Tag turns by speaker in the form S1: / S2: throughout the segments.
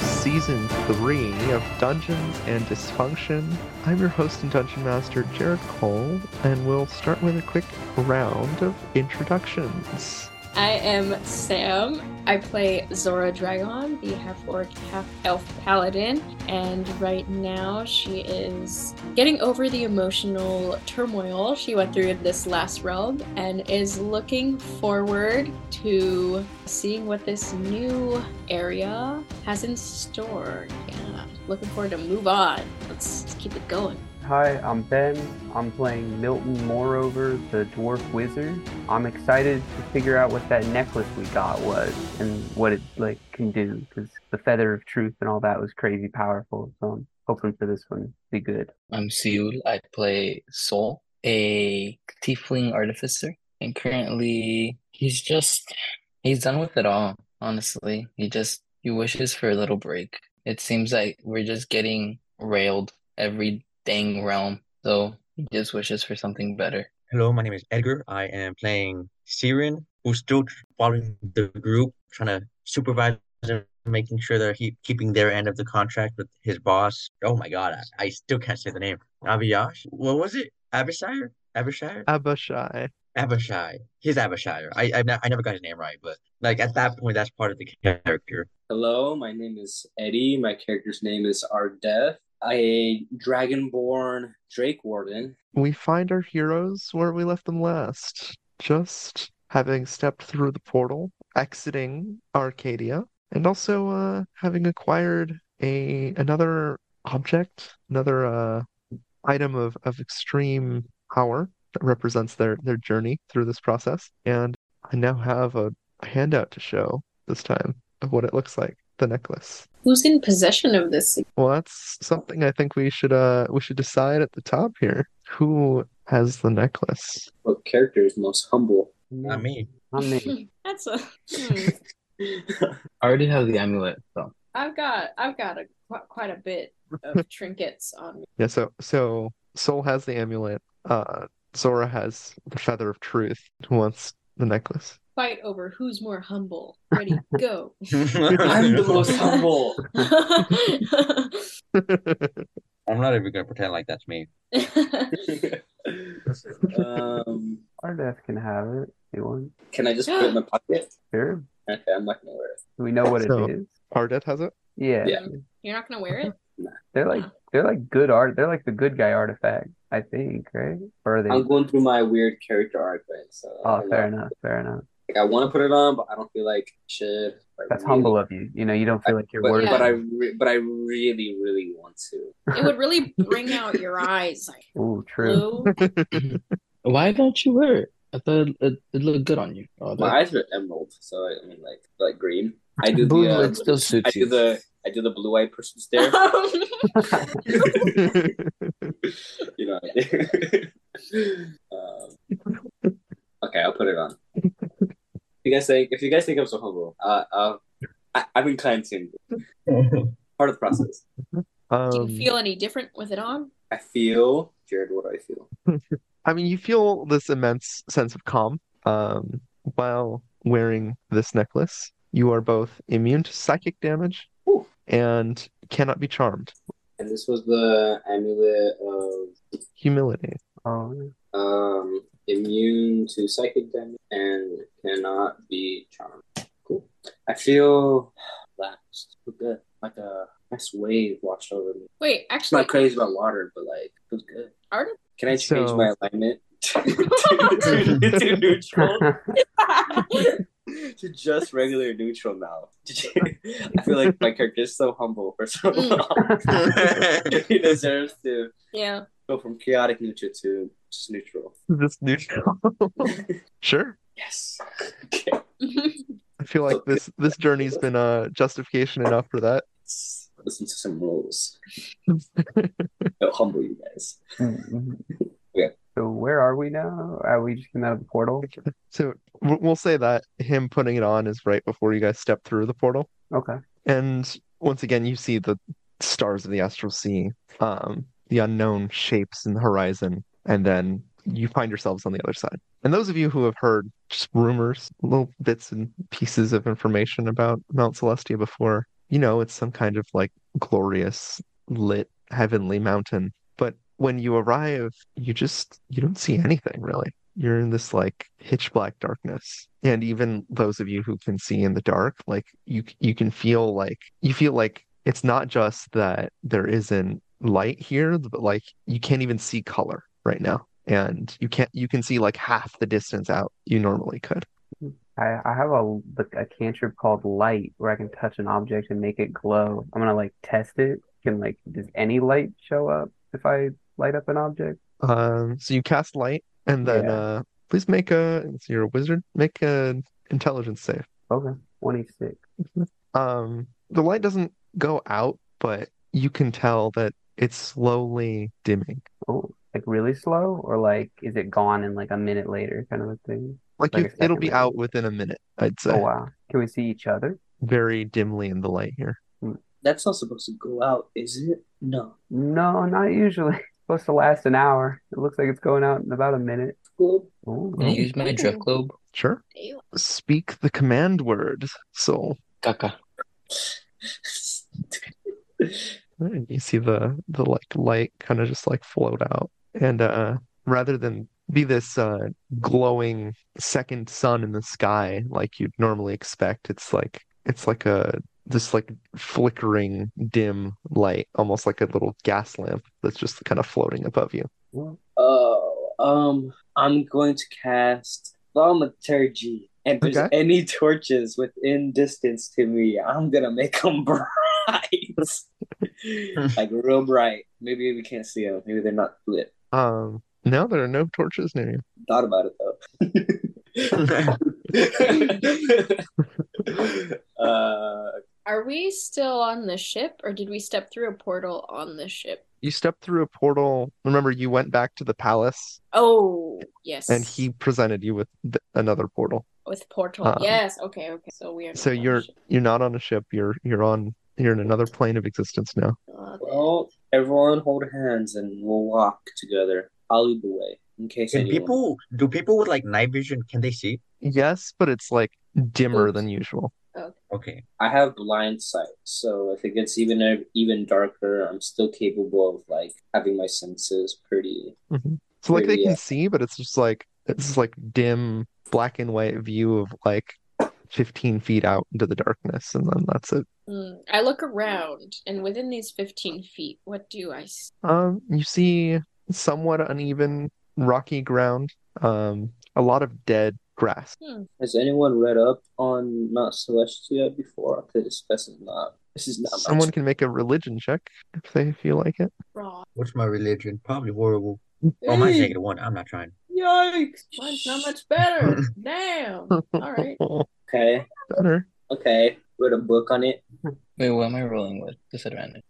S1: season three of Dungeons and Dysfunction. I'm your host and dungeon master, Jared Cole, and we'll start with a quick round of introductions.
S2: I am Sam. I play Zora Dragon, the half orc, half elf paladin, and right now she is getting over the emotional turmoil she went through in this last realm and is looking forward to seeing what this new area has in store. Yeah, looking forward to move on. Let's keep it going.
S3: Hi, I'm Ben. I'm playing Milton Moreover, the Dwarf Wizard. I'm excited to figure out what that necklace we got was and what it like can do because the Feather of Truth and all that was crazy powerful. So I'm hoping for this one to be good.
S4: I'm Siul. I um, play Sol, a tiefling artificer, and currently he's just he's done with it all, honestly. He just he wishes for a little break. It seems like we're just getting railed every dang realm. So he just wishes for something better.
S5: Hello, my name is Edgar. I am playing Siren, who's still following the group, trying to supervise them, making sure they're he- keeping their end of the contract with his boss. Oh my god, I, I still can't say the name. Abiyash? What was it? Abishire? Abishire?
S1: Uh, Abishai.
S5: Abishai. He's Abishire. I I, ne- I never got his name right, but like at that point, that's part of the character.
S6: Hello, my name is Eddie. My character's name is Ardeth, a dragonborn Drake Warden.
S1: We find our heroes where we left them last, just having stepped through the portal, exiting Arcadia, and also uh, having acquired a another object, another uh, item of, of extreme power that represents their, their journey through this process. And I now have a handout to show this time of what it looks like, the necklace.
S2: Who's in possession of this?
S1: Well, that's something I think we should uh we should decide at the top here. Who has the necklace?
S6: What character is most humble?
S5: Not me.
S3: Not me.
S2: That's a. hmm.
S4: I already have the amulet, so
S2: I've got I've got a qu- quite a bit of trinkets on me.
S1: Yeah, so so Soul has the amulet. Uh, Zora has the feather of truth. Who wants the necklace?
S2: Fight over who's more humble. Ready, go.
S6: I'm the most humble.
S5: I'm not even gonna pretend like that's me.
S6: um,
S3: Ardeth can have it. If you want.
S6: can I just put it in my pocket?
S3: Sure.
S6: Okay, I'm not gonna wear it.
S3: Do we know what it is?
S1: So- Ardeth has it.
S3: Yeah.
S6: Yeah.
S2: You're not gonna wear it?
S3: They're like they're like good art. They're like the good guy artifact, I think, right? Or are they?
S6: I'm going through my weird character arc right so I
S3: Oh,
S6: don't
S3: fair
S6: know.
S3: enough. Fair enough.
S6: Like, I want to put it on, but I don't feel like I should. I
S3: That's
S6: really-
S3: humble of you. You know, you don't feel like you're
S6: But,
S3: worthy.
S6: but I, re- but I really, really want to.
S2: It would really bring out your eyes like
S3: Ooh, true.
S2: blue.
S4: why don't you wear it? I thought it, it, it looked good on you. Oh,
S6: My eyes are emerald, so I, I mean, like, like green. I do
S4: Blue
S6: the,
S4: it still
S6: uh, I
S4: suits
S6: do
S4: you.
S6: the, I do the blue-eyed person stare. you know. what I mean? um, okay, I'll put it on. If you guys think if you guys think I'm so humble, uh, uh, I, I'm inclined to. Part of the process.
S2: Do
S1: Um,
S2: you feel any different with it on?
S6: I feel Jared. What do I feel?
S1: I mean, you feel this immense sense of calm um, while wearing this necklace. You are both immune to psychic damage
S6: Ooh.
S1: and cannot be charmed.
S6: And this was the amulet of
S1: Humility.
S3: Oh,
S6: um, immune to psychic damage and cannot be charmed. Cool. I feel relaxed. Feel good. Like a nice wave washed over me.
S2: Wait,
S6: I'm
S2: actually
S6: not crazy about water, but like feels good.
S2: Art-
S6: Can I change
S1: So-
S6: my alignment to, to, to, to neutral? to just regular neutral now. I feel like my character is so humble for so
S2: Mm.
S6: long. he deserves to
S2: Yeah.
S6: go from chaotic neutral to just neutral.
S1: Just neutral. sure.
S6: Yes. Okay.
S1: I feel like this this journey's been uh justification enough for that.
S6: Let's listen to some rules. It'll humble you guys. Yeah.
S3: Mm-hmm. So where are we now? Are we just getting out of the portal?
S1: So w- we'll say that him putting it on is right before you guys step through the portal.
S3: Okay.
S1: And once again, you see the stars of the astral sea, um, the unknown shapes in the horizon, and then you find yourselves on the other side. And those of you who have heard just rumors, little bits and pieces of information about Mount Celestia before, You know, it's some kind of like glorious, lit, heavenly mountain. But when you arrive, you just you don't see anything really. You're in this like pitch black darkness. And even those of you who can see in the dark, like you you can feel like you feel like it's not just that there isn't light here, but like you can't even see color right now. And you can't you can see like half the distance out you normally could.
S3: I, I have a like, a cantrip called light where I can touch an object and make it glow. I'm gonna like test it. Can like does any light show up if I light up an object?
S1: Um so you cast light and then
S3: Yeah.
S1: uh please make a since you're a wizard, make an intelligence save.
S3: Okay, twenty six.
S1: Um, the light doesn't go out, but you can tell that it's slowly dimming.
S3: Oh, like really slow or like is it gone in like a minute later kind of a thing?
S1: Like
S3: Like
S1: you,
S3: a
S1: it'll
S3: second
S1: be
S3: maybe.
S1: out within a minute, I'd
S3: Oh
S1: say.
S3: wow. Can we see each other?
S1: Very dimly in the light here.
S6: That's not supposed to go out, is it? No.
S3: No, not usually. It's supposed to last an hour. It looks like it's going out in about a minute.
S6: Cool.
S3: Ooh.
S4: Can I use my drift globe?
S1: Sure.
S2: Ew.
S1: Speak the command word, soul.
S4: Kaka.
S1: And you see the the like light kind of just like float out. And uh rather than be this uh glowing second sun in the sky like you'd normally expect, it's like it's like a this like flickering dim light, almost like a little gas lamp that's just kind of floating above you.
S6: Oh, um, I'm going to cast Thaumaturgy. And if there's
S1: Okay.
S6: any torches within distance to me, I'm gonna make them bright. like real bright. Maybe we can't see them. Maybe they're not lit.
S1: Um now there are no torches near you.
S6: Thought about it though. uh,
S2: Are we still on the ship, or did we step through a portal on the ship?
S1: You stepped through a portal. Remember, you went back to the palace
S2: Oh, yes.
S1: and he presented you with th- another portal.
S2: with portal.
S1: Um,
S2: yes. Okay. Okay. So we are.
S1: So
S2: not on the
S1: you're
S2: ship.
S1: you're not on a ship. You're you're on you're in another plane of existence now.
S2: Oh,
S6: well, everyone hold hands and we'll walk together. I'll lead the way in case
S5: Can
S6: anyone.
S5: people do people with like night vision? Can they see?
S1: Yes, but it's like dimmer than usual.
S5: Okay.
S6: I have blind sight, so if it gets even even darker, I'm still capable of like having my senses pretty.
S1: So like they
S6: Yeah.
S1: can see, but it's just like it's just like dim black and white view of like 15 feet out into the darkness, and then that's it.
S2: Mm, I look around, and within these 15 feet, what do I see?
S1: Um, you see somewhat uneven, rocky ground. Um, a lot of dead grass.
S6: Has anyone read up on Mount Celestia before? Because that's not. This is not. my-
S1: Someone can make a religion check if they feel like it.
S2: Raw.
S5: What's my religion? Probably horrible. Oh, mine's negative one. I'm not trying.
S2: Yikes! Mine's not much better. Damn. All right.
S6: Okay,
S1: Better.
S6: okay. Read a book on it.
S4: Wait, what am I rolling with? Disadvantage.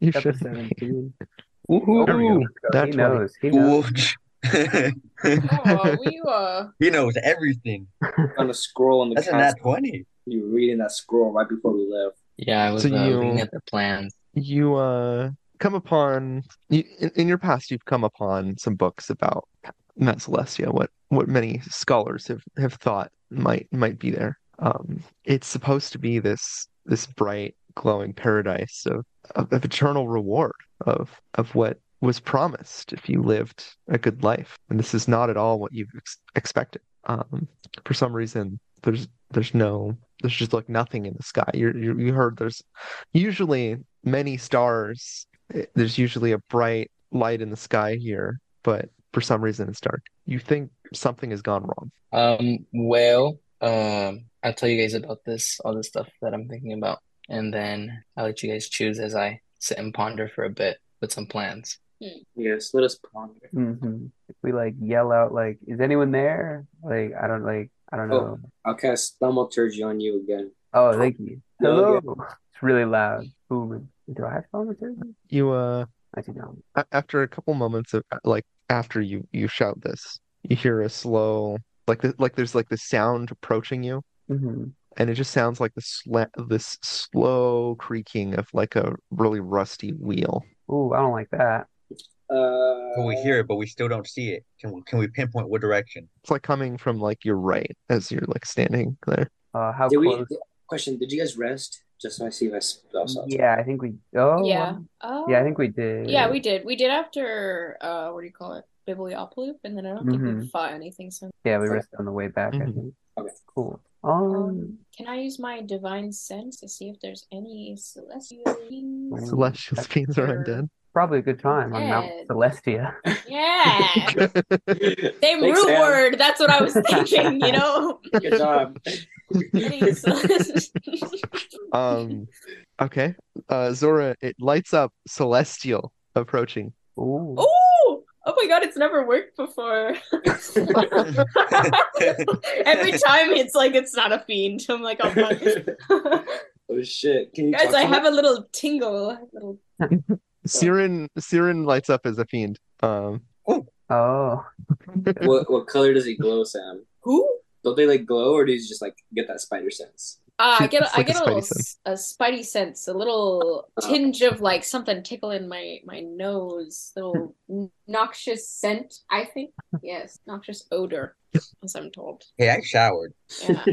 S1: You
S3: Step
S1: should.
S3: seventeen.
S1: There we go. That
S3: He
S1: 20.
S3: knows. He knows.
S5: Ooh.
S2: Oh, we uh.
S5: he knows everything.
S6: On a scroll on the
S5: That's a
S6: couch.
S5: nat twenty.
S6: You were reading that scroll right before we left.
S4: Yeah, I was
S1: So
S4: uh,
S1: you-
S4: looking at the plans.
S1: you uh come upon you, in, in your past you've come upon some books about Mount Celestia what what many scholars have have thought might might be there um it's supposed to be this this bright glowing paradise of of, of eternal reward of of what was promised if you lived a good life and this is not at all what you've ex- expected um for some reason there's there's no there's just like nothing in the sky you're, you you heard there's usually many stars. It- There's usually a bright light in the sky here, but for some reason it's dark. You think something has gone wrong.
S4: Um, well, um, I'll tell you guys about this, all this stuff that I'm thinking about, and then I'll let you guys choose as I sit and ponder for a bit with some plans.
S6: Yes, let us ponder.
S3: hmm If we like yell out like, "Is anyone there?" Like I don't like I don't
S6: Oh.
S3: know.
S6: I'll cast Thaumaturgy on you again.
S3: Oh, thank you.
S6: Yeah, okay.
S3: Hello. It's really loud. Booming. Do I have thaumaturgy?
S1: You uh
S3: I do not.
S1: a- after a couple moments of uh, like after you you shout this, you hear a slow like the, like there's like the sound approaching you
S3: hmm
S1: and it just sounds like the sla- this slow creaking of like a really rusty wheel.
S3: Ooh, I don't like that.
S6: Uh,
S5: But Oh, we hear it, but we still don't see it. Can we, can we pinpoint what direction?
S1: It's like coming from like your right as you're like standing there.
S3: Uh, how
S6: Did we?
S3: close?
S6: Question: Did you guys rest? Just so I see if I spell something.
S3: Yeah, I think we. Oh,
S2: yeah.
S3: um,
S2: Oh.
S3: yeah, I think we did.
S2: Yeah, we did. We did after uh, what do you call it? Bibliopoly, and then I don't think we
S3: Mhm.
S2: fought anything. So
S3: Yeah, we rested on the way back. I
S1: Mhm.
S3: think.
S6: Mm-hmm. Okay.
S3: Cool.
S6: Mm.
S3: Um,
S2: can I use my divine sense to see if there's any celestial beings?
S1: Celestial beings are undead.
S3: probably a good time on Mount
S2: Dead.
S3: Celestia.
S2: Yeah. Same
S6: Thanks,
S2: root
S6: Sam.
S2: word. That's what I was thinking. You know.
S6: Good job.
S2: Any celest-
S1: Um, okay. Uh, Zora, it lights up celestial approaching.
S3: Ooh.
S2: Ooh! Oh my god, it's never worked before. Every time it's like it's not a fiend. I'm like, oh fuck.
S6: oh shit! Can you
S2: Guys,
S6: talk
S2: I
S6: to me?
S2: have a little tingle. a little-
S1: Siren, Siren lights up as a fiend. Um,
S3: Oh.
S6: What what color does it glow, Sam?
S2: Who?
S6: Don't they like glow, or do you just like get that spider sense?
S2: Uh, I
S1: It's
S2: get a, I
S1: like a
S2: get a
S1: spidey
S2: little
S1: sense.
S2: s- a spidey sense, a little tinge of like something tickling my my nose, little n- noxious scent. I think yes, noxious odor, as I'm told.
S5: Hey, I showered.
S2: Yeah,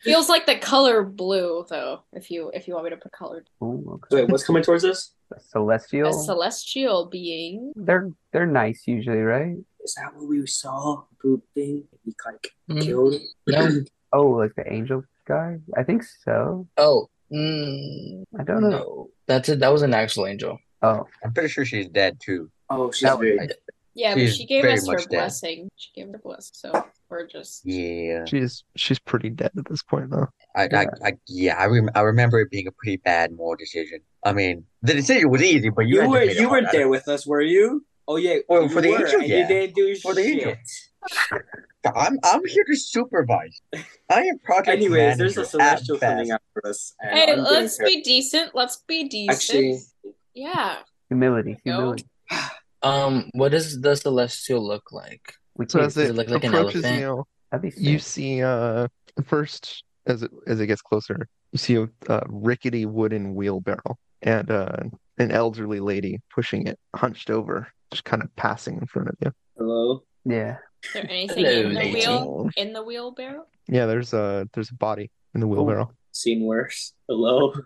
S2: feels like the color blue though. If you if you want me to put colored,
S3: Ooh,
S6: So
S3: okay.
S6: wait, what's coming towards us?
S3: A celestial.
S2: a celestial being.
S3: they're they're nice usually, right?
S6: Is that what we saw? Poop thing? He like
S5: Hmm.
S4: Mm,
S6: killed.
S4: No.
S3: Oh, like the angel guy. I think so.
S4: Oh. Mm,
S3: I don't know.
S4: no. That's it. That was an actual angel.
S3: Oh,
S5: I'm pretty sure she's dead too.
S6: Oh, she's
S3: That-
S6: very.
S2: Yeah, but
S5: She's
S2: she gave
S5: very
S2: us her
S5: much dead.
S2: blessing. She gave her blessing, so we're just
S5: Yeah.
S1: she's she's pretty dead at this point, though.
S5: I, I, I yeah, I, rem- I remember it being a pretty bad moral decision. I mean, the decision was easy, but you,
S6: You
S5: had to
S6: were
S5: make it
S6: you
S5: hard.
S6: weren't there with us, were you? Oh yeah.
S5: Well,
S6: you
S5: for the
S6: were,
S5: angel,
S6: and
S5: yeah.
S6: You didn't do
S5: For the
S6: shit.
S5: angel. I'm I'm here to supervise. I am project
S6: Anyways, there's
S5: manager
S6: a
S5: at
S6: celestial
S5: best.
S6: coming after us. and
S2: hey,
S6: I'm getting
S2: let's be decent. Let's be decent.
S6: Actually,
S2: yeah.
S3: humility,
S2: There you go.
S3: humility.
S4: Um, what does the celestial look like?
S3: We
S1: So
S3: can't.
S1: as
S4: Does
S1: it
S4: it look like an
S1: approaches
S4: elephant?
S1: you,
S3: That'd be
S1: you
S3: sick.
S1: see uh first as it as it gets closer, you see a, uh rickety wooden wheelbarrow and uh, an elderly lady pushing it, hunched over, just kind of passing in front of you.
S6: hello.
S3: Yeah.
S2: Is there anything in the
S4: Hello,
S2: wheel? In the wheelbarrow?
S1: Yeah, there's a there's a body in the wheelbarrow.
S6: Seen worse. Hello.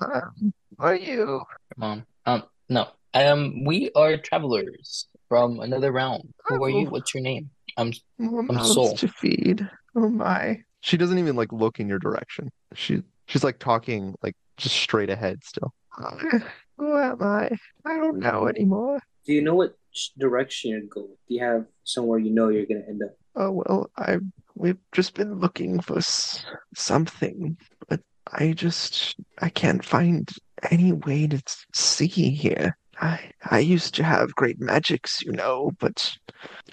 S1: Um, are you?
S4: Mom. Um, no. Um, we are travelers from another realm. Who are you?
S1: Oh.
S4: What's your name? Um,
S1: More
S4: I'm
S1: mouths
S4: Sol.
S1: to feed. Oh my. She doesn't even like look in your direction. She she's like talking like just straight ahead still. Uh, Who am I? I don't know anymore.
S6: Do you know what sh- direction you're going? Do you have somewhere you know you're gonna end up?
S1: Oh well, I we've just been looking for s something, but I just I can't find any way to s- see here. I I used to have great magics, you know, but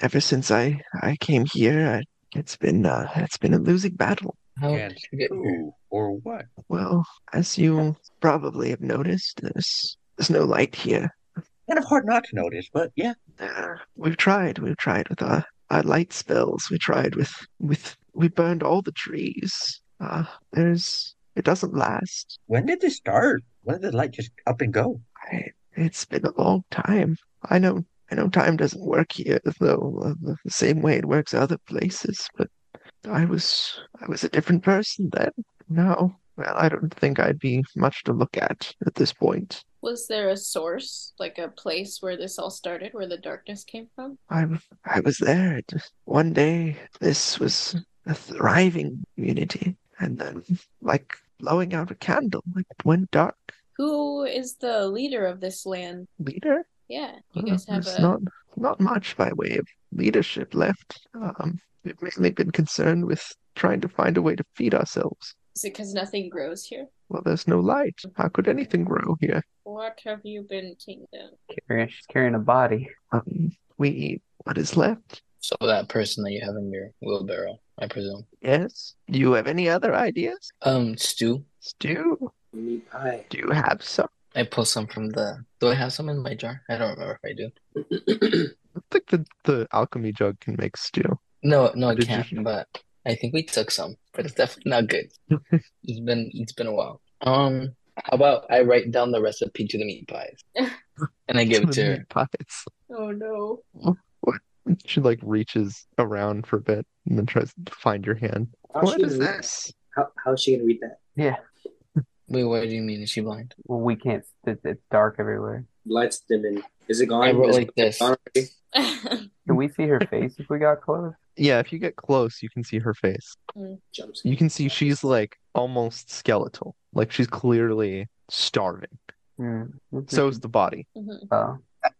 S1: ever since I I came here, I, it's been uh, it's been a losing battle.
S4: how
S5: And
S4: did you get here?
S5: who or what?
S1: Well, as you probably have noticed, there's there's no light here.
S5: Kind of hard not to notice, but yeah.
S1: Uh, we've tried. We've tried with our, our light spells. We tried with with we burned all the trees. Uh, there's it doesn't last.
S5: When did this start? When did the light just up and go?
S1: I, it's been a long time. I know. I know time doesn't work here though uh, the the same way it works other places. But I was I was a different person then. Now, well, I don't think I'd be much to look at at this point.
S2: Was there a source, like a place where this all started, where the darkness came from?
S1: I, w- I was there. It just- one day, this was a thriving community, and then, like blowing out a candle, like it went dark.
S2: Who is the leader of this land?
S1: Leader?
S2: Yeah, you
S3: Hmm,
S1: Uh,
S2: guys have
S1: there's
S2: a.
S1: not not much by way of leadership left. Um, we've mainly been concerned with trying to find a way to feed ourselves.
S2: Is it because nothing grows here?
S1: Well, there's no light. How could anything grow here?
S2: What have you been kingdom?
S3: Carrying, she's carrying a body.
S1: Um, we eat what is left.
S4: So that person that you have in your wheelbarrow, I presume.
S1: Yes. Do you have any other ideas?
S4: Um, stew.
S1: Stu,
S6: You need pie.
S1: do you have some?
S4: I pull some from the. Do I have some in my jar? I don't remember if I do.
S1: I think the the alchemy jug can make stew.
S4: No, no, I
S1: Did you-
S4: can't. But I think we took some, but it's definitely not good. It's been it's been a while. Um, how about I write down the recipe to the meat pies, and I give it to
S1: the
S4: her.
S1: meat pies.
S2: Oh no.
S1: She like reaches around for a bit and then tries to find your hand.
S6: How's
S1: what
S6: she
S1: is
S6: gonna read
S1: this?
S6: How how's she gonna read that?
S3: Yeah.
S4: Wait, what do you mean? Is she blind?
S3: Well, we can't. It's, it's dark everywhere.
S6: Lights dimming. Is it gone?
S4: I wrote
S6: Is it
S4: like this.
S6: gone already?
S3: Can we see her face if we got close?
S1: Yeah, if you get close, you can see her face.
S6: Jump scare.
S1: You can see she's like almost skeletal. Like she's clearly starving.
S3: Hmm. Let's
S1: So
S3: see-
S1: is the body.
S2: Mhm.
S3: oh,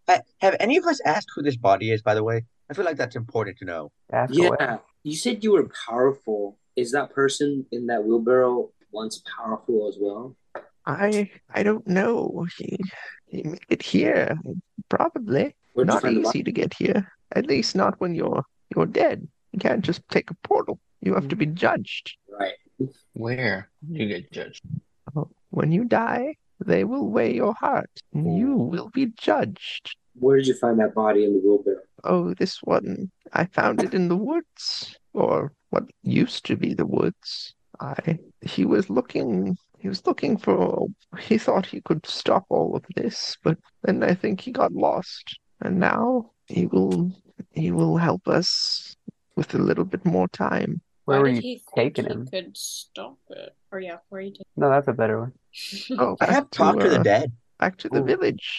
S5: I, Uh, have any of us asked who this body is, by the way? I feel like that's important to know.
S3: ask away.
S6: Yeah, you said you were powerful. Is that person in that wheelbarrow once powerful as well?
S1: I I don't know. He he made it here. Probably.
S6: Where'd you
S1: Not
S6: find the
S1: easy to get here. At least not when you're you're dead. You can't just take a portal. You have to be judged.
S6: body? Right.
S4: Where you get judged?
S1: When you die, they will weigh your heart, and you will be judged.
S6: Where did you find that body in the wheelbarrow?
S1: Oh, this one, I found it in the woods, or what used to be the woods. I he was looking he was looking for he thought he could stop all of this, but then I think he got lost. And now he will he will help us with a little bit more time.
S3: Where
S2: Why
S3: were
S2: did
S3: you
S2: he think
S3: taking
S2: he
S3: him?
S2: Could stop it. Or yeah, where you
S3: No, that's a better one.
S2: taking?
S1: Oh,
S5: I have
S1: back to,
S5: talked to the
S1: uh,
S5: dead.
S1: back to the
S3: Ooh.
S1: village.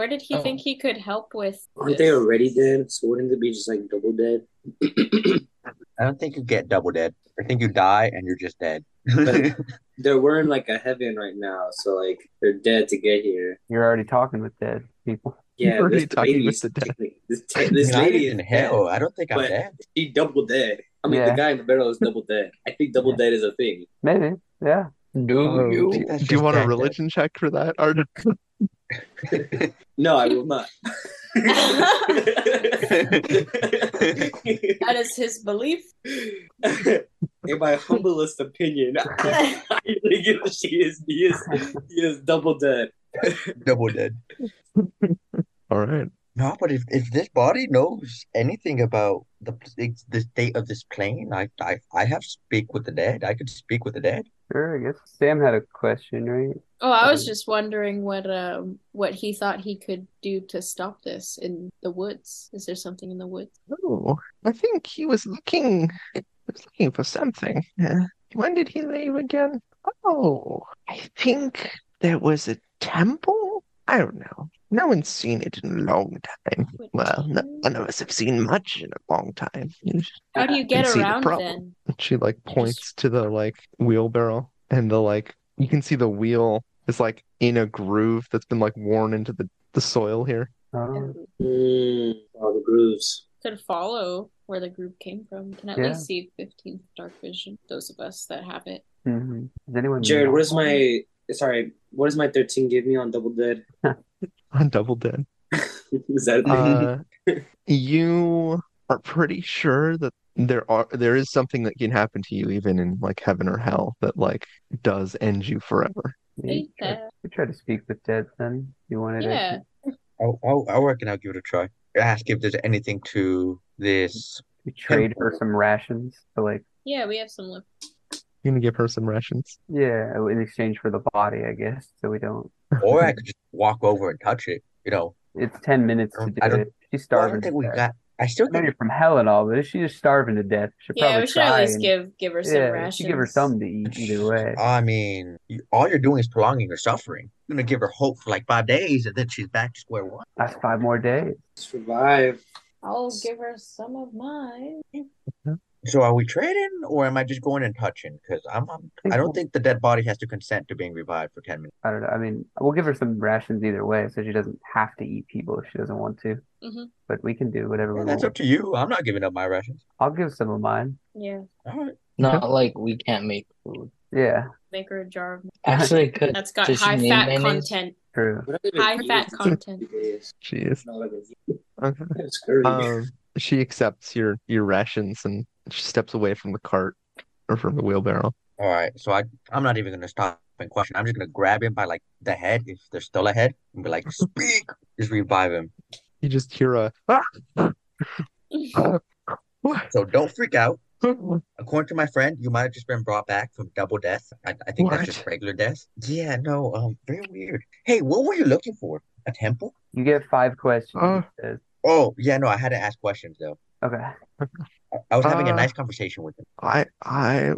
S2: Where did he
S4: Oh.
S2: think he could help with? this?
S6: Aren't they already dead? So wouldn't they be just like double dead?
S5: I don't think you get double dead. I think you die and you're just dead.
S6: they're wearing like a heaven right now, so like they're dead to get here.
S3: You're already talking with dead people.
S6: Yeah,
S1: You're already
S6: this
S1: talking
S6: lady
S1: with
S6: is
S1: the dead.
S6: technically- This, ta-
S5: I
S6: this
S5: mean, I
S6: lady is
S5: live in
S6: dead.
S5: hell. I don't think I'm
S6: But-
S5: dead.
S6: She double dead. I mean, the
S3: Yeah.
S6: guy in the barrel is double dead. I think double
S3: Yeah.
S6: dead is a thing.
S3: Maybe. Yeah.
S4: Do
S1: Oh,
S4: you?
S1: do,
S5: that's
S1: do you
S5: just
S1: want a
S5: dead, dead.
S1: religion check for that? Or
S6: No, I will not.
S2: That is his belief.
S6: In my humblest opinion, I, I think she is he is he is double dead.
S5: double dead.
S1: all right.
S5: No, but if, if this body knows anything about the it's the state of this plane, I, I I have speak with the dead. I could speak with the dead.
S3: Sure. I guess Sam had a question, right?
S2: Oh, I was
S3: Mhm.
S2: just wondering what um what he thought he could do to stop this in the woods. Is there something in the woods?
S1: Oh, I think he was looking. He was looking for something. Uh, when did he leave again? Oh, I think there was a temple. I don't know. No one's seen it in a long time.
S2: What
S1: Well, no,
S2: do you-
S1: none of us have seen much in a long time. And sh-
S2: How do you get
S1: see the
S2: around
S1: problem. She like points to the like wheelbarrow, and the like you can see the wheel is like in a groove that's been like worn into the the soil here.
S3: Oh,
S2: then?
S6: Mm, all the grooves.
S2: Could follow where the group came from. Can at
S3: Yeah.
S2: least see 15 dark vision. Those of us that have it.
S3: mhm. Does anyone?
S6: Jared,
S3: know?
S6: what is my sorry, what does my thirteen give me on double dead?
S1: On Double Dead.
S6: is that
S1: Uh, you are pretty sure that there are there is something that can happen to you even in like heaven or hell that like does end you forever.
S3: Yeah, you
S2: Ain't
S3: tried-
S2: that-
S3: you tried to speak with dead then. You wanted
S2: Yeah.
S3: it.
S5: I'll, I'll, I'll reckon I'll give it a try. Ask if there's anything to this.
S3: You trade her some rations to like.
S2: Yeah, we have some left.
S1: You gonna give her some rations?
S3: Yeah, in exchange for the body, I guess. So we don't.
S5: Or I could just walk over and touch it. You know,
S3: It's ten minutes to
S5: Um,
S3: do
S5: I don't-
S3: it. She's
S5: Well, I
S3: starving.
S5: don't
S3: to
S5: think we
S3: death.
S5: got. I still
S3: I know
S5: think
S3: you're from hell and all, but if she's just starving to death, she should
S2: Yeah,
S3: probably
S2: we should at
S3: try
S2: least
S3: and-
S2: give give her some
S3: yeah, we
S2: rations.
S3: should give her something to eat either way.
S5: I mean, you- all you're doing is prolonging her suffering. You're gonna give her hope for like five days, and then she's back to square one.
S3: That's five more days.
S6: survive?
S2: I'll give her some of mine.
S5: So are we trading, or am I just going and touching? Because I'm, I'm I don't think the dead body has to consent to being revived for ten minutes.
S3: I don't know. I mean, we'll give her some rations either way, so she doesn't have to eat people if she doesn't want to.
S2: Mhm.
S3: But we can do whatever we
S5: Yeah, that's up
S3: want.
S5: to you. I'm not giving up my rations.
S3: I'll give some of mine.
S2: Yeah.
S5: All right.
S4: Not like we can't make food.
S3: Yeah,
S2: Make her a jar of
S4: Actually, I could.
S2: that's got
S4: Does she
S2: high
S4: need
S2: fat
S4: mayonnaise?
S2: content.
S3: true.
S6: What have I
S2: High
S6: been
S2: fat
S6: eating?
S2: content.
S1: Jeez.
S6: No, I've been eating-
S1: Okay.
S6: It's curry.
S1: Um, she accepts your your rations and she steps away from the cart or from the wheelbarrow.
S5: All right. So I, I'm not even gonna stop and question. I'm just gonna grab him by like the head if there's still a head, and be like, "Speak!" Just revive him.
S1: You just hear a ah!
S2: Mm-hmm.
S5: So don't freak out. According to my friend, you might have just been brought back from double death. I, I think that's just
S1: What?
S5: regular death. Yeah, no, um, very weird. Hey, what were you looking for? A temple?
S3: You get five questions.
S1: Uh.
S3: it says.
S5: Oh, yeah, no, I had to ask questions though.
S3: Okay.
S5: I, I was having a
S1: Uh,
S5: nice conversation with him.
S1: I I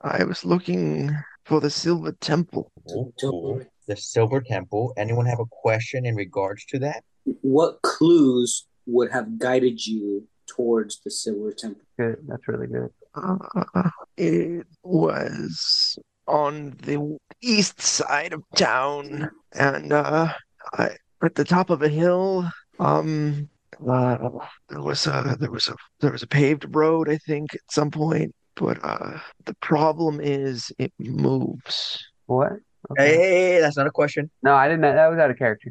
S1: I was looking for the Silver Temple.
S5: Cool, cool. The Silver Temple. Anyone have a question in regards to that?
S6: What clues would have guided you towards the Silver Temple?
S3: Good. That's really good.
S1: Uh, it was on the east side of town, and uh, I, at the top of a hill. Um, uh, there was a there was a there was a paved road, I think, at some point. But uh, the problem is it moves.
S3: What?
S5: Hey,
S3: Okay.
S5: hey, hey, that's not a question.
S3: No, I didn't. That was out of character.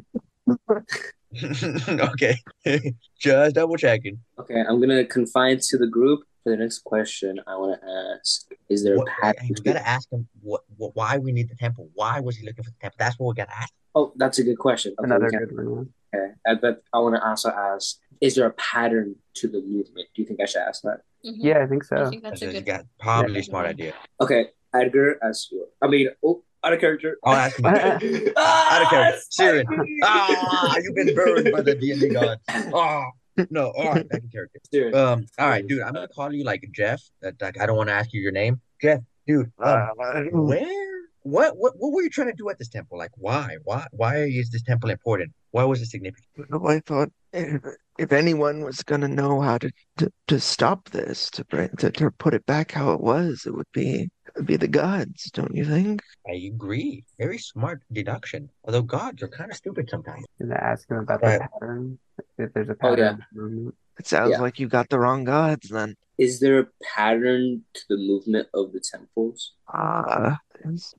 S5: okay, just double checking.
S6: Okay, I'm gonna confine to the group for the next question. I want to ask: Is there
S5: What,
S6: a
S5: hey,
S6: pattern?
S5: we gotta ask him what, what, why we need the temple. Why was he looking for the temple? That's what we gotta ask.
S6: Oh, that's a good question. Okay,
S3: Another
S6: we can-
S3: good one.
S6: Okay, I bet I want to also ask: Is there a pattern to the movement? Do you think I should ask that?
S2: Mhm.
S3: Yeah, I think
S2: I
S3: so.
S2: think that's a
S5: That's
S2: good.
S5: got probably a smart
S2: Yeah.
S5: idea.
S6: Okay, Edgar, as you. I mean, oh, out of character.
S5: I'll ask him.
S3: Uh,
S5: Out
S6: out
S5: of character. Siren. Ah, you've been burned by the D and D gods. Oh no, all right, back in character.
S6: Siren.
S5: Um, all right, dude, I'm gonna call you like Jeff. That, that I don't want to ask you your name, Jeff, dude. Um,
S1: Uh,
S5: where? What? What? What were you trying to do at this temple? Like, why? Why? Why is this temple important? Why was it significant?
S1: Well, I thought if, if anyone was going to know how to, to to stop this, to bring to, to put it back how it was, it would be it would be the gods, don't you think?
S5: I agree. Very smart deduction. Although gods are kind of stupid sometimes.
S3: Gonna ask him about
S5: Right.
S3: the pattern. If there's a
S6: Oh, yeah.
S3: pattern. Oh,
S1: It sounds
S6: Yeah.
S1: like you got the wrong gods then.
S6: Is there a pattern to the movement of the temples?
S1: Uh, it's-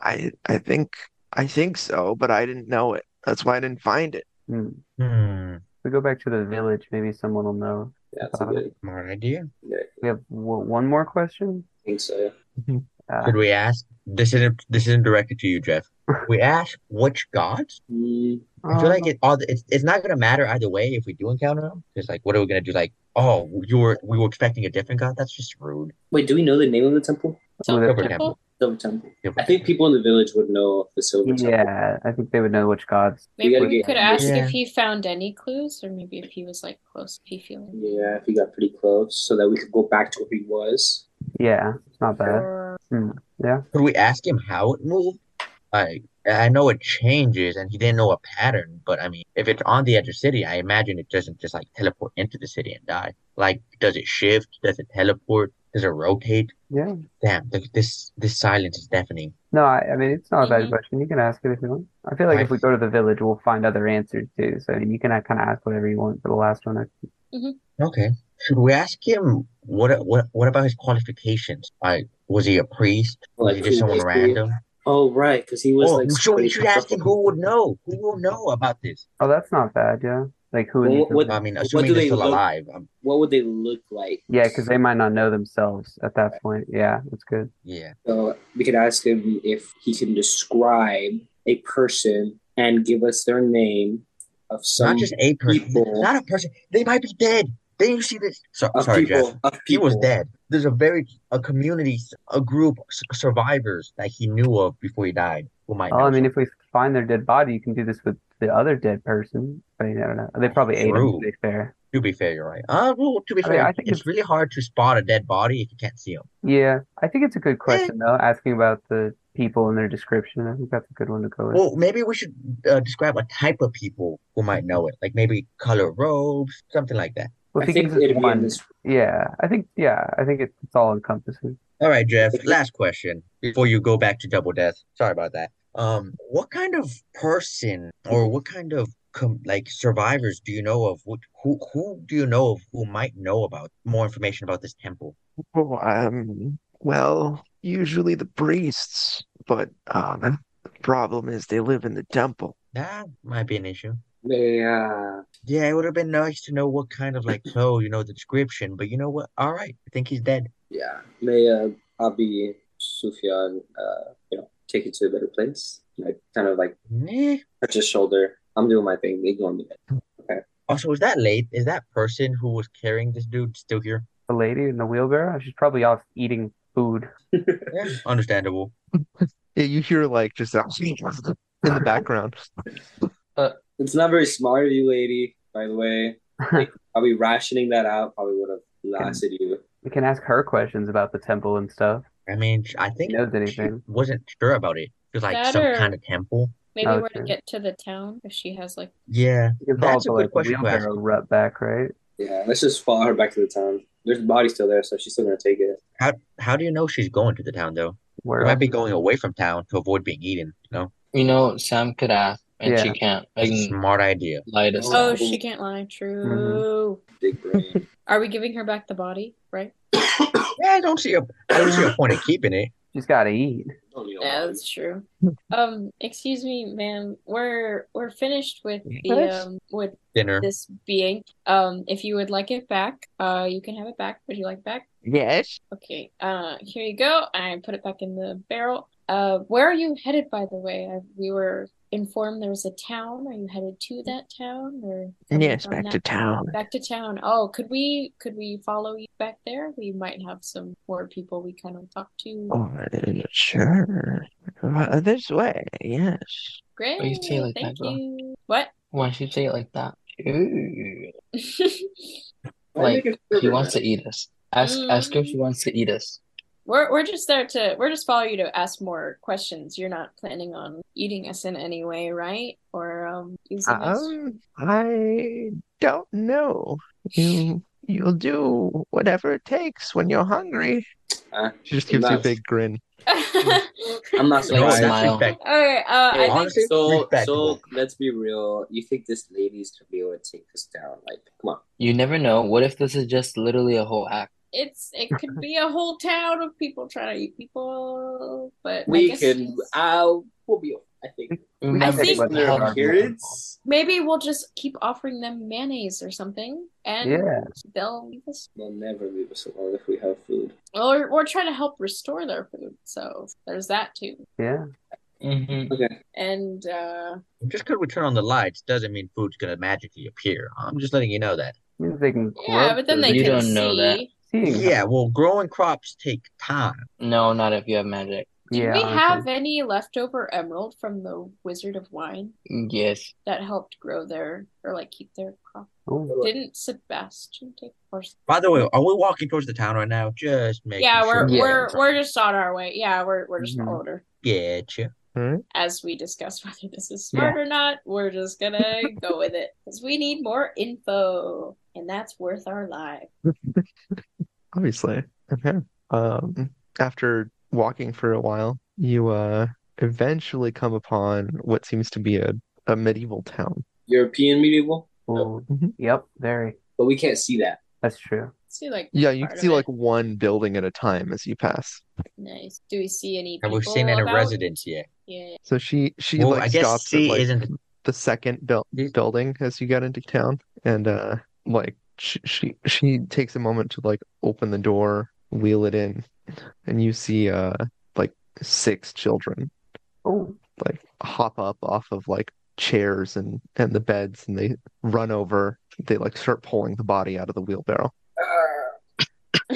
S1: I I think I think so, but I didn't know it. That's why I didn't find it.
S3: hmm.
S5: Hmm.
S3: If we go back to the village, maybe someone will know.
S6: Yeah, that's a good.
S5: Smart idea.
S6: Yeah, I
S3: We have w- one more question.
S6: think so. Yeah.
S3: Uh,
S5: Should we ask? This isn't. This isn't directed to you, Jeff. We ask which gods.
S6: Mm,
S5: I feel like
S3: um,
S5: it all. It's, it's not gonna matter either way if we do encounter them. Because like, what are we gonna do? Like, oh, you were we were expecting a different god. That's just rude.
S6: Wait, do we know the name of the temple?
S3: Well, they're
S2: Silver Temple?
S6: Silver Temple. I think people in the village would know of the Silver Temple.
S3: Yeah, I think they would know which gods.
S6: You
S2: Maybe
S6: gotta
S2: we
S6: get-
S2: could ask
S5: Yeah.
S2: if he found any clues, or maybe if he was like close, if he feeling.
S6: Yeah, if he got pretty close, so that we could go back to where he was.
S3: Yeah, it's not bad.
S2: Or
S5: Could we ask him how it moved? Like, I know it changes, and he didn't know a pattern. But I mean, if it's on the edge of city, I imagine it doesn't just like teleport into the city and die. Like, does it shift? Does it teleport? Does it rotate?
S3: Yeah.
S5: Damn, th- this this silence is deafening.
S3: No, I, I mean it's not a bad
S2: Mhm.
S3: question. You can ask it if you want. I feel like if
S5: Right.
S3: we go to the village, we'll find other answers too. So you can kind of ask whatever you want for the last one. I-
S5: Okay. Should we ask him what what what about his qualifications? Like, was he a priest? Was he
S6: Like,
S5: just someone
S6: who-
S5: random?
S6: Oh right, because he was
S5: Or
S6: like.
S5: should we should ask him who would know? Who will know about this?
S3: Oh, that's not bad. Yeah, like who?
S6: Well,
S3: needs to-
S6: what-
S5: I mean,
S6: What
S5: assuming
S6: do
S5: they're
S6: they
S5: still
S6: look-
S5: alive. Um,
S6: What would they look like?
S3: Yeah, because they might not know themselves at that point. Yeah, that's good.
S5: yeah.
S6: So we could ask him if he can describe a person and give us their name of some
S5: not just a person.
S6: people-
S5: Not a person. They might be dead. They you see this. So,
S6: of
S5: sorry,
S6: people.
S5: Jeff.
S6: Of people.
S5: He was dead. There's a very a community, a group of survivors that he knew of before he died. Who might?
S3: Well,
S5: know
S3: Oh, I mean,
S5: something.
S3: if we find their dead body, you can do this with the other dead person. But you never know. They probably ate them,
S5: True.
S3: to be fair.
S5: to be fair, you're right. Uh, well, to be
S3: I
S5: fair,
S3: mean, I think
S5: it's,
S3: it's-
S5: really hard to spot a dead body if you can't see them.
S3: Yeah, I think it's a good question though, asking about the people and their description. I think that's a good one to go with.
S5: Well, maybe we should uh, describe a type of people who might know it, like maybe color robes, something like that.
S3: Well,
S6: I
S3: if he
S6: think
S3: gives us
S6: it'd be
S3: one-
S6: in this.
S3: Yeah, I think yeah, I think it's, it's all encompassing.
S5: All right, Jeff, last question before you go back to Double Death. Sorry about that. Um, what kind of person or what kind of com like survivors do you know of? What who who do you know of who might know about more information about this temple?
S1: Oh, um, well, usually the priests, but um, the problem is they live in the temple.
S5: That might be an issue.
S6: Yeah.
S5: Yeah, it would have been nice to know what kind of like clothes, you know, the description, but you know what? All right, I think he's dead.
S6: Yeah. May uh, Abi Sufyan, uh, you know, take you to a better place. I kind of like
S5: Meh.
S6: touch his shoulder. I'm doing my thing. Ignore me.
S5: Also, is that late? Is that person who was carrying this dude still here?
S3: The lady in the wheelbarrow, she's probably off eating food.
S5: Yeah, understandable.
S1: Yeah, you hear like just that in the background.
S6: It's not very smart of you, lady. By the way, probably rationing that out probably would have lasted you.
S3: We can ask her questions about the temple and stuff.
S5: I mean, I think
S3: knows
S5: she
S3: anything.
S5: wasn't sure about it. It was like some
S2: Better.
S5: kind of temple.
S2: Maybe
S3: Oh,
S2: where to
S3: true.
S2: get to the town if she has like
S5: Yeah,
S3: You can
S5: That's
S3: follow
S5: a
S3: the,
S5: good
S3: like,
S5: question to
S3: wheelbarrow rut back, right?
S6: Yeah, let's just follow her back to the town. There's a body still there, so she's still gonna take it.
S5: how how do you know she's going to the town though?
S3: Where
S5: She might
S3: else?
S5: be going away from town to avoid being eaten. You know,
S4: You know, Sam could ask, and she
S3: Yeah.
S4: can't. I
S5: That's a
S4: can
S5: smart idea.
S4: lie to
S2: Oh,
S4: Sam.
S2: she can't lie. True.
S6: Big brain.
S2: Are we giving her back the body, right?
S5: Yeah, I don't see a I don't see a point in keeping it.
S3: She's got to eat.
S6: Don't need a
S2: Yeah,
S6: lot.
S2: that's true. Um, excuse me, ma'am. We're we're finished with the
S1: What?
S2: um with
S5: Dinner.
S2: this being. Um, if you would like it back, uh, you can have it back. Would you like it back?
S1: Yes.
S2: Okay. Uh, here you go. I put it back in the barrel. Uh, where are you headed, by the way? I, we were informed there was a town. Are you headed to that town or coming
S1: Yes,
S2: from
S1: back
S2: that
S1: to town.
S2: Back to town. Oh, could we could we follow you back there? We might have some more people we kind of talk to.
S1: Oh, sure. Uh, This way, yes.
S2: Great,
S4: you say it like that,
S2: thank
S4: girl?
S2: you. What?
S4: Why should you say it like that? Ooh.
S6: Why are you Mm.
S4: Like,
S6: making fun of
S4: He
S6: her,
S4: wants
S6: man?
S4: to eat us. Ask ask her if she wants to eat us.
S2: we're we're just there to we're just follow you to ask more questions. You're not planning on eating us in any way, right? Or um using us?
S1: Um, I don't know. You, you'll do whatever it takes when you're hungry.
S6: Huh?
S1: She just
S6: gives
S1: gives
S6: you a
S1: you a
S6: Nuts. big
S1: big grin.
S6: I'm not
S4: Like,
S6: surprised.
S4: smile.
S5: respect.
S2: Okay, uh, I think
S5: Honestly,
S6: So, so
S5: respectful.
S6: let's be real. You think this lady's gonna be able to take us down? Like, come on.
S4: You never know. What if this is just literally a whole act?
S2: it's it could be a whole town of people trying to eat people, but I
S6: We
S2: guess
S6: can. I'll. We'll be. I think.
S4: We
S2: I
S4: never
S2: think-
S4: know
S6: From their
S4: how-
S6: appearance.
S2: Maybe we'll just keep offering them mayonnaise or something, and
S3: Yeah.
S2: they'll leave us.
S6: They'll never leave us alone if we have food.
S2: Or or try to help restore their food. So there's that too.
S3: Yeah.
S4: Mhm.
S6: Okay.
S2: And uh,
S5: Just because we turn on the lights doesn't mean food's gonna magically appear. I'm just letting you know that.
S3: Means they can
S2: yeah,
S3: grow
S2: but then
S3: food.
S2: they
S4: You
S2: can
S4: don't know
S2: see.
S4: that.
S3: Seeing-
S5: Yeah, well, growing crops take time.
S4: No, not if you have magic.
S2: Did
S3: Yeah,
S2: we
S3: honestly.
S2: have any leftover emerald from the Wizard of Wine
S4: Yes.
S2: that helped grow their or like keep their crop?
S3: Oh,
S2: Didn't Sebastian take or
S5: By the way, are we walking towards the town right now? Just making
S2: Yeah, we're
S5: sure. Mm-hmm.
S4: Yeah.
S2: we're we're just on our way. Yeah, we're we're just
S3: Mhm.
S2: following her.
S5: Getcha.
S2: As we discuss whether this is smart or not, we're just gonna go with it because we need more info, and that's worth our life.
S1: Obviously. Okay. Um, after walking for a while, you uh eventually come upon what seems to be a, a medieval town.
S6: European medieval,
S3: cool.
S1: Mhm.
S3: Yep, very.
S6: but we can't see that.
S3: That's true.
S2: See, like
S1: Yeah, you
S2: part
S1: can
S2: of
S1: see
S2: it.
S1: like one building at a time as you pass.
S2: nice. Do we see any?
S5: Have
S2: people
S5: we seen any
S2: about?
S5: residents yet?
S2: Yeah.
S1: So she she
S5: Well,
S1: like
S5: I guess
S1: stops at
S5: C
S1: like
S5: isn't-
S1: the second built
S5: These-
S1: building as you get into town and uh like she, she she takes a moment to like open the door wheel it in and you see uh like six children
S3: Oh,
S1: like hop up off of like chairs and and the beds and they run over they like start pulling the body out of the wheelbarrow
S6: Uh,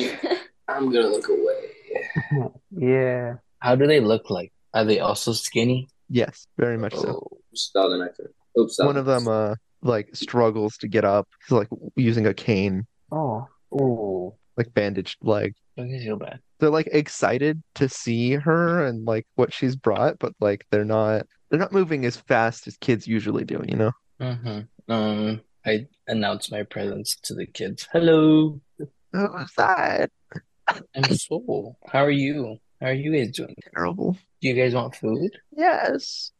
S6: I'm gonna look away.
S3: yeah.
S4: How do they look like? Are they also skinny?
S1: yes very much so
S6: Oh, just the other could. Oops. that
S1: one of them uh like struggles to get up he's like using a cane
S3: Oh, oh.
S1: like bandaged leg
S4: Don't you feel bad?
S1: they're like excited to see her and like what she's brought, but like they're not they're not moving as fast as kids usually do, you know?
S4: Mm-hmm. Um, I announce my presence to the kids. Hello,
S1: Who's Oh, that?
S4: I'm Soul. How are you? How are you guys doing?
S1: Terrible.
S4: Do you guys want food?
S1: Yes.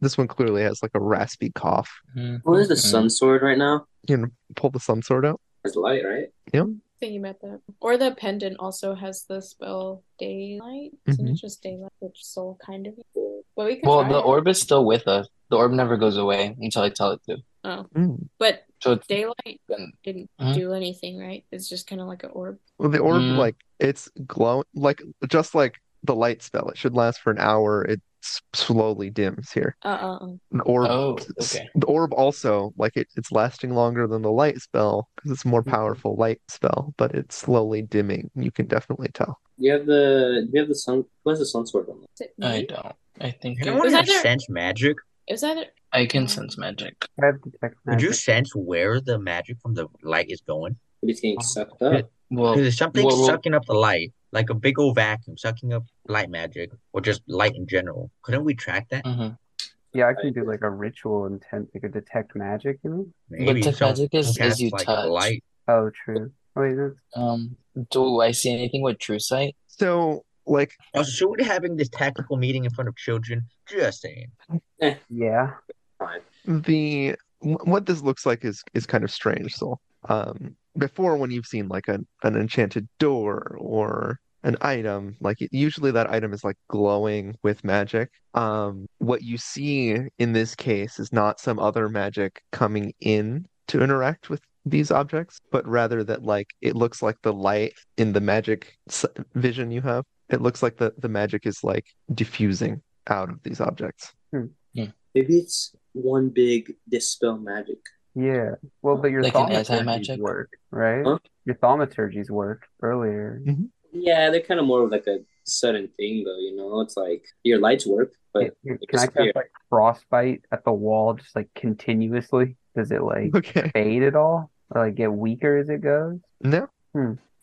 S1: this one clearly has like a raspy cough.
S6: What is the
S1: Mm-hmm.
S4: Mhm.
S6: sun sword right now?
S1: You know, pull the sun sword out.
S6: It's light, right?
S2: Thinking about that. Or the pendant also has the spell daylight. Isn't
S5: Mm-hmm.
S2: it just daylight? Which soul kind of. But we could
S4: Well,
S2: try
S4: the
S2: it.
S4: orb is still with us. The orb never goes away until I tell it to.
S2: Oh,
S1: Mm.
S2: but
S4: So it's
S2: daylight
S4: been
S2: didn't
S5: Uh-huh.
S4: Mhm.
S2: do anything, right? It's just kind of like an orb.
S1: Well, the orb
S4: Mm.
S1: like it's glow like just like the light spell. It should last for an hour. It s- slowly dims here.
S2: Uh uh uh.
S1: The orb
S4: Oh,
S1: s-
S4: okay.
S1: The orb also, like it, it's lasting longer than the light spell because it's a
S4: Mm-hmm.
S1: more powerful light spell, but it's slowly dimming. You can definitely tell.
S6: You have the you have the sun. Who has the sun sword on?
S2: Is it
S4: I
S2: me?
S4: don't. I think
S5: Can
S4: it-
S5: anyone
S2: Was
S5: have
S2: either-
S5: sense magic?
S2: It was either.
S4: I can sense magic.
S3: I have detect
S5: Could you
S3: magic.
S5: sense where the magic from the light is going?
S3: Oh,
S6: What do you think? Sucked up.
S5: Yeah.
S4: Well,
S5: Because there's something
S4: Well, well-
S5: sucking up the light. like a big old vacuum sucking up light magic or just light in general. Couldn't we track that?
S4: Mhm.
S3: Yeah, I can do like a ritual intent, like a detect magic. You know?
S5: Maybe
S4: detect
S5: some-
S4: magic is-
S5: some
S4: is
S5: cast,
S4: you
S5: like,
S4: touch.
S5: light.
S3: Oh, true. Wait, that's
S4: Um, do I see anything with true sight?
S1: So, like,
S5: Also, should we be having this tactical meeting in front of children? Just saying.
S3: yeah.
S6: Fine.
S1: the wh- what this looks like is is kind of strange. So, um, before when you've seen like an an enchanted door or an item, like usually that item is like glowing with magic. Um, what you see in this case is not some other magic coming in to interact with these objects, but rather that like it looks like the light in the magic s- vision you have. It looks like the the magic is like diffusing out of these objects.
S6: Maybe it's one big dispel magic.
S3: Yeah. Well, but your
S4: Like an
S3: thaumaturgies
S4: anti-magic?
S3: work, right?
S6: Huh?
S3: Your thaumaturgies work earlier.
S6: Yeah, they're kind of more of like a sudden thing, though. You know, it's like your lights work,
S3: Yeah,
S6: but
S3: Can
S6: it
S3: I cast
S6: disappeared.
S3: like frostbite at the wall just like continuously? Does it like
S1: Okay.
S3: fade at all? Or like get weaker as it goes?
S1: No.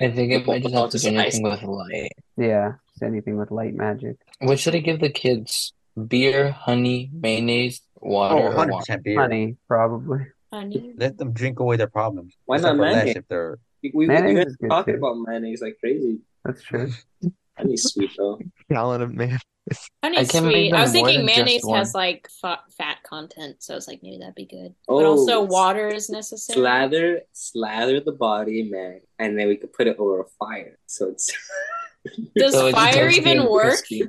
S4: I think it might just have to
S6: Just
S4: do
S6: ice.
S4: anything with light.
S3: Yeah, it's anything with light magic.
S4: What should I give the kids? Beer, honey, mayonnaise, water,
S5: Oh,
S4: or
S5: 100%
S4: wine?
S5: beer.
S3: Honey, probably.
S2: Honey.
S5: Let them drink away their problems.
S6: Why
S5: Except
S6: not
S5: for less
S6: mayonnaise?
S5: if they're
S6: we, we, we
S3: Mayonnaise
S6: guys
S3: is good,
S6: talk
S3: too.
S6: about mayonnaise like crazy.
S3: That's true.
S6: I need sweet though.
S1: Gallon of man.
S4: I
S2: Honey's
S4: can't make
S2: sweet. I
S4: them
S2: was
S4: more
S2: thinking
S4: than just
S2: mayonnaise
S4: one.
S2: has like fa- fat content, so I was like, maybe that'd be good. but
S6: Oh,
S2: also,
S6: s-
S2: water is necessary.
S6: Slather, slather the body, man, and then we could put it over a fire. So it's.
S2: Does
S4: So it just
S2: fire
S4: has to be
S2: even work?
S4: crispy.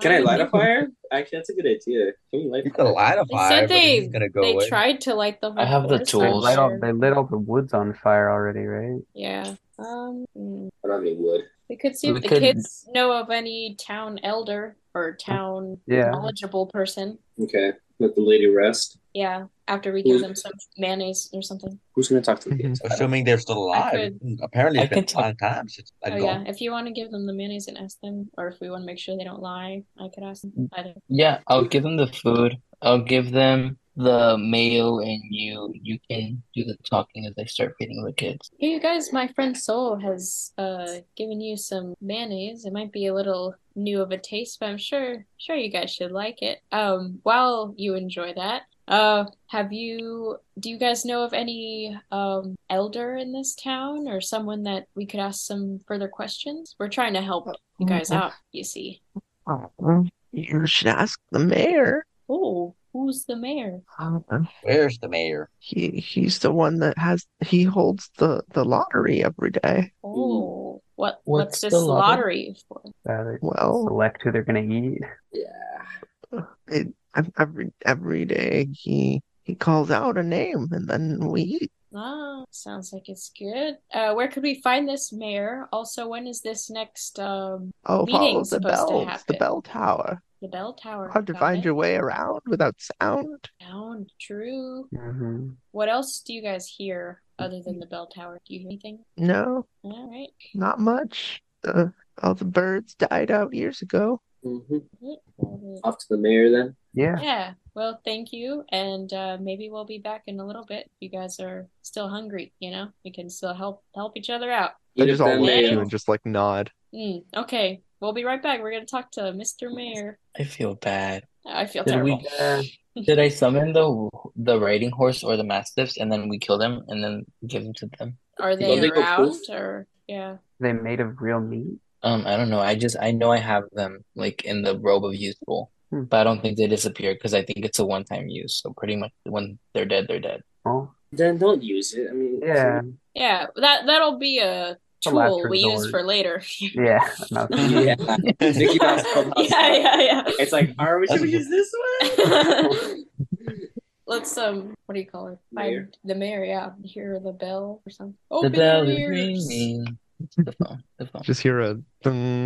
S6: Can I light a fire? Actually, that's a good idea. Can we light
S5: you
S6: a
S5: can
S6: fire?
S5: light a
S2: They
S5: fire,
S2: said
S5: but it's
S2: they-
S5: just gonna go
S2: They
S5: away.
S2: tried to light the.
S4: I have the
S2: forest
S3: They
S2: on
S4: tools.
S3: lit all
S2: fire.
S3: they lit all the woods on fire already, right?
S2: Yeah. Um, mm.
S6: I don't have any wood.
S2: we could see if
S4: We
S2: the
S4: could-
S2: kids know of any town elder or town
S3: Yeah.
S2: knowledgeable person.
S6: Okay, let the lady rest.
S2: Yeah, after we
S6: Who-
S2: give them some mayonnaise or something.
S6: Who's gonna talk to the kids? I don't-
S5: Assuming they're still alive. Apparently,
S4: I
S5: it's been
S4: could
S5: a long time since I
S2: Oh
S5: gone.
S2: yeah, if you want to give them the mayonnaise and ask them, or if we want to make sure they don't lie, I could ask them. Either.
S4: Yeah, I'll give them the food. I'll give them the mayo, and you you can do the talking as I start feeding the kids.
S2: Here, you guys, my friend Soul has uh given you some mayonnaise. It might be a little new of a taste, but I'm sure sure you guys should like it. Um, while you enjoy that, uh, have you do you guys know of any um elder in this town or someone that we could ask some further questions? We're trying to help
S1: Mm-hmm.
S2: you guys out, you see.
S1: You should ask the mayor.
S2: Oh, who's the mayor? Mm-hmm.
S5: Where's the mayor?
S1: He he's the one that has he holds the the lottery every day.
S2: Oh, what what's
S4: What's the
S2: this lottery for?
S3: Rather
S1: Well,
S3: select who they're gonna eat.
S6: Yeah.
S1: it, ev- every every day he he calls out a name and then we eat.
S2: Ah, sounds like it's good. Uh, where could we find this mayor? Also, when is this next um
S1: Oh, follow
S2: Meeting's
S1: the
S2: supposed to
S1: bells, the
S2: happen.
S1: bell tower.
S2: the bell tower?
S1: Hard to
S2: Got
S1: find
S2: it?
S1: your way around without sound.
S2: Down, true.
S3: hmm
S2: What else do you guys hear other than the bell tower? Do you hear anything?
S1: No,
S2: All right.
S1: not much. Uh, all the birds died out years ago.
S6: hmm
S2: Well,
S6: Off to the mayor then.
S3: Yeah.
S2: Yeah. Well, thank you, and uh, maybe we'll be back in a little bit. If you guys are still hungry, you know, we can still help help each other out.
S1: They
S6: Eat
S1: just
S6: up
S1: all
S6: that
S1: look at
S2: mayo.
S1: you and just like nod.
S2: Mm, okay, we'll be right back. We're gonna talk to Mr. Mayor.
S4: I feel bad.
S2: I feel
S4: Did we-
S2: terrible.
S3: Yeah.
S4: Did I summon the the riding horse or the mastiffs, and then we kill them, and then give them to them?
S2: Are
S4: Don't
S2: they
S6: they go
S2: around
S6: poof?
S2: or yeah?
S3: They made of real meat.
S4: Um, I don't know. I just I know I have them like in the robe of useful,
S3: Hmm.
S4: but I don't think they disappear because I think it's a one-time use. So pretty much when they're dead, they're dead.
S3: Oh,
S6: Then don't use it. I mean,
S3: yeah,
S2: Yeah, that that'll be a
S3: The last
S2: tool we use
S3: resort.
S2: for later.
S3: yeah. No,
S6: Yeah. Mickey Mouse Clubhouse.
S2: yeah, yeah,
S6: It's like, are we should we use this one?
S2: yeah. Let's um, what do you call her?
S6: Mayor.
S2: Find the mayor. Yeah, hear the bell or something.
S4: The
S2: Open
S4: bell
S2: your
S4: is
S2: ears.
S4: ringing. The phone. The phone.
S1: Just hear a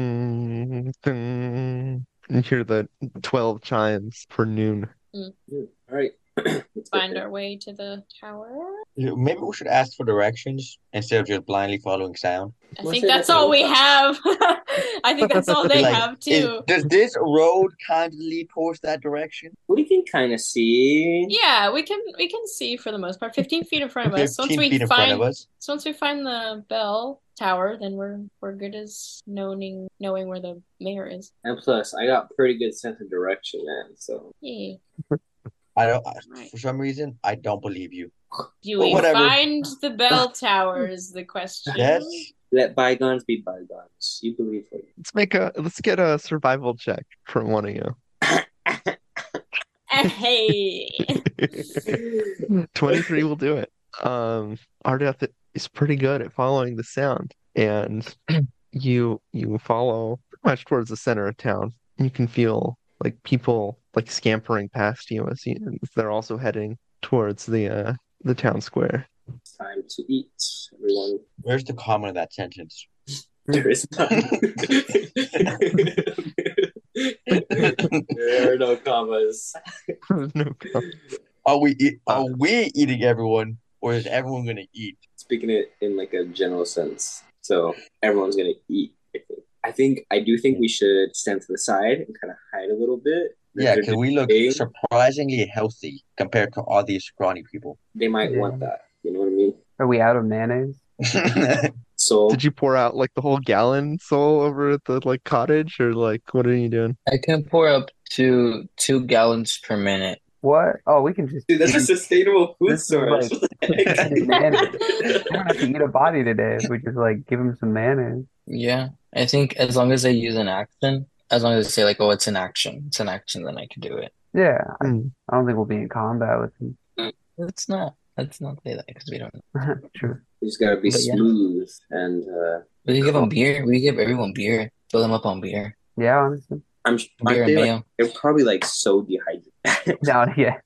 S1: ding, ding, and hear the 12 chimes for noon.
S6: All right. Let's get
S2: Find
S6: there.
S2: our way to the tower.
S5: Yeah, Maybe we should ask for directions instead of just blindly following sound.
S2: I
S6: Must
S2: think
S6: say
S2: that's
S6: that's
S2: all
S6: all.
S2: we have. I think that's all they
S5: Like,
S2: have
S5: is-
S2: too.
S5: does this road kind of lead towards that direction?
S6: We can kind of see.
S2: Yeah, we can we can see for the most part. Fifteen feet in front of us. Once
S5: 15
S2: we
S5: feet in front
S2: find
S5: of us.
S2: so once we find the bell tower, then we're we're good as knowing knowing where the mayor is.
S6: And plus, I got pretty good sense of direction, man. So
S2: Yay.
S5: I don't. I-
S2: Right.
S5: For some reason, I don't believe you.
S2: Do
S5: Well,
S2: we
S5: whatever.
S2: find the bell tower is the question.
S5: Yes.
S6: let bygones be bygones. You believe what you
S1: Let's make a let's get a survival check from one of you.
S2: Hey.
S1: 23 will do it. Um, Ardeth is pretty good at following the sound, and you you follow pretty much towards the center of town. You can feel like people like scampering past you as, you, as they're also heading towards the uh, the town square.
S6: It's time to eat, everyone.
S5: Where's the comma in that sentence?
S6: There is none. there are no commas.
S1: There's no
S5: Are we eat, are we eating everyone, or is everyone gonna eat?
S6: Speaking it in like a general sense, so everyone's gonna eat. I think. I think I do think we should stand to the side and kind of hide a little bit.
S5: Yeah, because we look
S6: Eating.
S5: surprisingly healthy compared to all these scrawny people.
S6: They might want that. You know what I mean?
S3: Are we out of mayonnaise?
S6: So
S1: Did you pour out like the whole gallon soul over at the like cottage or like what are you doing?
S4: I can pour up to two gallons per minute.
S3: What? Oh, we can just
S6: Dude, that's a sustainable food
S3: This is
S6: source.
S3: eat mayonnaise. We don't have to eat a body today if we just like give him some mayonnaise.
S4: Yeah. I think as long as I use an action, as long as I say like, oh, it's an action, it's an action, then I can do it.
S3: Yeah,
S1: Mm.
S3: I don't think we'll be in combat with him.
S4: Let's not. Let's not say that because we don't know.
S3: True.
S6: you just gotta be
S4: But yeah.
S6: smooth and uh,
S4: We give them beer. We give everyone beer. Fill them up on beer.
S3: Yeah, honestly.
S6: I'm sh-
S4: Beer and
S6: aren't they, like,
S4: mayo.
S6: they're probably like so dehydrated.
S3: No, yeah.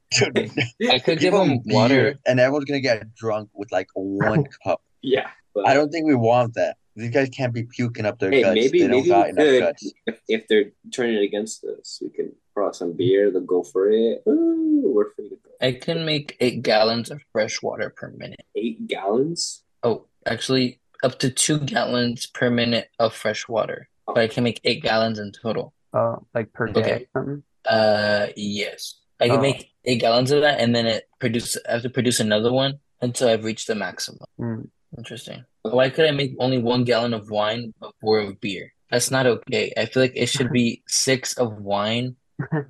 S4: I could give
S5: Give 'em
S4: them water.
S5: beer, and everyone's gonna get drunk with like one cup.
S6: yeah, but
S5: I don't think we want that. These guys can't be puking up their
S6: Hey,
S5: guts.
S6: maybe
S5: they don't
S6: maybe
S5: got
S6: we
S5: enough
S6: could
S5: guts.
S6: if, if they're turning it against us, we can pour out some beer. They'll go for it. Ooh, we're pretty good.
S4: I can make eight gallons of fresh water per minute.
S6: Eight gallons.
S4: Oh, actually, up to two gallons per minute of fresh water. But I can make eight gallons in total.
S3: Oh, like per day
S4: Okay.
S3: or something.
S4: Uh, yes. I can
S3: Oh.
S4: make eight gallons of that, and then it produce. I have to produce another one until I've reached the maximum.
S3: Mm.
S4: Interesting. Why could I make only one gallon of wine but four of beer? That's not okay. I feel like it should be six of wine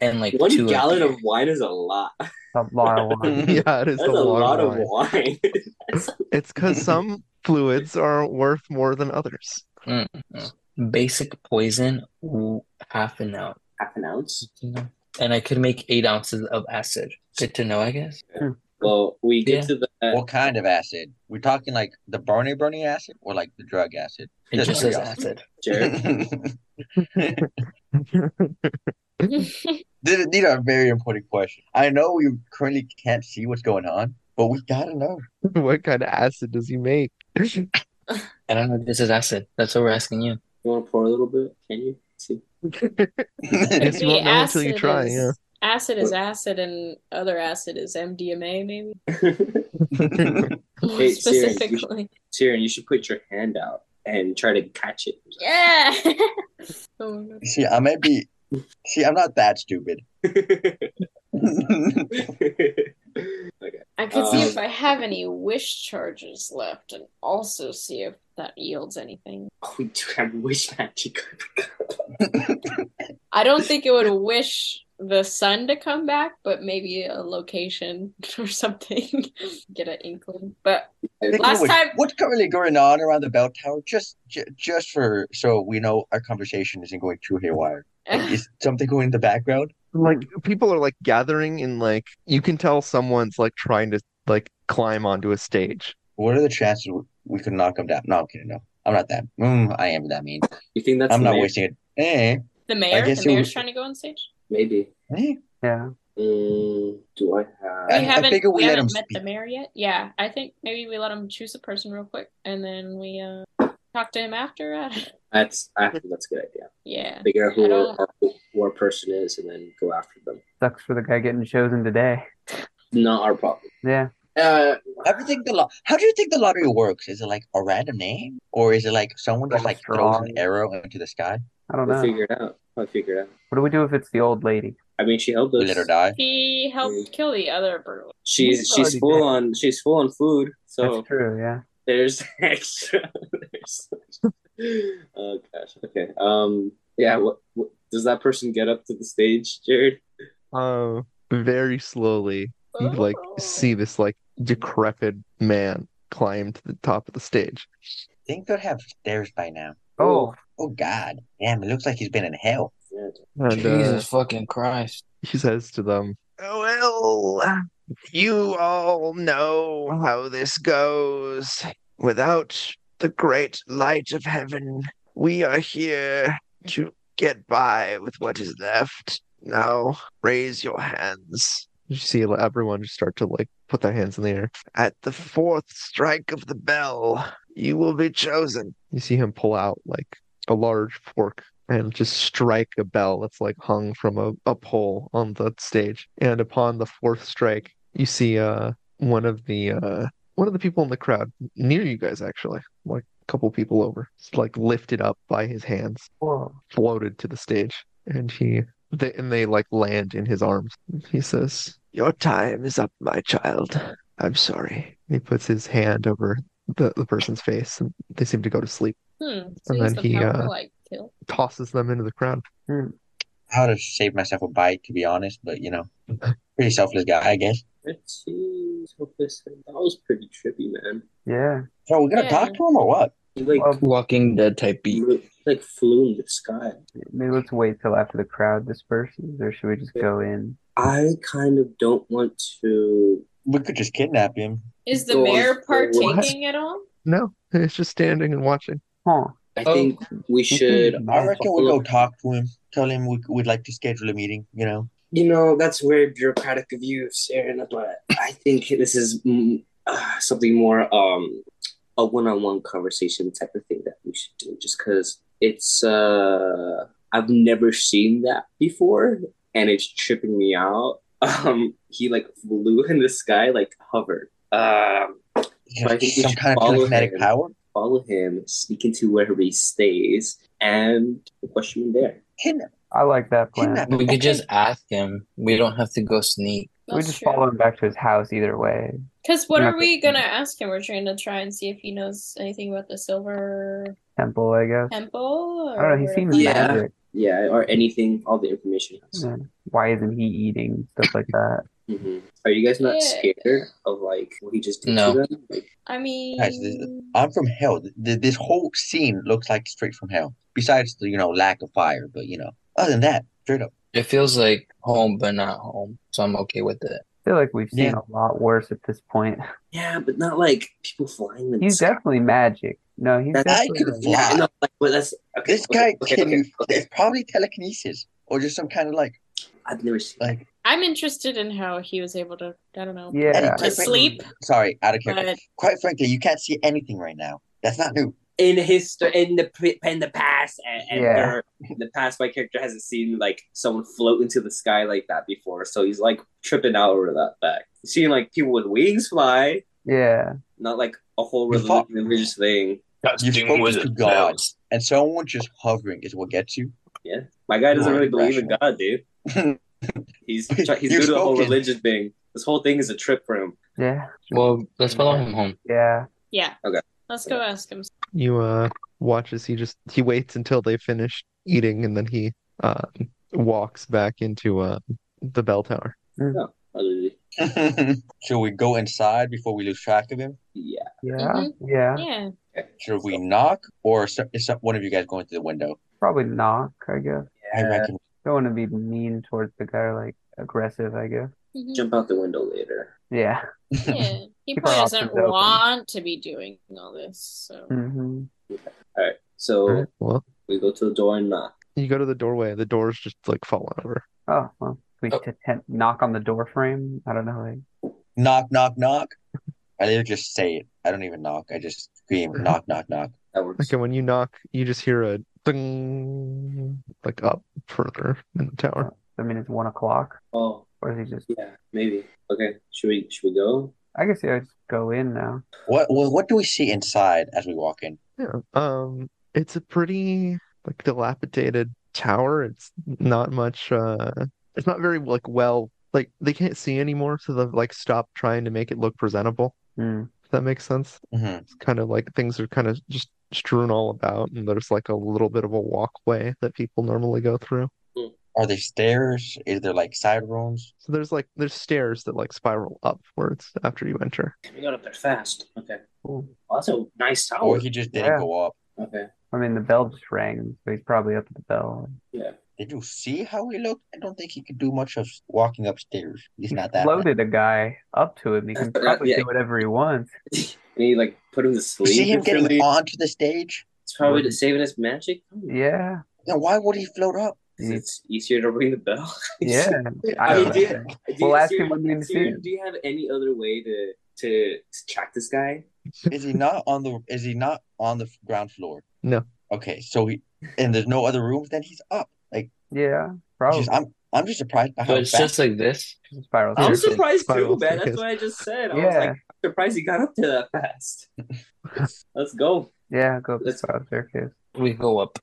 S4: and like
S6: One
S4: two of
S6: gallon
S4: beer.
S6: of wine is a lot. That's
S3: A lot of wine.
S1: Yeah, it is
S6: a
S1: the long
S6: lot of
S1: line.
S6: wine.
S1: It's because some fluids are worth more than others.
S4: Hmm. Basic poison, ooh, half an ounce.
S6: Half an ounce.
S4: you know? And I could make eight ounces of acid. Good to know, I guess.
S6: Well, we get
S4: Yeah.
S6: to the uh,
S5: What kind of acid? We're talking like the burning burning acid or like the drug acid?
S4: It
S5: Just
S4: just says
S5: curiosity.
S4: acid.
S6: Jared.
S5: These these are very important questions. I know we currently can't see what's going on, but we gotta know.
S1: What kind of acid does he make?
S4: I don't know if this is acid. That's what we're asking you.
S6: You want to pour a little bit? Can you see?
S1: Guess you
S2: The
S1: won't know until you
S2: acid
S1: try,
S2: is-
S1: yeah.
S2: Acid is acid, and other acid is MDMA, maybe more
S6: Hey, Siri, we-
S2: specifically.
S6: Tyrion, you should put your hand out and try to catch it.
S2: Yeah. Oh my God.
S5: see, I might be. See, I'm not that stupid.
S6: okay.
S2: I could see
S6: Um,
S2: if I have any wish charges left, and also see if that yields anything.
S6: Oh, we do have wish magic.
S2: I don't think it would wish the sun to come back, but maybe a location or something. Get an inkling. But
S5: Think we
S2: Last
S5: would-
S2: time-
S5: what's currently going on around the bell tower? Just, j- just for so we know our conversation isn't going too haywire. Like, is something going in the background?
S1: Like people are like gathering and like you can tell someone's like trying to like climb onto a stage.
S5: What are the chances we- we could knock them down? No, I'm kidding. No, I'm not that. Mm, I am that mean.
S6: You think that's
S5: I'm not
S6: ma-
S5: wasting it. Eh,
S2: the mayor,
S5: guess
S2: the
S5: it
S2: mayor's
S5: would-
S2: trying to go on stage.
S6: Maybe.
S5: eh.
S3: Yeah.
S6: Mm, do I have?
S2: We
S5: I- I
S2: haven't,
S5: figure we
S2: we
S5: let
S2: haven't
S5: him
S2: met the
S5: speak.
S2: mayor yet. Yeah, I think maybe we let him choose a person real quick, and then we uh, talk to him after. Uh,
S6: That's I think that's a good idea.
S2: yeah,
S6: Figure out
S2: I
S6: who
S2: don't-
S6: our, who our person is and then go after them.
S3: Sucks for the guy getting chosen today.
S6: Not our problem.
S3: Yeah.
S6: Uh,
S5: How do you think the lo- How do you think the lottery works? Is it like a random name, or is it like someone just
S3: Someone's
S5: like throws
S3: drawing.
S5: an arrow into the sky?
S3: I don't
S6: I'll
S3: know.
S6: figure it out. I'll figure it out.
S3: What do we do if it's the old lady?
S6: I mean, she helped
S5: We
S6: us.
S5: let her die.
S2: He helped kill the other burglar.
S3: She's
S6: She's she's
S3: already
S6: full
S3: dead.
S6: on she's full on food. So
S3: That's true. Yeah.
S6: there's extra. there's, oh gosh. Okay. Um. Yeah. What, what does that person get up to the stage, Jared?
S1: Oh, very slowly, you like
S6: Oh.
S2: Oh.
S1: see this like decrepit man climb to the top of the stage.
S5: I think they'd have stairs by now.
S3: Oh,
S5: Oh God, damn! It looks like he's been in hell.
S6: Yeah.
S1: And uh,
S4: Jesus fucking Christ.
S1: he says to them, Well, you all know how this goes. Without the great light of heaven, we are here to get by with what is left. Now, raise your hands. You see like, everyone just start to like put their hands in the air. At the fourth strike of the bell, you will be chosen. You see him pull out like a large fork and just strike a bell that's like hung from a, a pole on the stage. And upon the fourth strike, you see uh one of the uh one of the people in the crowd near you guys actually, like a couple people over, is like lifted up by his hands,
S3: whoa.
S1: floated to the stage, and he they, and they like land in his arms. He says, "Your time is up, my child. I'm sorry." He puts his hand over the, the person's face, and they seem to go to sleep.
S2: Hmm. So
S1: And
S2: he's
S1: then he,
S2: somehow
S1: uh,
S2: like kill.
S1: Tosses them into the crowd.
S5: I would have saved myself a bite, to be honest. But you know, pretty selfless guy, I guess.
S6: Let's see. So this- That was pretty trippy, man.
S3: Yeah.
S5: So we're gonna
S2: Yeah.
S5: talk to him or what?
S6: He like
S3: Well,
S4: Walking Dead type beat.
S6: flew, like flew in the sky.
S3: maybe let's wait till after the crowd disperses, or should we just go in?
S6: I kind of don't want to.
S5: We could just kidnap him.
S2: Is the
S6: Go on.
S2: mayor
S6: What?
S2: partaking at all?
S1: No, it's just standing and watching.
S3: Huh.
S6: I
S4: Oh.
S6: think we should.
S5: I reckon we go talk to him. Tell him we, we'd like to schedule a meeting. You know,
S6: You know, that's very bureaucratic of you, Sarah, but I think this is mm, uh, something more um a one-on-one conversation type of thing that we should do, just because it's uh I've never seen that before, and it's tripping me out. Um, he like flew in the sky, like hovered. Um, I think we
S5: some
S6: should
S5: kind of
S6: follow
S5: telekinetic
S6: him.
S5: power.
S6: follow him, sneak into wherever he stays, and question him there.
S5: Kidnap.
S3: I like that plan.
S5: Kidnap.
S4: We could just ask him. We don't have to go sneak.
S3: We just follow him back to his house either way.
S2: Because what
S3: We're
S2: are
S3: not
S2: we
S3: gonna-
S2: gonna ask him? We're trying to try and see if he knows anything about the Silver
S3: Temple, I guess.
S2: Temple.
S3: I don't know. He
S2: or-
S3: seems
S6: Yeah.
S3: magic.
S6: Yeah, or anything, all the information.
S3: Yeah. uh, Why isn't he eating stuff like that?
S6: Mm-hmm. Are you guys not
S2: Yeah.
S6: scared of like what he just did
S4: No.
S6: to them? Like,
S2: I mean,
S5: Guys, this- I'm from hell. Th- th- This whole scene looks like straight from hell. Besides the you know lack of fire, but you know, other than that, straight up.
S4: It feels like home, but not home. So I'm okay with it.
S3: I feel like we've seen
S5: Yeah.
S3: a lot worse at this point.
S6: yeah, but not like people flying. In
S3: He's
S6: the sky.
S3: definitely magic. No, he's
S6: That's-
S5: I
S3: definitely
S5: could
S3: magic.
S5: fly.
S6: Yeah, no, like, well, that's okay,
S5: This
S6: okay,
S5: guy
S6: okay,
S5: can
S6: okay, okay.
S5: it's probably telekinesis or just some kind of like
S6: I've never seen.
S5: like
S2: I'm interested in how he was able to. I don't know.
S3: Yeah.
S5: any-
S2: To sleep,
S5: Sorry, out of character.
S2: but
S5: Quite frankly, you can't see anything right now. That's not new.
S6: in history in the pre- in the past and, and
S3: Yeah.
S6: or in the past my character hasn't seen like someone float into the sky like that before so he's like tripping out over that fact seeing like people with wings fly
S3: Yeah.
S6: not like a whole
S5: You
S6: religious,
S5: thought-
S6: religious thing
S5: You spoke to God, and someone just hovering is what gets you.
S6: my guy doesn't
S5: Right,
S6: really believe in
S5: rational.
S6: god dude he's tr- he's
S5: You're
S6: new to the whole
S5: spoken.
S6: religion thing this whole thing is a trip for him
S3: Yeah.
S4: Well, let's follow him home.
S3: Yeah.
S2: yeah.
S6: Okay.
S2: Let's go ask him.
S1: You uh watch as he just he waits until they finish eating and then he uh walks back into uh the bell tower.
S6: Uh,
S5: Should we go inside before we lose track of him?
S6: yeah
S3: Yeah.
S2: Mhm.
S6: Uh,
S3: Yeah.
S2: Yeah.
S5: Should we knock, or so- is some- one of you guys going through the window?
S3: Probably knock, I guess.
S5: I reckon.
S3: Don't want to be mean towards the guy or like aggressive, I guess.
S2: Mhm.
S6: jump out the window later
S3: Yeah.
S2: Yeah. He
S3: Keep
S2: probably
S3: our
S2: doesn't
S3: options open.
S2: want to be doing all this. So
S3: hmm
S6: all right so
S1: All right, Well,
S6: we go to the door and knock
S1: you go to the doorway, the door's just like fallen over.
S3: Oh, well, we
S4: Oh.
S3: t- t- knock on the door frame. I don't know. Like,
S5: knock, knock, knock. I literally just say it. I don't even knock. I just scream,
S3: Mm-hmm.
S5: knock, knock, knock.
S6: that works
S1: Like and when you knock, you just hear a ding like up further in the tower.
S3: I mean, it's one o'clock,
S6: oh
S3: or is he just?
S6: Yeah, maybe. Okay, should we should we go?
S3: I guess yeah, I just go in now.
S5: What well, what do we see inside as we walk in?
S1: Yeah. Um, it's a pretty like dilapidated tower. It's not much uh it's not very like well like they can't see anymore, so they've like stopped trying to make it look presentable.
S3: Hmm.
S1: If that makes sense.
S5: hmm
S1: It's kind of like things are kind of just strewn all about and there's like a little bit of a walkway that people normally go through.
S5: Are there stairs? Is there like side rooms?
S1: So there's like there's stairs that like spiral upwards after you enter.
S6: We got up there fast. Okay.
S3: Cool.
S6: Well, that's a nice
S5: Or
S6: tower.
S5: he just didn't
S3: Oh, Yeah.
S5: go up.
S6: Okay.
S3: I mean, the bell just rang, so he's probably up at the bell.
S5: Did you see how he looked? I don't think he could do much of walking upstairs. He's not that
S3: Floated a guy up to him. He can probably
S6: Yeah.
S3: do whatever he wants.
S6: And he like put him to
S5: You
S6: sleep.
S5: see him
S6: It's
S5: getting
S6: really-
S5: onto the stage?
S6: It's probably to saving his magic.
S3: Yeah,
S5: Now why would he float up?
S6: It's easier to ring the bell.
S3: yeah.
S6: I mean,
S3: don't
S6: do you-
S3: know.
S6: do you-
S3: We'll ask him
S6: Siri-
S3: when we see
S6: Siri,
S3: him.
S6: Do you have any other way to to, to track this guy?
S5: Is he not on the is he not on the ground floor?
S1: No.
S5: Okay, so he and there's no other rooms, then he's up. Like
S3: Yeah,
S1: Oh.
S5: he's
S3: probably.
S5: just, I'm I'm just surprised by
S4: So
S5: how
S4: it's
S5: fast
S4: just like this.
S3: Just spiral.
S6: I'm
S4: Seriously.
S6: surprised too,
S1: Spiral
S6: man. That's
S1: staircase.
S6: what I just said. I was
S3: Yeah.
S6: like, I'm surprised he got up to that fast. Let's go.
S3: Yeah, go up the
S6: Let's-
S3: spiral staircase.
S4: We go up.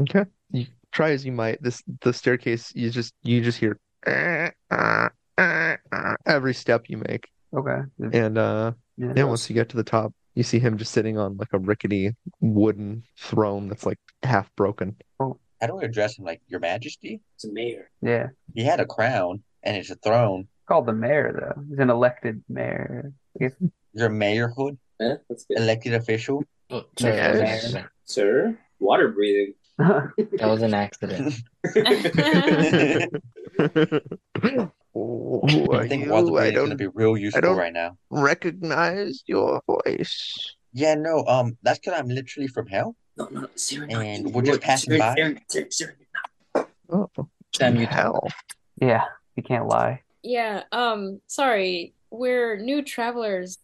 S1: Okay. You try as you might, this the staircase you just you just hear "Eh, ah, ah, ah," every step you make.
S3: Okay. Yeah.
S1: And uh
S3: Yeah.
S1: yeah, once you get to the top, you see him just sitting on like a rickety wooden throne that's like half broken.
S5: how do we address him? Like your majesty?
S6: It's a mayor.
S3: Yeah.
S5: He had a crown and it's a throne.
S3: Called the mayor though. He's an elected mayor.
S5: Your mayorhood,
S6: Eh, that's good.
S5: elected official.
S4: Oh, sorry, that was an
S1: Yes.
S4: accident.
S6: Sir, water breathing.
S4: That was an accident.
S1: Oh,
S6: Hmm.
S1: Who
S5: I think Walter Green is gonna be real useful
S1: don't-
S5: right now.
S1: recognize your voice.
S5: Yeah, no, um, that's because I'm literally from hell.
S6: no, no, Siri,
S5: And
S6: no,
S5: we're just
S6: Siri,
S5: passing
S6: Siri,
S5: by.
S6: Siri, Siri, Siri.
S1: Oh,
S4: Sam, you
S1: hell.
S3: yeah, you can't lie.
S2: Yeah, um, sorry, we're new travelers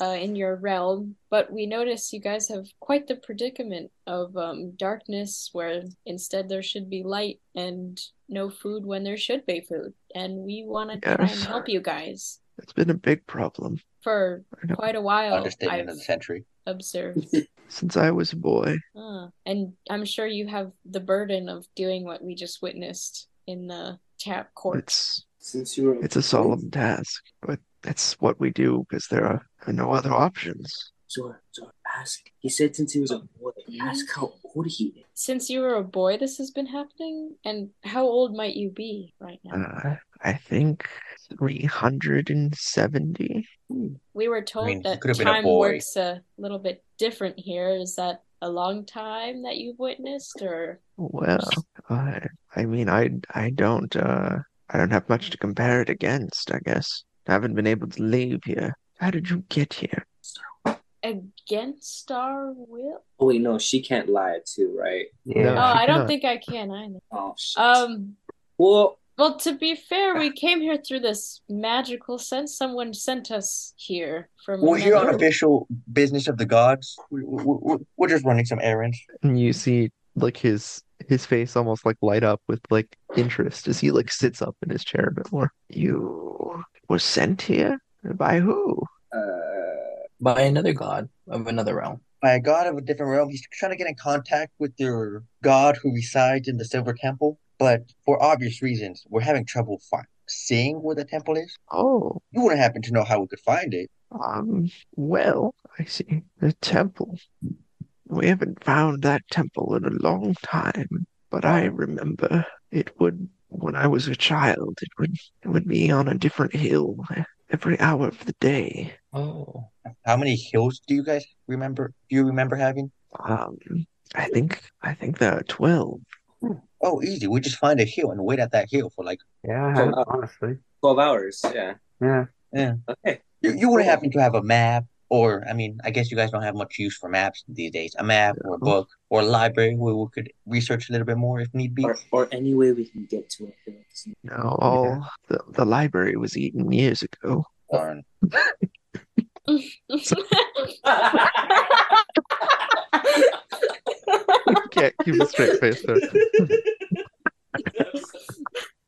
S2: uh, in your realm, but we notice you guys have quite the predicament of um, darkness where instead there should be light and no food when there should be food. And we want to try
S1: Yes.
S2: and help you guys
S1: It's been a big problem
S2: for
S1: I know.
S2: quite a while,
S5: Understatement
S2: I've
S5: of the century.
S2: observed.
S1: since I was a boy.
S2: Ah, and I'm sure you have the burden of doing what we just witnessed in the tap court.
S1: It's
S6: Since you were
S1: it's a solemn task, but that's what we do because there are uh, no other options.
S6: Sir, Sir, ask. He said since he was a boy,
S2: Mhm.
S6: ask how old he is.
S2: Since you were a boy, this has been happening? And how old might you be right now?
S1: Uh, I think 370.
S2: We were told
S5: mean, you
S2: that
S5: could have been a
S2: time
S5: boy.
S2: works a little bit different here. Is that a long time that you've witnessed, or
S1: Well, I I mean I I don't uh I don't have much to compare it against, I guess. I haven't been able to leave here. How did you get here?
S2: against our will?
S6: Oh wait, no, she can't lie too, right?
S3: Yeah.
S2: Oh,
S1: No.
S2: I don't
S1: cannot.
S2: think I can either.
S6: Oh shit.
S2: Um,
S6: well,
S2: well, to be fair, we came here through this magical sense. Someone sent us here from
S5: We're here on
S2: another-
S5: official business of the gods. We, we, we- we're just running some errands.
S1: And you see like his his face almost like light up with like interest as he like sits up in his chair a bit more. You were sent here? By who?
S6: uh,
S4: by another god of another realm.
S5: By a god of a different realm, he's trying to get in contact with their god who resides in the Silver Temple. But for obvious reasons, we're having trouble fi- seeing where the temple is.
S1: Oh,
S5: You wouldn't happen to know how we could find it.
S1: um, well, I see. The temple. We haven't found that temple in a long time, but I remember it would, when I was a child, it would, it would be on a different hill every hour of the day.
S4: Oh,
S5: How many hills do you guys remember? Do you remember having?
S1: Um, I think, I think there are 12.
S5: Oh, easy. We just find a hill and wait at that hill for like.
S3: Yeah,
S6: Hold up.
S3: honestly.
S6: twelve hours. Yeah.
S3: Yeah.
S6: Okay.
S5: You, you wouldn't happen to have a map, or I mean, I guess you guys don't have much use for maps these days. A map or a
S1: No.
S5: book or a library where we could research a little bit more if need be.
S6: Or, or any way we can get to it.
S1: No, all the, the library was eaten years ago.
S5: Darn.
S1: Can't keep a straight face there.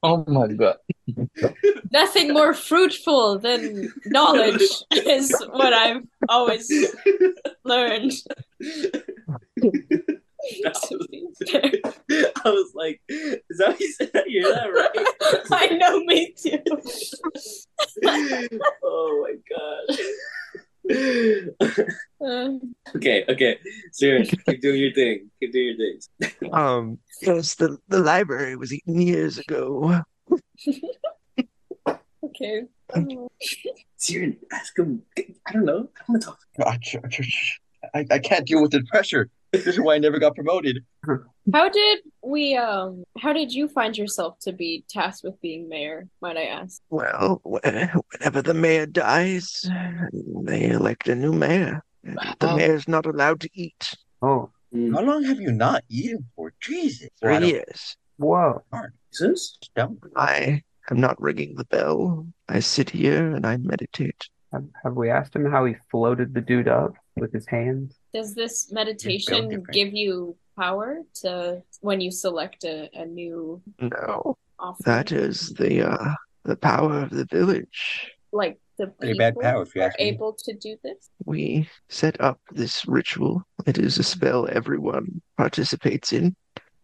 S4: oh my god!
S2: nothing more fruitful than knowledge is what I've always learned. To be fair.
S6: I was like, is that what you said? You hear that
S2: I know, me too.
S6: right? oh my god.
S2: Um,
S6: okay, okay. Serious. Keep doing your thing. Keep doing your things.
S1: Um, yes, the, the library was eaten years ago.
S2: okay.
S6: Siren, ask him. I don't know. I don't want to talk.
S7: I, I, I can't deal with the pressure. This is why I never got promoted.
S2: How did we? Um, how did you find yourself to be tasked with being mayor? Might I ask?
S1: Well, wh- whenever the mayor dies, they elect a new mayor. And The
S4: Wow.
S1: mayor's not allowed to eat
S3: Oh,
S6: Mm.
S8: How long have you not eaten for? Jesus.
S1: for
S8: Well, I don't-
S1: years.
S3: whoa.
S6: Jesus?
S8: don't-
S1: I am not ringing the bell. I sit here and I meditate.
S3: Have, have we asked him how he floated the dude up with his hands?
S2: Does this
S8: You're built
S2: meditation
S8: different.
S2: give you power to when you select a, a new
S1: No,
S2: offering?
S1: that is the uh, the power of the village.
S2: like the
S8: Pretty
S2: people
S8: bad power, if you
S2: are
S8: ask me.
S2: able to do this.
S1: We set up this ritual. It is a spell everyone participates in.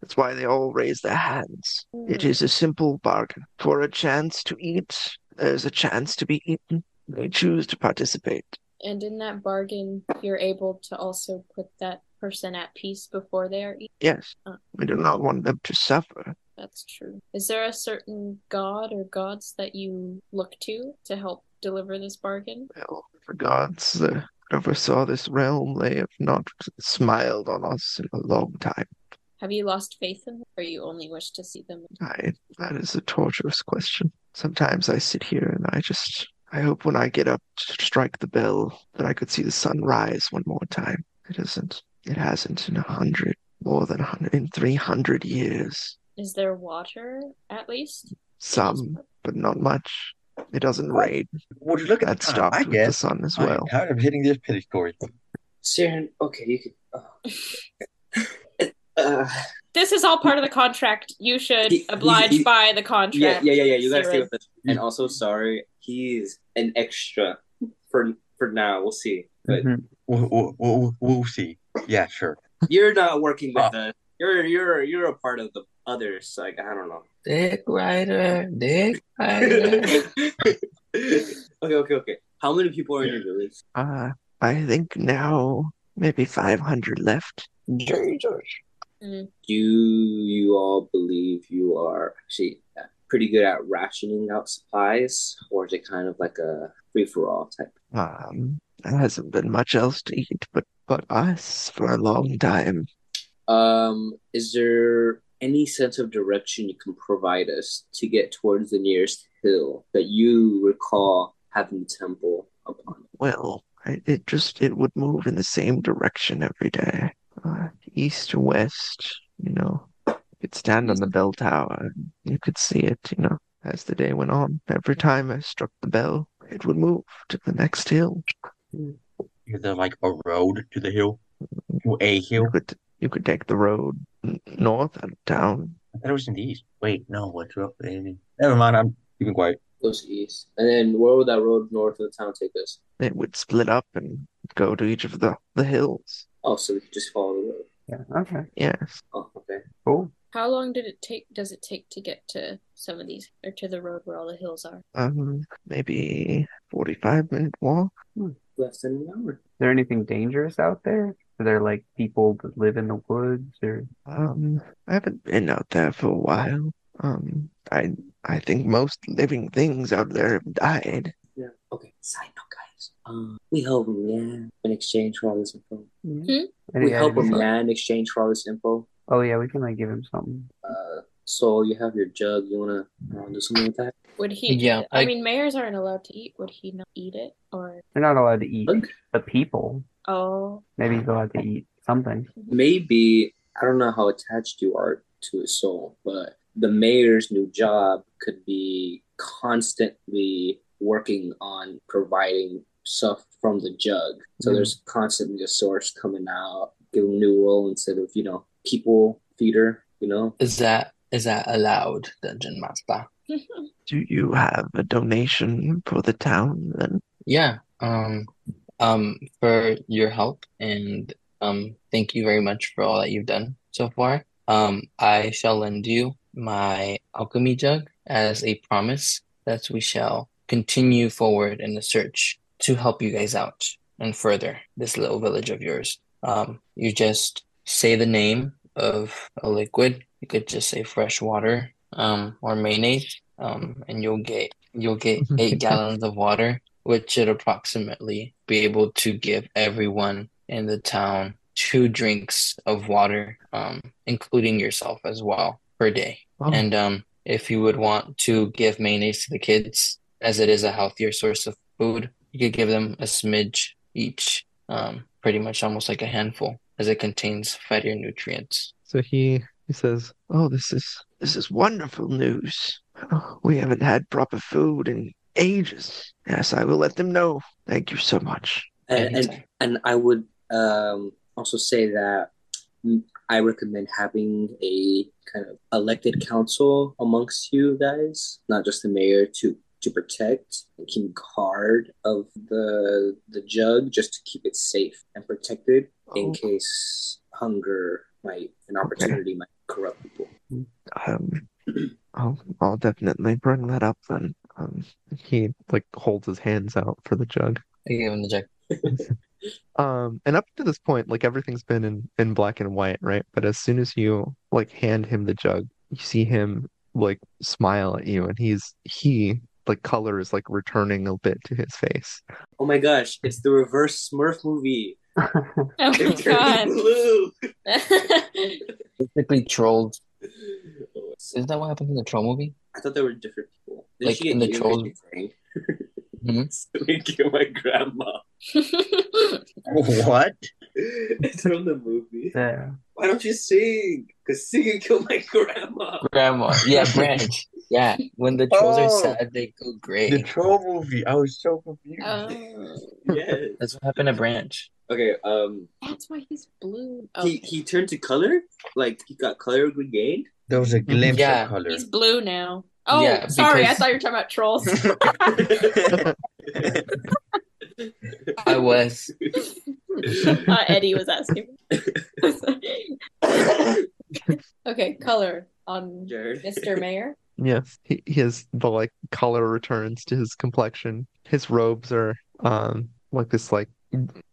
S1: That's why they all raise their hands. It
S2: Hmm.
S1: is a simple bargain. For a chance to eat, there's a chance to be eaten. They choose to participate.
S2: And in that bargain, you're able to also put that person at peace before they are eaten.
S1: Yes,
S2: Uh.
S1: we do not want them to suffer.
S2: That's true. Is there a certain god or gods that you look to to help deliver this bargain?
S1: Well, for gods that oversaw this realm, they have not smiled on us in a long time.
S2: Have you lost faith in them, or you only wish to see them?
S1: I, that is a torturous question. Sometimes I sit here and I just, I hope when I get up to strike the bell that I could see the sun rise one more time. It isn't. It hasn't in a hundred, more than a hundred, in 300 years.
S2: Is there water at least?
S1: Some, but not much. It doesn't rain.
S8: Would you look at
S1: That
S8: the time?
S1: stopped
S8: I
S1: with the
S8: guess.
S1: sun as
S8: I'm
S1: well.
S8: tired of hitting this pedestal.
S6: Siren, okay, you can. oh. Uh,
S2: This is all part of the contract. You should
S6: He- he-
S2: oblige
S6: he-
S2: by the
S6: yeah,
S2: contract.
S6: yeah, yeah, yeah. You gotta stay
S2: Siren.
S6: with us. And also, sorry, he's an extra for for now. We'll see. But
S3: Mhm.
S8: We'll, we'll, we'll, we'll see. Yeah, sure.
S6: you're not working with us. You're you're you're a part of the others. Like I don't know.
S4: Dick Rider, Dick Rider.
S6: okay, okay, okay. How many people are in your village?
S1: Uh, I think now maybe 500 left.
S4: Jesus.
S6: Do you all believe you are actually uh, pretty good at rationing out supplies, or is it kind of like a free for all type?
S1: Um, there hasn't been much else to eat but but us for a long time.
S6: Um, is there any sense of direction you can provide us to get towards the nearest hill that you recall having the temple upon?
S1: Well, I- it just it would move in the same direction every day, uh, east to west. You know, you could stand on the bell tower, and you could see it. You know, as the day went on, every time I struck the bell, it would move to the next hill.
S8: Is there like a road to the hill? To a hill?
S1: You could you could take the road n- north out of town.
S8: I thought it was in the east. Wait, no, eh, what's up? baby? Never mind, I'm keeping quiet.
S6: Goes east, and then where would that road north of the town take us?
S1: It would split up and go to each of the the hills.
S6: Oh, so we could just follow the road.
S3: Yeah, okay,
S1: Yes.
S6: Oh, okay.
S3: cool.
S2: How long did it take? Does it take to get to some of these, or to the road where all the hills are?
S1: Um, maybe 45 minute walk.
S6: Less than an hour.
S3: Is there anything dangerous out there? Are there like people that live in the woods or
S1: Um, I haven't been out there for a while. Um, I I think most living things out there have died.
S6: Yeah. Okay. Side note, guys. Um, we help him, man, in exchange for all this info.
S3: any
S6: we help him,
S3: items?
S6: man, in exchange for all this info.
S3: Oh yeah, we can like give him something.
S6: Uh, so you have your jug. You wanna, you wanna do something with that?
S2: Would he?
S4: Yeah,
S2: I,
S4: I-
S2: mean, mayors aren't allowed to eat. Would he not eat it? Or
S3: They're not allowed to eat
S6: Look.
S3: the people.
S2: oh,
S3: Maybe he's allowed to eat something.
S6: Maybe I don't know how attached you are to his soul, but the mayor's new job could be constantly working on providing stuff from the jug. So
S3: Mm.
S6: there's constantly a source coming out, give him new role instead of you know people feeder. You know,
S4: Is that Is that allowed, Dungeon Master?
S1: Do you have a donation for the town then?
S4: Yeah. Um, um, for your help and um, thank you very much for all that you've done so far. Um, I shall lend you my alchemy jug as a promise that we shall continue forward in the search to help you guys out and further this little village of yours. Um, you just say the name of a liquid. You could just say fresh water, um, or mayonnaise, um, and you'll get you'll get eight gallons of water, which should approximately be able to give everyone in the town two drinks of water, um, including yourself as well per day.
S1: Oh.
S4: And um, if you would want to give mayonnaise to the kids, as it is a healthier source of food, you could give them a smidge each, um, pretty much almost like a handful, as it contains fattier nutrients.
S1: So he he says, "Oh, this is this is wonderful news. We haven't had proper food in ages. Yes, I will let them know. Thank you so much."
S6: And, and
S4: Anytime.
S6: and I would um, also say that mm, I recommend having a kind of elected council amongst you guys, not just the mayor to to protect and keep guard of the the jug, just to keep it safe and protected in
S1: Oh,
S6: case hunger might an opportunity might corrupt people.
S1: um, I'll I'll definitely bring that up then. Um, he like holds his hands out for the jug.
S4: I gave him the jug.
S1: Um, and up to this point, like everything's been in in black and white, right? But as soon as you like hand him the jug, you see him like smile at you, and he's he like color is like returning a bit to his face.
S6: Oh my gosh, it's the reverse Smurf movie.
S2: Oh
S6: They're turning
S2: my
S6: blue.
S2: god.
S4: Basically, trolled.
S6: Oh,
S4: Isn't that what happened in the troll movie?
S6: I thought there were different people. Didn't
S4: Like,
S6: she get
S4: in the
S6: eaten or
S4: troll-
S6: something?
S4: hmm
S6: Somebody killed my grandma.
S8: What?
S6: it's from the movie.
S3: Yeah.
S6: Why don't you sing? Because singing killed my grandma.
S4: Grandma. Yeah, Branch. Yeah. When the trolls are
S8: Oh.
S4: sad, they go
S8: The
S4: gray.
S8: troll movie. I was so confused.
S2: oh,
S6: Yes.
S4: That's what happened to Branch.
S6: Okay, um,
S2: that's why he's blue. Oh,
S6: he,
S2: Okay.
S6: he turned to color? Like, he got color regained?
S8: There was a glimpse
S4: Yeah.
S8: of color.
S2: He's blue now. Oh,
S4: Yeah,
S2: sorry. I
S4: because-
S2: thought you were talking about trolls.
S4: I was.
S2: uh, Eddie was asking. me. okay, color on
S6: Jared.
S2: Mr. Mayor.
S1: Yes, he his the like color returns to his complexion. His robes are um like this like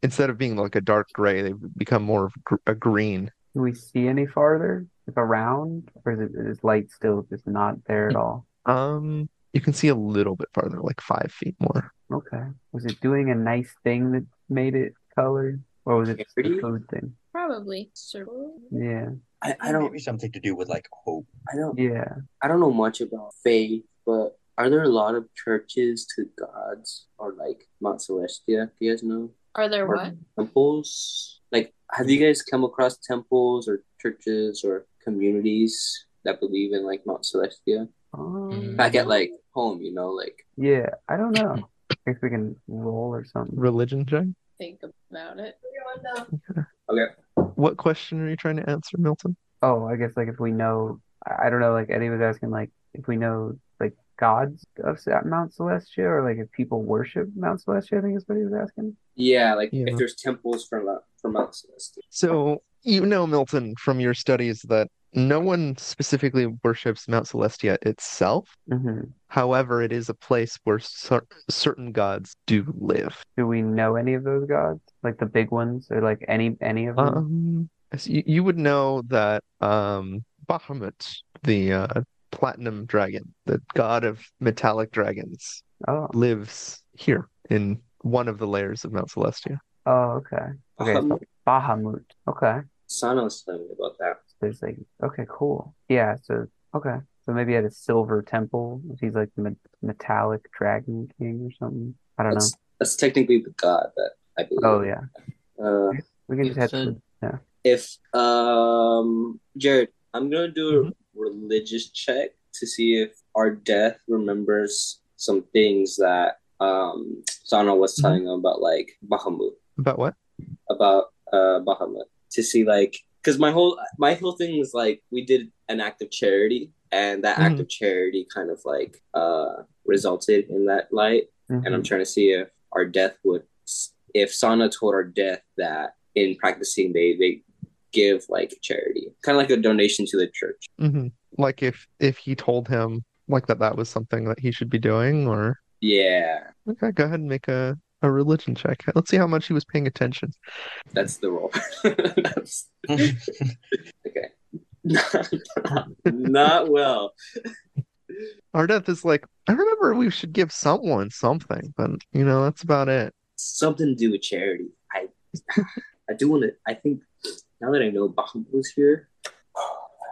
S1: instead of being like a dark gray, they've become more of gr- a green.
S3: Do we see any farther? If around, or is it is light still just not there at all?
S1: Um, you can see a little bit farther, like five feet more.
S3: Okay. Was it doing a nice thing that made it colored, or was it the
S6: Pretty?
S3: food thing?
S2: Probably. Circle.
S3: Yeah.
S6: I, I don't
S7: Maybe something to do with like hope.
S6: I don't
S3: Yeah.
S6: I don't know much about faith, but are there a lot of churches to gods or like Mount Celestia? Do you guys know?
S2: Are there
S6: Or
S2: what?
S6: temples? Like, have you guys come across temples or churches or communities that believe in like Mount Celestia?
S3: Um,
S6: Back at like home, you know, like
S3: yeah. I don't know. I guess we can roll or something.
S1: Religion check?
S2: Think about it.
S1: What question are you trying to answer, Milton?
S3: Oh, I guess like if we know, I I don't know. Like Eddie was asking, like if we know like gods of Sa- Mount Celestia, or like if people worship Mount Celestia. I think is what he was asking.
S6: yeah, like
S1: Yeah.
S6: if there's temples for Mount for Mount Celestia.
S1: So, you know, Milton, from your studies that no one specifically worships Mount Celestia itself.
S3: hmm
S1: However, it is a place where cer certain gods do live.
S3: Do we know any of those gods? Like the big ones, or like any any of them?
S1: Um, as you, you would know that um, Bahamut, the uh, platinum dragon, the god of metallic dragons,
S3: Oh,
S1: lives here in one of the layers of Mount Celestia.
S3: oh, okay. Okay,
S6: Um,
S3: Bahamut. Okay,
S6: Sano's telling me about that.
S3: so there's like okay, cool. Yeah, so okay, so maybe at a silver temple, he's like me- metallic dragon king or something. I don't know.
S6: That's that's technically the god that I believe.
S3: Oh
S6: in.
S3: yeah,
S6: Uh,
S3: we can just have
S4: It's a-
S3: some. Yeah.
S6: if um Jared, I'm gonna do a religious check to see if our death remembers some things that um Sana was
S1: Mhm.
S6: telling him about like Bahamut,
S1: About what?
S6: about uh Bahamut. To see like because my whole my whole thing is like we did an act of charity, and that act
S1: Mhm.
S6: of charity kind of like uh resulted in that light.
S3: Mm-hmm.
S6: And I'm trying to see if our death would, if Sana told our death that in practicing they they give like charity, kind of like a donation to the church.
S1: hmm Like if if he told him like that that was something that he should be doing, or
S6: Yeah,
S1: okay, go ahead and make a a religion check. Let's see how much he was paying attention.
S6: that's the role. That's-
S4: Mm-hmm.
S6: okay, not, not well.
S1: Ardeth is like, I remember we should give someone something, but you know that's about it.
S6: Something to do with charity. I I do want to. I think now that I know Bahamut's here.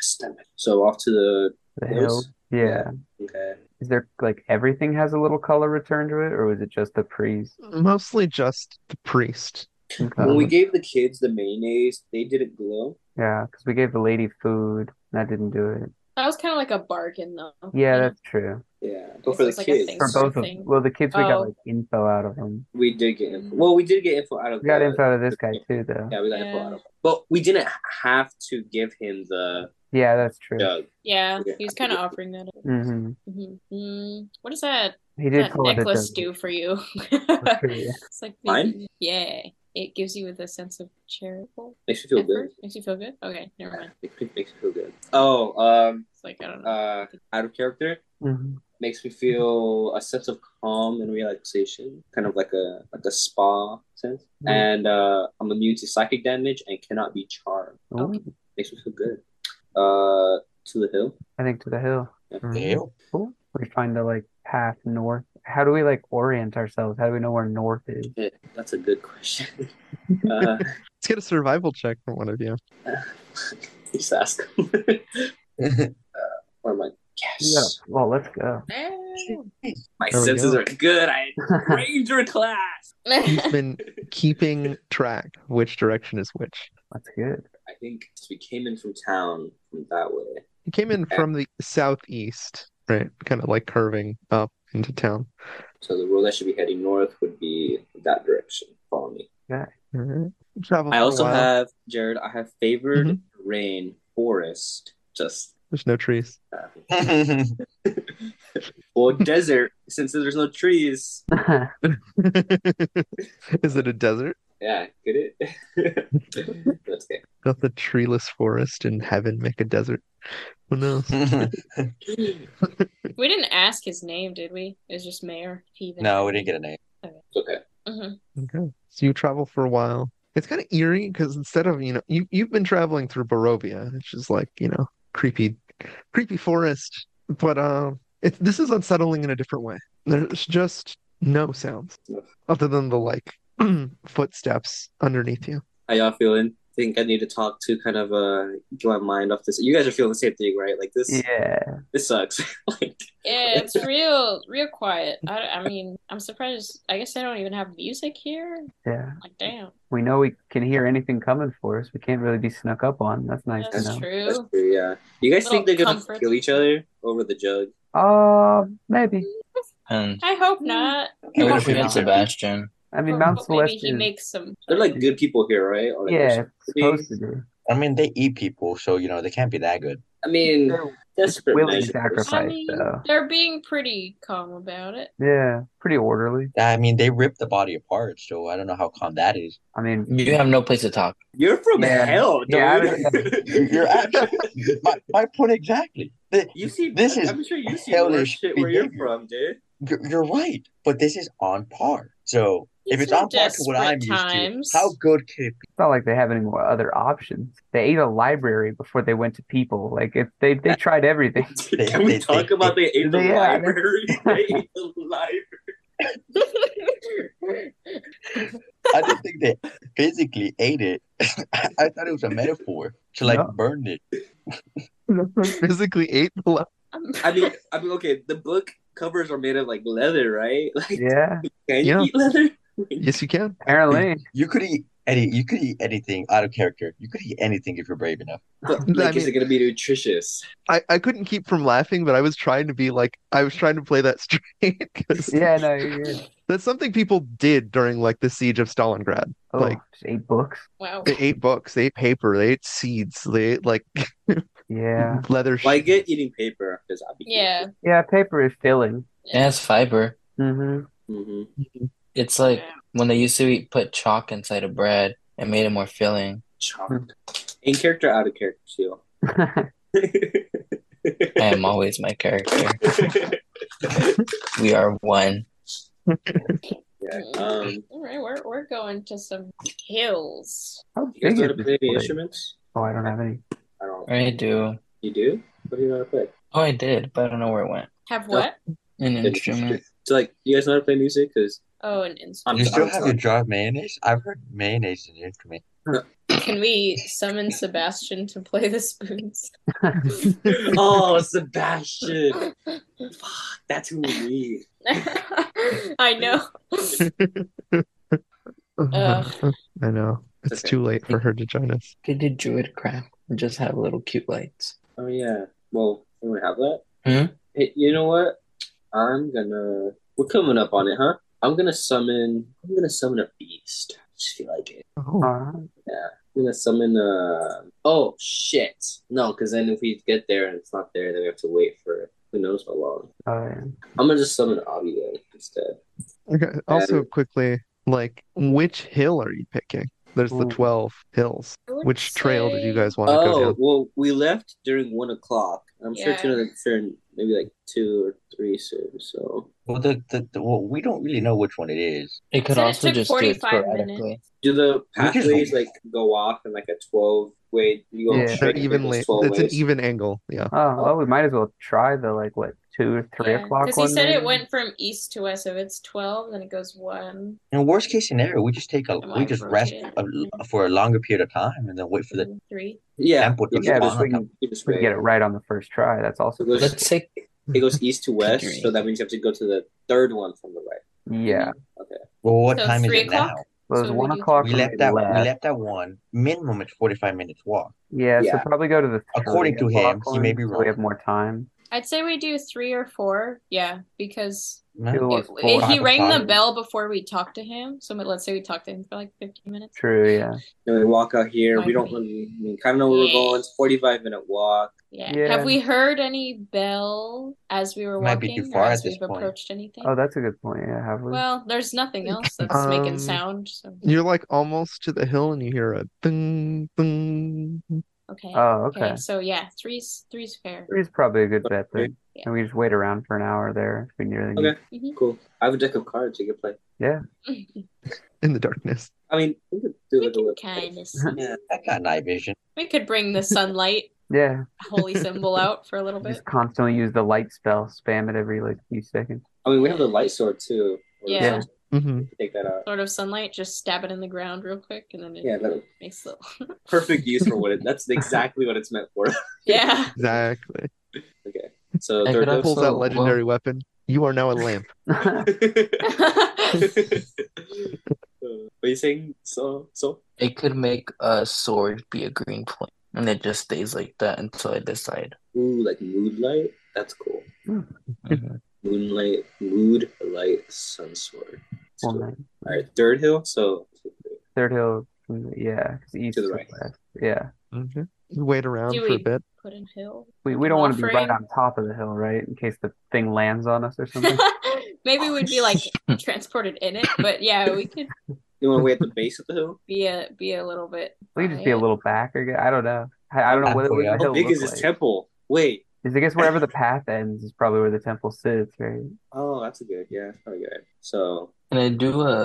S6: stomach. So off to the
S3: The hill. Yeah.
S6: okay.
S3: Is there like everything has a little color returned to it, or was it just the priest?
S1: Mostly just the priest.
S3: Okay.
S6: When we gave the kids the mayonnaise, they didn't glow.
S3: Yeah, because we gave the lady food. That didn't do it.
S2: That was kind of like a bargain, though.
S3: Yeah, that's true.
S6: Yeah, but for the
S2: It's like a
S6: kids,
S2: thing.
S3: For both of
S2: Something.
S3: well, the kids we got
S2: Oh.
S3: like info out of them.
S6: we did get info. Well, we did get info out of.
S3: We got
S6: the-
S3: info out of this guy too, though.
S6: Yeah, we got info
S2: Yeah.
S6: out of. But we didn't have to give him the
S3: Yeah, that's true.
S6: jug.
S2: Yeah,
S6: Yeah.
S2: he was kind of offering that. up.
S3: hmm
S2: Mhm. Mm, what does that,
S3: He did
S2: that
S3: call it a
S2: necklace
S3: jug.
S2: do for you?
S3: That's true, yeah.
S2: It's like,
S6: Mine?
S2: yeah, it gives you with a sense of charitable
S6: Makes you feel good.
S2: effort. Makes you feel good. Okay, never mind.
S6: It it makes me feel good. Oh, um,
S2: It's like I don't know.
S6: uh, out of character
S3: Mhm.
S6: makes me feel a sense of calm and relaxation, kind of like a like a spa sense.
S3: Mhm.
S6: And uh, I'm immune to psychic damage and cannot be charmed.
S3: Ooh,
S6: Makes me feel good. Uh, to the hill.
S3: I think to the hill.
S6: Yeah.
S3: Mhm. Cool. We find the like path north. How do we like orient ourselves? How do we know where north is?
S6: Shit, That's a good question. uh,
S1: Let's get a survival check from one of you.
S6: just ask. him. or my
S3: Yeah.
S6: yes,
S3: Well, let's go.
S6: my
S1: There we
S6: senses
S1: go.
S6: are good. I ranger class.
S1: He's been keeping track of which direction is which.
S3: That's good.
S6: I think we came in from town from that way.
S1: He came in
S6: Okay.
S1: from the southeast, right? Kind of like curving up into town.
S6: So the road that should be heading north would be that direction. Follow me.
S1: All right. Travel
S6: I
S1: for a
S6: also
S1: while.
S6: have Jared. I have favored
S1: Mm-hmm.
S6: rain forest, just
S1: There's no trees.
S6: uh, or desert since there's no trees.
S1: Is it a desert?
S6: Yeah, get it? That's good.
S1: Doth the treeless forest in heaven make a desert? Who knows?
S6: It's
S2: we didn't ask his name, did we? It was just Mayor. He even-
S8: No, we didn't get a name.
S6: okay.
S2: Mhm.
S1: Okay. So you travel for a while. It's kind of eerie because instead of, you know, you, you've been traveling through Barovia, which is like, you know, creepy, creepy forest. But um, it, this is unsettling in a different way. There's just no sounds other than the like footsteps underneath you.
S6: How y'all feeling? Think I need to talk to kind of uh get my mind off this. You guys are feeling the same thing, right? Like this,
S3: yeah.
S6: this sucks. like,
S2: Yeah, it's real, real quiet. I, I mean, I'm surprised. I guess they don't even have music here.
S3: Yeah.
S2: Like, damn,
S3: We know we can hear anything coming for us. We can't really be snuck up on. That's nice to
S2: that's
S3: know.
S2: true.
S6: that's true, yeah. You guys think they're
S2: Little
S6: gonna
S2: comfort.
S6: kill each other over the jug?
S3: Uh, maybe.
S4: And
S2: I hope not.
S4: I would
S3: Probably
S4: have forgot
S3: not.
S4: Sebastian.
S3: I
S2: Or-
S3: mean, Mount
S2: but
S3: Celeste
S2: maybe he
S3: is.
S2: makes some.
S6: They're like good people here, right? Or, like,
S3: yeah,
S6: they're
S3: it's supposed to be.
S8: I mean, they eat people, so you know they can't be that good.
S6: I mean,
S3: They're
S6: desperate
S3: willing
S6: measures.
S2: I
S3: sacrifice,
S2: mean,
S3: though.
S2: they're being pretty calm about it.
S3: Yeah, pretty orderly.
S8: I mean, they ripped the body apart, so I don't know how calm that is.
S3: I mean,
S4: You have no place to talk.
S6: You're from
S7: Yeah.
S6: hell, dude.
S3: Yeah, I
S8: You- You're actually my, my point exactly. The-
S6: you see,
S7: This is
S6: I'm sure you see worse
S7: hellish
S6: shit where you're
S7: behavior.
S6: from, dude.
S7: You're, you're right, but this is on par. So if
S2: These
S7: it's
S2: are
S7: on par to what I'm
S2: desperate
S7: used
S2: times.
S7: to, how good could it
S3: it's not like they have any more other options. They ate a library before they went to people. Like if they they tried everything.
S8: They-
S6: Can we
S8: they-
S6: talk
S8: they-
S6: about the ate the
S3: Yeah, I mean-
S6: library? they ate the library.
S8: I didn't think they physically ate it. I, I thought it was a metaphor to like
S3: No.
S8: burn it.
S1: Physically ate the left.
S2: Um,
S6: I mean, I mean, okay. The book covers are made of like leather, right? Like,
S3: Yeah,
S6: can you
S1: Yeah.
S6: eat leather?
S1: Yes, you can.
S3: apparently.
S8: You could eat Eddie, you could eat anything out of character. You could eat anything if you're brave enough.
S6: like, is
S1: mean-
S6: it gonna be nutritious?
S1: I, I couldn't keep from laughing, but I was trying to be like I was trying to play that straight 'cause
S3: Yeah, no, you're good.
S1: that's something people did during like the siege of Stalingrad.
S3: Oh,
S1: Like-
S3: just eight books.
S2: Wow.
S1: They ate books, they ate paper, they ate seeds, they ate like
S3: Yeah,
S1: leather.
S6: Well, I
S1: sh-
S6: get eating paper because I'll be
S2: Yeah.
S3: yeah, paper is filling.
S4: It has fiber.
S3: hmm
S6: hmm
S4: It's like when they used to eat, put chalk inside of bread and made it more filling.
S6: Charmed. In character, out of character too.
S4: I am always my character. We are one.
S6: yeah. Um,
S2: All right, we're we're going to some hills.
S3: How
S6: you guys
S3: big
S6: know how
S3: is
S6: to
S3: this
S6: play any
S3: place?
S6: instruments?
S3: Oh, I don't have any.
S6: I don't.
S4: I do.
S6: You do? What do you know how to play?
S4: Oh, I did, but I don't know where it went.
S2: Have what?
S4: An instrument.
S6: So, like, you guys know how to play music? Because
S2: Oh, an instrument.
S6: I'm
S8: You still
S6: I'm-
S8: have your jar of mayonnaise? I've heard mayonnaise is your instrument.
S2: Can we summon Sebastian to play the spoons?
S6: oh, Sebastian. Fuck, that's who we need.
S2: I know. Ugh.
S1: I know. It's
S6: okay.
S1: too late for her to join us.
S4: Could do druid craft and just have little cute lights.
S6: Oh yeah. Well, can we have that?
S4: Hmm?
S6: Hey, you know what? I'm gonna. We're coming up on it, huh? I'm gonna summon. I'm gonna summon a beast. I just feel like it.
S1: Oh,
S3: Uh,
S6: Yeah. I'm gonna summon a. Oh shit! No, because then if we get there and it's not there, then we have to wait for who knows how long.
S3: oh, yeah.
S6: I'm gonna just summon Avi then instead.
S1: Oh, okay. Also, quickly, like, which hill are you picking? There's the
S3: Ooh.
S1: 12 hills.
S2: I would
S1: Which trail did you
S2: say-
S1: guys want to go
S6: Oh
S1: down?
S6: well, we left during one o'clock. I'm sure it's
S2: Yeah.
S6: gonna turn maybe like two or three soon. So
S8: Well, the, the, the well, we don't really know which one it is.
S4: It could
S2: Said it
S4: also
S2: took
S4: just do it
S2: 45 minutes.
S4: sporadically.
S6: do the
S8: We just-
S6: pathways like go off in like a twelve way? You go
S3: Yeah.
S1: They're
S6: straight
S1: evenly,
S6: Twelve
S1: it's an
S6: ways.
S1: even angle. Yeah.
S3: oh, well, we might as well try the like what two or three o'clock
S2: Because
S3: one.
S2: he said it
S3: maybe?
S2: went from east to west. If it's twelve, then it goes one.
S8: In worst case scenario, we just take a
S2: Am I
S8: we just rest
S2: broken?
S8: a- for a longer period of time and then wait for the
S2: two, three.
S6: Yeah,
S8: temple to
S6: you
S3: Yeah,
S6: just-
S3: but we
S8: spawn.
S3: can
S6: you just
S3: we
S6: wait.
S3: can get it right on the first try. That's also
S6: It goes-
S4: Let's take.
S6: It goes east to west,
S4: Three.
S6: so that means you have to go to the third one from the right.
S3: yeah.
S8: Well, what
S2: So
S8: time is
S2: three
S8: it now?
S2: o'clock?
S3: Well, it's
S2: So we
S3: one
S2: do-
S3: o'clock.
S8: We
S3: when
S8: left that we
S3: left.
S8: left that one. Minimum it's forty five minutes walk.
S3: Yeah, so
S6: Yeah.
S3: probably go to the
S8: According
S3: three
S8: to him,
S3: o'clock
S8: he may
S3: one,
S8: be
S3: so
S8: wrong.
S3: We have more time.
S2: I'd say we do three or four. Yeah, because
S8: Man,
S3: Two or
S2: it,
S3: four.
S2: it- he
S8: Five
S2: rang the
S8: o'clock.
S2: bell before we talked to him. So let's say we talked to him for like fifteen minutes.
S3: True. Yeah.
S6: Then we walk out here.
S2: Might
S6: we don't
S2: be.
S6: really, we kind of know where we're
S2: Yeah.
S6: going. It's forty-five minute walk.
S2: Yeah.
S3: Yeah.
S2: Have we heard any bell as we were
S8: Might be
S2: walking,
S8: too
S2: or
S8: far
S2: as
S8: at this
S2: we've
S8: point.
S2: approached anything?
S3: Oh, that's a good point. Yeah. Have we?
S2: well, there's nothing else that's
S1: Um,
S2: making sound. So
S1: You're like almost to the hill and you hear a ding, ding.
S2: okay.
S3: oh,
S2: okay.
S3: okay.
S2: So yeah, three's three's fair.
S3: Three's probably a good bet there.
S2: Yeah.
S3: And we just wait around for an hour there if we really need.
S6: Okay. Cool. I have a deck of cards you can play.
S2: we
S1: in the darkness.
S6: I mean, we could do like a
S2: can
S6: little.
S2: kind of see.
S8: Yeah, I got night vision.
S2: We could bring the sunlight
S3: Yeah.
S2: holy symbol out for a little bit.
S3: Just constantly use the light spell, spam it every like few seconds.
S6: I mean, we have the light sword too. Or
S2: Yeah.
S1: hmm
S6: we can Take that out.
S2: Sort of sunlight, just stab it in the ground real quick, and then it
S6: Yeah, that
S2: makes little.
S6: perfect use for what it. That's exactly what it's meant for.
S2: yeah.
S1: Exactly.
S6: okay. Oh, So
S4: I
S6: third
S4: could
S6: dose.
S1: Pulls
S4: So,
S1: out legendary weapon. You are now a lamp.
S3: yeah,
S6: Are Uh, you saying so? So
S4: It could make a sword be a green flame, and it just stays like that until I decide.
S6: ooh, like moonlight. That's cool.
S4: Mhm.
S6: Moonlight, mood, light, sun sword.
S3: Well, then,
S6: All right, third hill. So
S3: third hill. Yeah, 'cause east
S6: To the
S3: to
S6: right.
S3: west. Yeah,
S1: Mhm. You wait around
S2: Do
S1: for
S2: we-
S1: a bit.
S2: Put in hill.
S3: we, we don't want to be right
S2: Offering.
S3: on top of the hill, right? In case the thing lands on us or something.
S2: Maybe we'd be like transported in it, but yeah, we could
S6: you want to wait at the base of the hill?
S2: be a be a little bit.
S3: we could just be a
S2: quiet.
S3: little back. Or, I don't know. I, I don't know what, what the
S8: Halfway
S6: How
S3: hill
S6: big is
S3: looks
S6: this
S3: like.
S6: temple? Wait.
S3: Is I guess wherever the path ends is probably where the temple sits, right?
S6: Oh, that's a good. Yeah, that's probably good. So
S4: Can I do a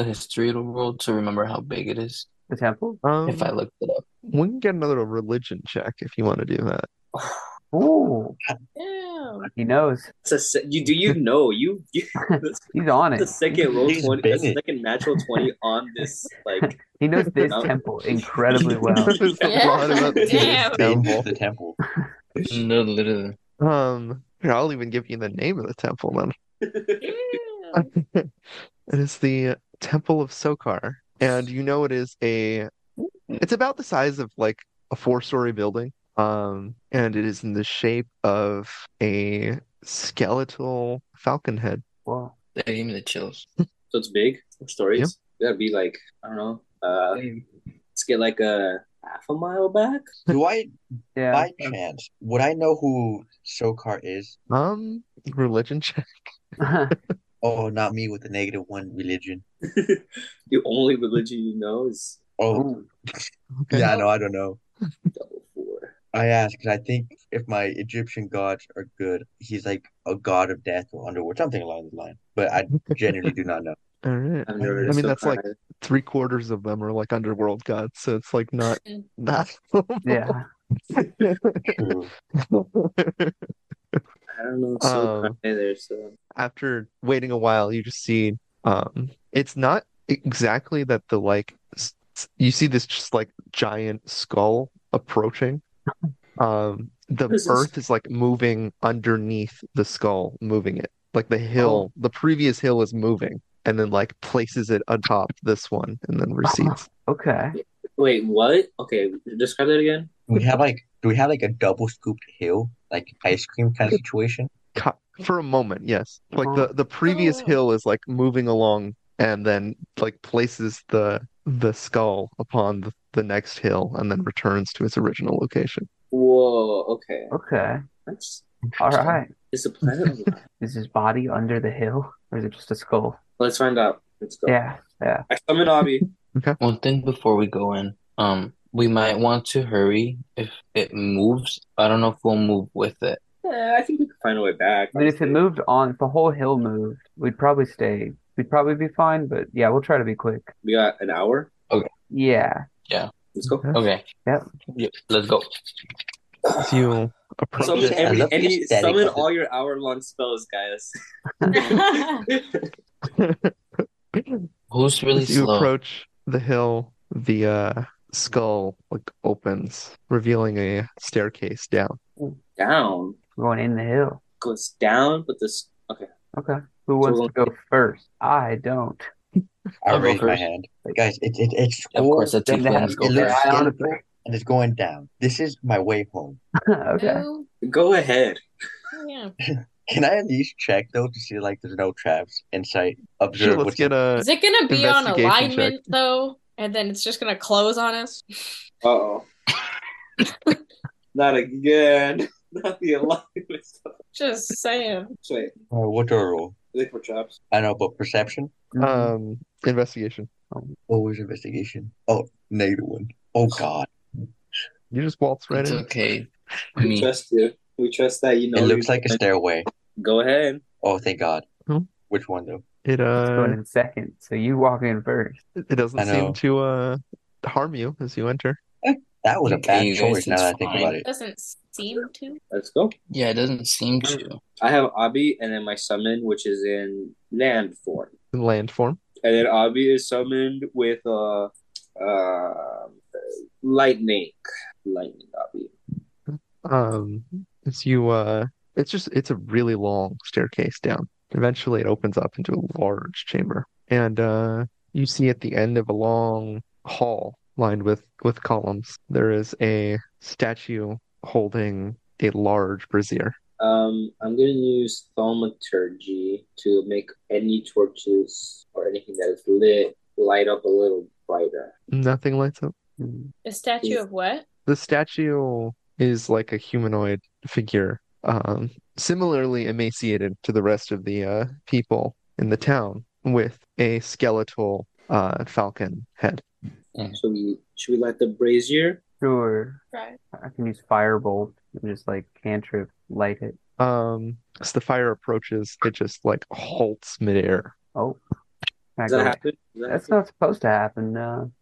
S4: a historical roll to remember how big it is
S3: The temple.
S1: Um,
S4: if I looked it up?
S1: we can get another religion check if you want to do that.
S3: Ooh,
S2: Yeah.
S3: he knows.
S6: it's a se- you do you know you, you that's
S3: He's on
S6: the
S3: it.
S6: second roll
S8: He's
S6: twenty,
S8: been
S6: that's the
S8: it.
S6: second natural twenty on this like
S3: He knows this
S6: No.
S3: temple incredibly well.
S1: There's a
S2: Yeah.
S1: lot about this
S2: Damn.
S8: Been
S1: temple.
S8: the temple.
S4: No, literally.
S1: Um, here, I'll even give you the name of the temple then.
S2: Yeah.
S1: It is the Temple of Sokar. and you know it is a it's about the size of like a four-story building. Um, and it is in the shape of a skeletal falcon head.
S3: Wow.
S4: That gave me the chills.
S6: So it's big for stories. That'd be like I don't know. Uh, let's get like a half a mile back.
S8: Do I,
S3: Yeah.
S8: by chance, would I know who Sokar is?
S1: Um, religion check.
S8: Oh, not me with the negative one religion.
S6: the only religion you know is
S8: Oh,
S1: Okay.
S8: yeah, no, I don't know.
S6: double four.
S8: I asked because I think if my Egyptian gods are good, he's like a god of death or underworld, something along the line. But I genuinely do not know.
S1: All right.
S6: I've never.
S1: I mean,
S6: so
S1: that's like-
S6: kinda-
S1: Three quarters of them are like underworld gods, so it's like not
S2: Mm.
S1: not
S3: yeah.
S8: True.
S6: I don't know. So
S1: Um,
S6: either. So
S1: after waiting a while, you just see um it's not exactly that the like s- s- you see this just like giant skull approaching. Um the
S6: This is-
S1: earth is like moving underneath the skull, moving it. Like the hill, the previous hill is moving and then like places it atop this one and then recedes.
S3: Okay.
S6: wait, what? Okay, describe that again.
S8: Do we have like do we have like a double scooped hill, like ice cream kind of situation?
S1: Ca- For a moment, yes. Like
S3: Uh-huh.
S1: the the previous
S2: Oh.
S1: hill is like moving along and then like places the the skull upon the, the next hill and then returns to its original location.
S6: Whoa. Okay.
S3: Okay.
S6: That's
S3: All right.
S6: is the planet. alive?
S3: Is his body under the hill, or is it just a skull?
S6: Let's find out. Let's go.
S3: Yeah. Yeah.
S6: I summon Abby.
S4: One thing before we go in, um, we might want to hurry if it moves. I don't know if we'll move with it.
S6: yeah, I think we can find a way back.
S3: But if it moved on, if the whole hill moved, we'd probably stay. We'd probably be fine. But yeah, we'll try to be quick.
S6: we got an hour.
S3: Yeah.
S6: Let's go.
S4: Okay.
S3: Yep.
S4: Yep. Let's go.
S8: Uh-huh.
S1: As you approach
S6: Summon
S1: it,
S8: I
S6: every,
S8: love the
S6: any,
S8: aesthetic
S6: summon
S8: of it.
S6: all your hour long spells, guys.
S4: Who's really
S1: as you
S4: slow?
S1: approach the hill, the uh, skull like opens, revealing a staircase down.
S6: down
S3: We're going in the hill.
S6: goes down, but this okay.
S3: Okay. Who wants
S6: we'll-
S3: to go first? I don't.
S8: I
S4: I'll go
S8: raised my
S4: first.
S8: hand. Guys, it, it, it's
S4: Of
S8: all-
S4: course, a
S3: Then they
S4: tiefling.
S3: have
S4: Let's
S8: it
S4: go
S3: to-
S8: looks
S4: first.
S3: I honestly-
S8: skeletal and it's going down. This is my way home.
S3: okay.
S2: Who?
S6: Go ahead.
S2: Yeah.
S8: Can I at least check though to see like there's no traps, insight,
S1: Sure,
S8: observe
S1: let's
S8: what's
S1: get a
S2: Is it gonna be on
S1: investigation check.
S2: alignment though? And then it's just gonna close on us?
S6: Uh oh. Not again. Not the alignment stuff.
S2: Just saying.
S6: Wait,
S8: uh, what do I roll?
S6: look for traps.
S8: I know, but perception?
S3: Mhm.
S1: um investigation.
S8: Always investigation. Oh, negative one. Oh god.
S1: You just waltz right
S4: It's
S1: in.
S4: okay.
S6: We
S4: Me.
S6: trust you. We trust that you know.
S8: it looks
S6: you-
S8: like a stairway.
S6: Go ahead.
S8: Oh thank God.
S1: Hmm?
S8: Which one though?
S1: It
S3: It's
S1: uh
S3: going in second. So you walk in first.
S1: it
S8: I
S1: doesn't
S8: know.
S1: seem to uh harm you as you enter.
S8: That was a
S4: Okay,
S8: bad
S4: you
S8: choice
S4: guys,
S8: now
S4: it's
S8: that I think
S4: fine.
S8: about it.
S2: Doesn't seem to.
S6: Let's go.
S4: Yeah, it doesn't seem to.
S6: I have Abby and then my summon, which is in land form.
S1: In land form.
S6: And then Abby is summoned with uh, uh, lightning. Lightning, Abby.
S1: Um, it's you, uh, it's just, it's a really long staircase down. Eventually, it opens up into a large chamber, and uh, you see at the end of a long hall lined with with columns, there is a statue holding a large brazier.
S6: Um, I'm gonna use thaumaturgy to make any torches or anything that is lit light up a little brighter.
S1: Nothing lights up.
S3: Mhm.
S2: A statue of what?
S1: The statue is like a humanoid figure, um, similarly emaciated to the rest of the uh, people in the town, with a skeletal uh, falcon head.
S6: So we should we light the brazier?
S3: Sure.
S2: Right.
S3: I can use firebolt and just like cantrip light it.
S1: Um, as the fire approaches, it just like halts midair.
S3: Oh. Can I
S6: Does that
S3: go-
S6: happen? Does that
S3: That's
S6: happen?
S3: not supposed to happen. No.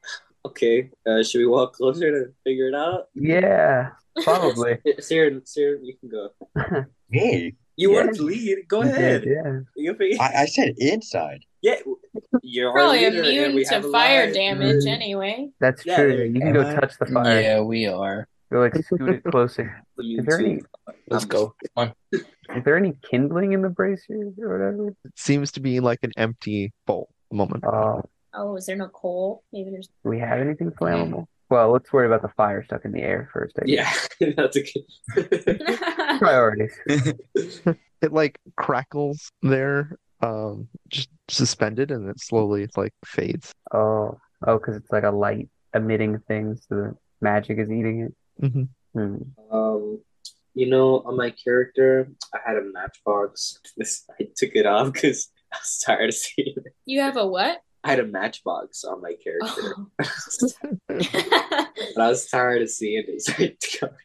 S6: okay. Uh, should we walk closer to figure it out?
S3: Yeah, probably.
S6: Uh, Siren, Siren, you can go.
S8: Hey.
S6: You
S8: Yeah.
S6: want to lead? Go
S3: You
S6: ahead.
S3: did, yeah.
S6: You figure.
S8: I, I said inside.
S6: yeah, you're our
S2: Probably
S6: leader and
S2: immune
S6: we
S2: to
S6: have a
S2: fire
S6: light.
S2: damage
S3: Mm.
S2: anyway.
S3: That's
S6: Yeah,
S3: true.
S6: there you
S3: You can go
S8: go.
S3: touch the fire.
S4: Yeah, we are.
S3: Go like scoot it closer.
S6: Immune
S3: Is there
S6: to-
S3: any
S4: Let's
S6: Um,
S4: go. Come on.
S3: is there any kindling in the brazier or whatever?
S1: It seems to be like an empty bowl. the moment.
S3: Uh,
S2: Oh, is there no coal? Maybe there's.
S3: do we have anything flammable? Well, let's worry about the fire stuck in the air first. I guess.
S6: Yeah, that's a good.
S3: Priorities.
S1: It like crackles there, um, just suspended, and it slowly like fades.
S3: Oh, oh, because it's like a light emitting thing, so the magic is eating it.
S1: hmm
S3: Hmm.
S6: Um, you know, on my character, I had a matchbox. This I took it off because I was tired of seeing it.
S2: you have a what?
S6: I had a matchbox on my character,
S2: Oh.
S6: but I was tired of seeing it.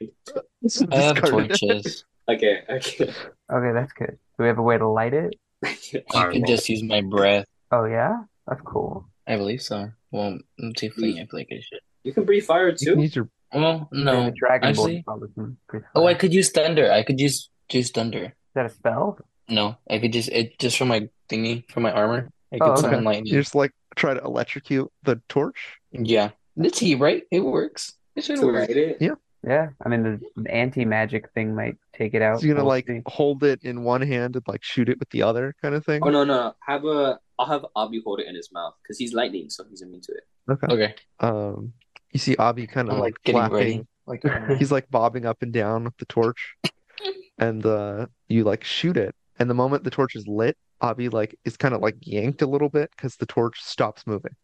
S6: So I discarded it.
S4: I have torches.
S6: okay, okay.
S3: Okay, that's good. Do we have a way to light it?
S4: I can just use my breath.
S3: Oh yeah, that's cool.
S4: I believe so. Well, I'm tiefling. I feel like I should.
S6: You can breathe fire
S1: You can
S6: too.
S1: use your
S4: Well,
S3: And
S4: no,
S3: the dragonborn
S4: actually.
S3: probably can breathe
S4: Oh, I
S3: fire.
S4: could use thunder. I could use use thunder.
S3: Is that a spell?
S4: No, I could just it just from my thingy from my armor. I
S3: Oh,
S4: could
S3: okay.
S4: summon
S1: you
S4: lightning.
S1: just like try to electrocute the torch.
S4: Yeah, it's heat, right? It works. It should
S6: To
S4: work.
S6: light it.
S3: Yeah, I mean the anti-magic thing might take it out.
S1: So you're gonna
S3: We'll
S1: like
S3: Oh, see.
S1: hold it in one hand and like shoot it with the other kind of thing.
S6: Oh no, no. Have a. I'll have Abu hold it in his mouth because he's lightning, so he's immune to it.
S4: Okay,
S1: Um, you see Abi kind of
S4: I'm
S1: like
S4: like getting
S1: flapping,
S4: ready. Like I'm
S1: he's like bobbing up and down with the torch, and uh, you like shoot it. And the moment the torch is lit, Abi like is kind of like yanked a little bit because the torch stops moving.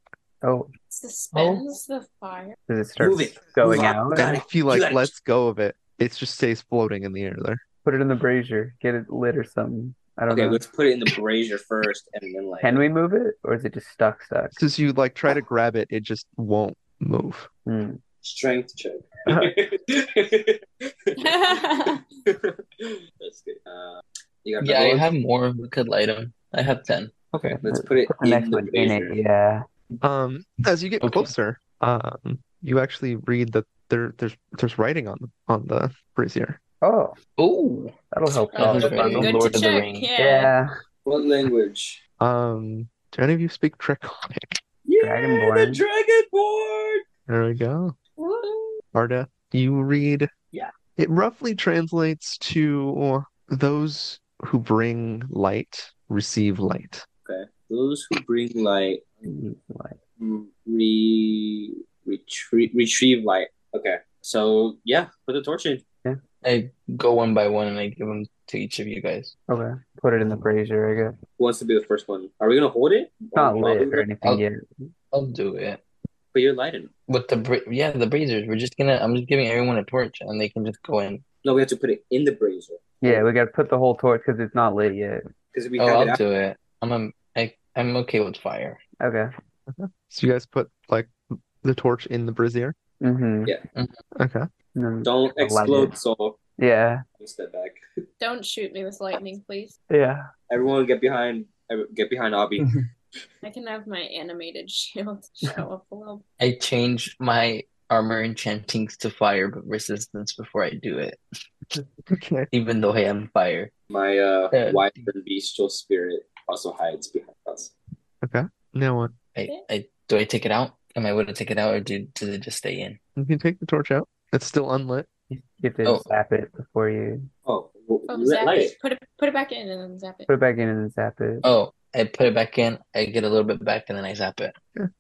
S3: Oh,
S2: Suspends
S6: Oh.
S2: the fire.
S3: does it start
S6: Move it.
S3: going
S6: Move up.
S3: out?
S6: Got
S1: And
S6: it.
S1: if you like
S6: got it.
S1: lets go of it, it just stays floating in the air there.
S3: Put it in the brazier. Get it lit or something. I don't
S6: Okay,
S3: know.
S6: let's put it in the brazier first, and then like.
S3: Uh-huh. Can we move it, or is it just stuck, stuck?
S1: So as you like try to grab it, it just won't move.
S3: Hmm.
S6: Strength check.
S4: Oh,
S6: That's good. Uh, you got
S4: yeah, I
S6: another
S4: have more. We could light them. I have ten.
S6: one? Okay, let's put it
S3: Put the
S6: in
S3: next
S6: the
S3: one in
S6: brazier.
S3: it. Yeah.
S1: Um, as you get
S4: Okay.
S1: closer, um, you actually read that there there's there's writing on on the brazier.
S3: Oh,
S4: Oh,
S3: that'll help.
S4: Oh,
S3: solve
S4: that's
S3: the
S4: right.
S3: puzzle.
S2: Good
S4: Lord
S2: to
S4: of the
S2: check.
S4: Rings.
S2: Yeah.
S3: Yeah.
S6: What language?
S1: Um, do any of you speak Draconic?
S3: Dragonborn.
S6: the Dragonborn!
S1: There we go.
S2: Woo.
S1: Arda, you read.
S6: Yeah.
S1: It roughly translates to those who bring light receive light.
S6: Okay, those who bring light re- retrieve retrieve light. Okay, so yeah, put the torch in.
S4: I go one by one and I give them to each of you guys.
S3: Okay. Put it in the brazier. I guess.
S6: Who wants to be the first one? Are we gonna hold it?
S3: It's not lit or
S6: Or-
S3: anything
S4: I'll-
S3: yet.
S4: I'll do it
S6: But you're lighting.
S4: with the bra- yeah the brazers. We're just gonna. I'm just giving everyone a torch and they can just go in.
S6: No, we have to put it in the brazier
S3: Yeah, we gotta put the whole torch because it's not lit yet.
S6: because we
S4: Oh,
S6: have it
S4: I'll
S6: out.
S4: do it. I'm um, I, I'm okay with fire.
S3: Okay.
S1: So you guys put like the torch in the brazier.
S3: Mm-hmm.
S1: Okay.
S6: Don't
S3: Light it.
S6: explode, soul.
S3: Yeah.
S6: Step back.
S2: Don't shoot me with lightning, please.
S3: Yeah.
S6: Everyone, get behind. ev- Get behind Abby.
S2: I can have my animated shield show up a little.
S4: I change my armor enchantings to fire resistance before I do it,
S1: Okay.
S4: even though I am fire.
S3: Mm-hmm.
S6: My uh,
S4: Yeah.
S6: wild and bestial spirit also hides behind us.
S1: Now what?
S4: I, I do I take it out? Am I going to take it out, or do does it just stay in?
S1: You can take the torch out. It's still unlit.
S3: You have to
S4: Oh.
S3: zap it before you
S6: Oh, well,
S2: Oh,
S6: let-
S2: zap
S6: light
S2: it.
S6: it.
S2: Put it. Put it back in and then zap it.
S3: put it back in and zap it.
S4: Oh, I put it back in. I get a little bit back, and then I zap it.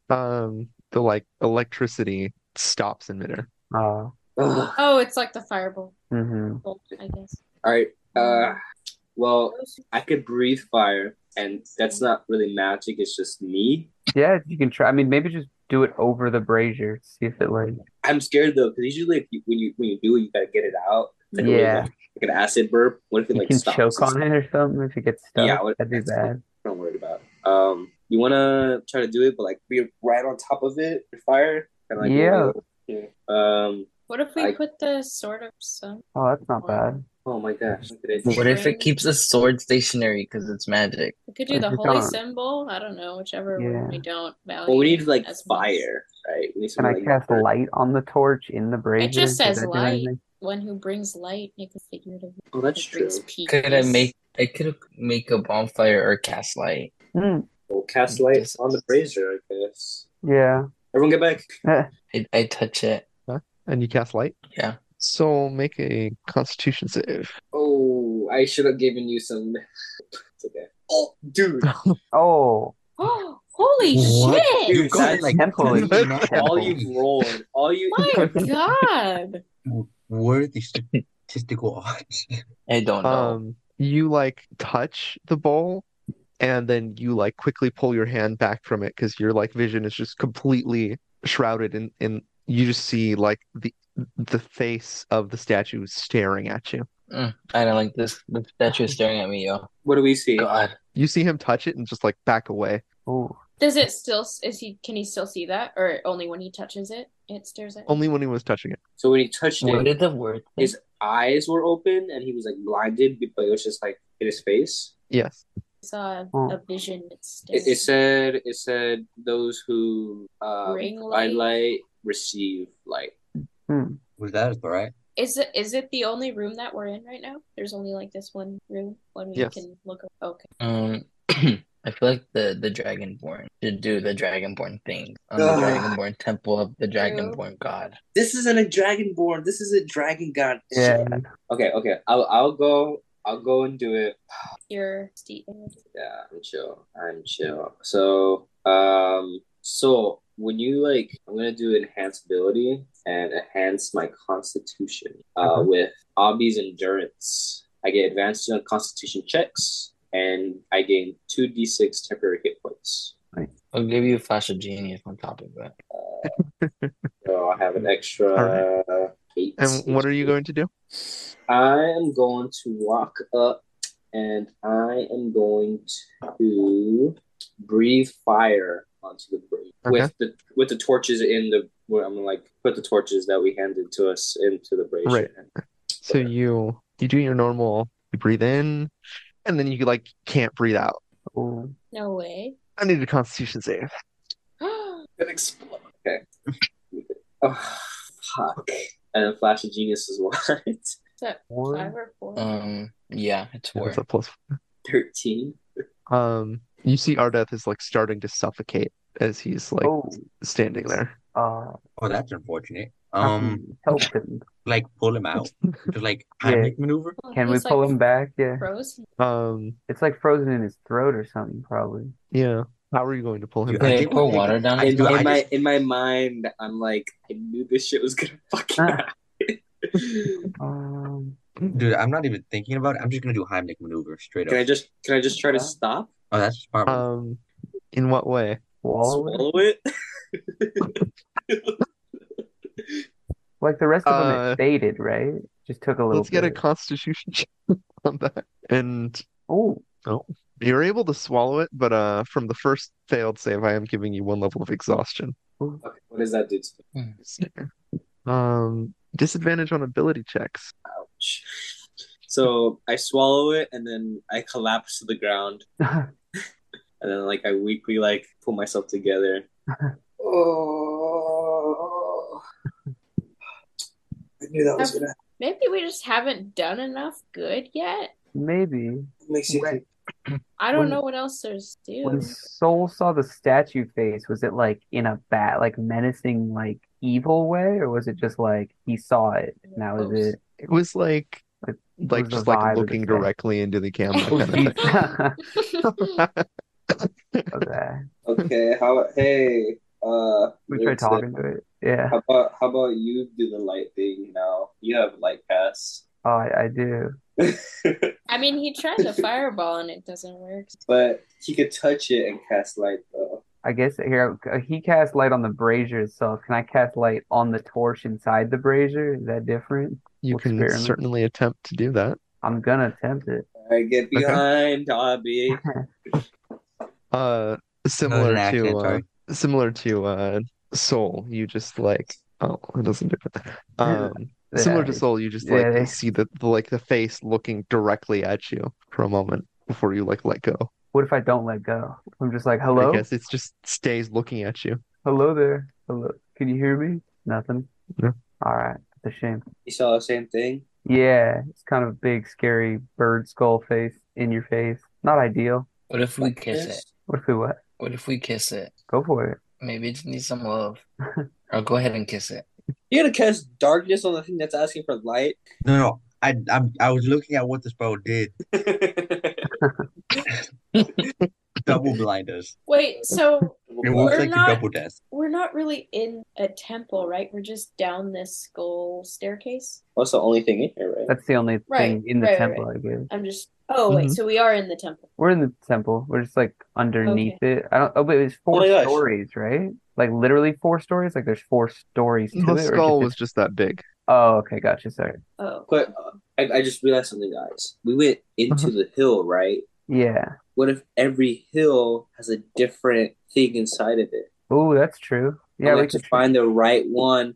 S1: Um, the like electricity stops in midair.
S3: Oh.
S6: Ugh.
S2: Oh, it's like the fireball,
S3: Mm-hmm.
S2: I guess.
S6: All right. Uh, well, I could breathe fire, and that's not really magic. It's just me.
S3: Yeah, you can try. I mean, maybe just do it over the brazier. See if it like.
S6: I'm scared though, because usually if you, when you when you do it, you gotta get it out. It's like, a
S3: Yeah.
S6: little- like an acid burp. What if it
S3: You
S6: like
S3: can
S6: stops?
S3: choke on it or something if it gets stuck.
S6: Yeah, what-
S3: That'd be
S6: that's-
S3: bad.
S6: Don't worry about. it. Um, you wanna try to do it, but like be right on top of it, with fire, and like
S3: Yeah.
S6: yeah. Um.
S2: What if we
S6: I-
S2: put the sword of sun?
S3: Oh, that's not bad.
S6: Oh my gosh. Look at it.
S4: What if it keeps a sword stationary because it's magic?
S2: We could do the
S3: If it's
S2: holy
S3: on.
S2: symbol. I don't know, whichever
S3: Yeah.
S2: one we don't value.
S6: Well, we need like
S2: as much.
S6: fire, right? We need
S3: Can
S6: something
S3: I
S6: like
S3: cast light on the torch in the brazier?
S2: just
S3: Does
S2: says
S3: that do
S2: light.
S3: anything?
S2: One who brings light, make a figurative.
S6: Oh, that's
S2: that brings
S6: true.
S2: peace.
S4: Could I make? I could make a bonfire or cast light.
S3: Hmm,
S6: Well, cast light
S4: This-
S6: on the brazier, I guess.
S3: yeah.
S6: Everyone, get back.
S4: I, I touch it.
S1: And you cast light.
S4: Yeah.
S1: So make a constitution save.
S6: Oh, I should have given you some. It's okay. Oh, dude.
S3: Oh,
S2: Oh, Holy
S5: What?
S2: shit!
S6: Dude,
S5: got
S6: that's
S5: it, like
S3: temple is
S5: Temple.
S3: not
S6: all
S3: temple.
S6: you've rolled, all you.
S2: My god!
S5: What are the statistical odds?
S4: I don't know.
S1: Um, you like touch the bowl and then you like quickly pull your hand back from it because your like vision is just completely shrouded in in you just see like the the face of the statue staring at you.
S4: Mm, I don't like this. The statue is staring at me, yo.
S6: What do we see?
S4: God.
S1: You see him touch it and just like back away.
S3: Ooh.
S2: Does it still? Is he? Can he still see that, or only when he touches it, it stares at?
S3: Um,
S1: Only when he was touching it.
S6: So when he touched
S4: What
S6: it,
S4: did the word think?
S6: his eyes were open and he was like blinded, but it was just like in his face.
S1: Yes.
S2: I saw
S3: Oh.
S2: uh, a vision. That stared.
S6: E, It, it said, "It said those who um,
S2: Ring light.
S6: provide light receive light."
S8: Was that a threat?
S2: Is it is it the only room that we're in right now? There's only like this one room when we
S1: Yes.
S2: can look. o- Okay.
S4: Um, I feel like the the Dragonborn should do the Dragonborn thing on the
S6: Ugh.
S4: Dragonborn temple of the Dragonborn god.
S6: This isn't a dragonborn. This is a dragon god.
S3: Yeah.
S6: Okay. Okay. I'll I'll go. I'll go and do it.
S2: Your Steven.
S6: Yeah, I'm chill. I'm chill. So, um, so when you like, I'm gonna do enhance ability and enhance my constitution uh, with Obby's endurance. I get advantage on constitution checks, and I gain two d6 temporary hit points.
S4: I'll give you a flash of genius on top of that.
S6: Uh, so I have an extra eight.
S1: And what are you going to do?
S6: I am going to walk up and I am going to breathe fire onto the bridge with the with the torches in the where I'm gonna like put the torches that we handed to us into the brazier.
S1: Right. So you you do your normal, you breathe in, and then you like can't breathe out.
S3: Ooh.
S2: No way.
S1: I need a constitution save.
S6: It explodes. Okay. oh, fuck. And then Flash of Genius is what?
S2: Five or four.
S3: uh,
S4: Um, yeah, it's
S1: Yeah,
S4: four.
S1: that's a plus
S6: Thirteen.
S1: Um, you see Ardeth is like starting to suffocate as he's like
S3: Oh.
S1: standing there.
S3: Uh,
S5: Oh, that's unfortunate. Um,
S3: um, help him.
S5: like pull him out, to like panic maneuver.
S2: Oh,
S3: Can we
S2: he's,
S3: pull
S2: like,
S3: him back? Yeah.
S2: Frozen.
S1: Um,
S3: It's like frozen in his throat or something, probably.
S1: yeah. How are you going to pull him
S5: Dude,
S1: back?
S5: I
S4: They
S5: think we
S4: pour
S5: take-
S4: water down
S5: I-
S4: his
S6: In,
S5: dude,
S4: mouth?
S5: I
S6: in my
S5: just-
S6: in my mind, I'm like, I knew this shit was gonna fucking
S3: Ah.
S6: happen. Can
S3: Um,
S5: Dude, I'm not even thinking about it. I'm just gonna do Heimlich maneuver straight up.
S6: I just can I just try to
S3: Yeah.
S6: stop?
S5: Oh, that's a smart. move.
S1: Um, in what way?
S3: swallow it?
S6: Swallow it?
S3: Like the rest of them,
S1: Uh,
S3: it faded, right? Just took a little
S1: Let's get a
S3: bit.
S1: constitution check on that. And
S3: Oh,
S1: you're able to swallow it, but uh, from the first failed save, I am giving you one level of exhaustion.
S6: Okay, what does that do to me?
S1: Um, disadvantage on ability checks.
S6: Ouch. So I swallow it and then I collapse to the ground and then like I weakly like pull myself together. oh, I knew that was gonna
S2: Maybe we just haven't done enough good yet.
S3: maybe.
S6: makes you think.
S2: I don't
S3: When-
S2: know what else there's to do.
S3: When Soul saw the statue face, was it like in a bat, like menacing, like evil way, or was it just like he saw it and that was
S2: Close.
S3: it?
S1: It was like,
S3: Like,
S1: like
S3: was the
S1: just like
S3: vibe of the
S1: looking
S3: check?
S1: directly into the camera kind of thing.
S3: okay.
S6: Okay, how hey uh
S3: We tried
S6: it's like,
S3: talking to it. Yeah.
S6: How about how about you do the light thing now? You have light pass.
S3: Oh, I, I do.
S2: I mean, he tried the fireball and it doesn't work.
S6: but he could touch it and cast light though.
S3: I guess here uh, he cast light on the brazier itself. Can I cast light on the torch inside the brazier? Is that different?
S1: You
S3: We'll
S1: can
S3: experiment.
S1: certainly attempt to do that.
S3: I'm gonna attempt it.
S6: I get behind Dobby.
S1: Uh,
S5: Not
S1: similar
S5: an
S1: to
S5: accident,
S1: uh,
S5: sorry.
S1: similar to uh Soul, you just like oh, it doesn't do it.
S3: Yeah.
S1: Um, similar to
S3: Yeah.
S1: Soul, you just like
S3: Yeah.
S1: see the, the like the face looking directly at you for a moment before you like let go.
S3: What if I don't let go? I'm just like,
S1: I
S3: hello,
S1: guess it just stays looking at you.
S3: hello there, hello. Can you hear me? Nothing.
S1: No.
S3: All right, it's a shame.
S6: You saw the same thing?
S3: Yeah, it's kind of a big, scary bird skull face in your face. Not ideal.
S4: What if we kiss it?
S3: What if we what?
S4: What if we kiss it?
S3: Go for it.
S4: Maybe it just needs some love. Or go ahead and kiss it.
S6: You're gonna cast darkness on the thing that's asking for light.
S5: No, no. I I'm, I was looking at what the spell did.
S8: double blinders.
S2: Wait, so
S8: It works
S2: We're
S8: like
S2: not-
S8: a double death.
S2: we're not really in a temple, right? We're just down this skull staircase.
S6: That's the only thing in here, right?
S3: That's the only
S2: Right,
S3: thing in the
S2: right,
S3: temple, I guess.
S2: I'm just. Oh wait,
S3: Mm-hmm.
S1: Mhm.
S2: so we are in the temple.
S3: We're in the temple. We're just like underneath it. I don't. Oh, but it's four
S6: my gosh.
S3: stories, right? Like literally four stories. Like there's four stories to it.
S1: The
S3: or
S1: skull
S3: just-
S1: was just that big.
S3: Oh, okay, gotcha. Sorry.
S2: Oh,
S6: But uh, I, I just realized something, guys. We went into the hill, right?
S3: Yeah.
S6: What if every hill has a different thing inside of it?
S3: Oh, that's true. Yeah,
S6: we
S3: we
S6: have to
S3: could try,
S6: find the right one.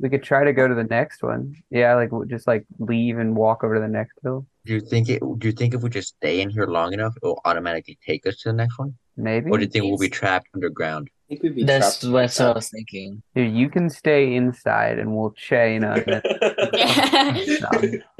S3: we could try to go to the next one. Yeah, like we'll just like leave and walk over to the next hill,
S5: Do you think it? Do you think if we just stay in here long enough, it will automatically take us to the next one,
S3: maybe.
S5: or do you think we'll be
S2: Yes.
S5: trapped underground?
S6: I think we'd be
S4: That's
S6: trapped.
S4: what I was thinking.
S3: Dude, you can stay inside and we'll chain up. and-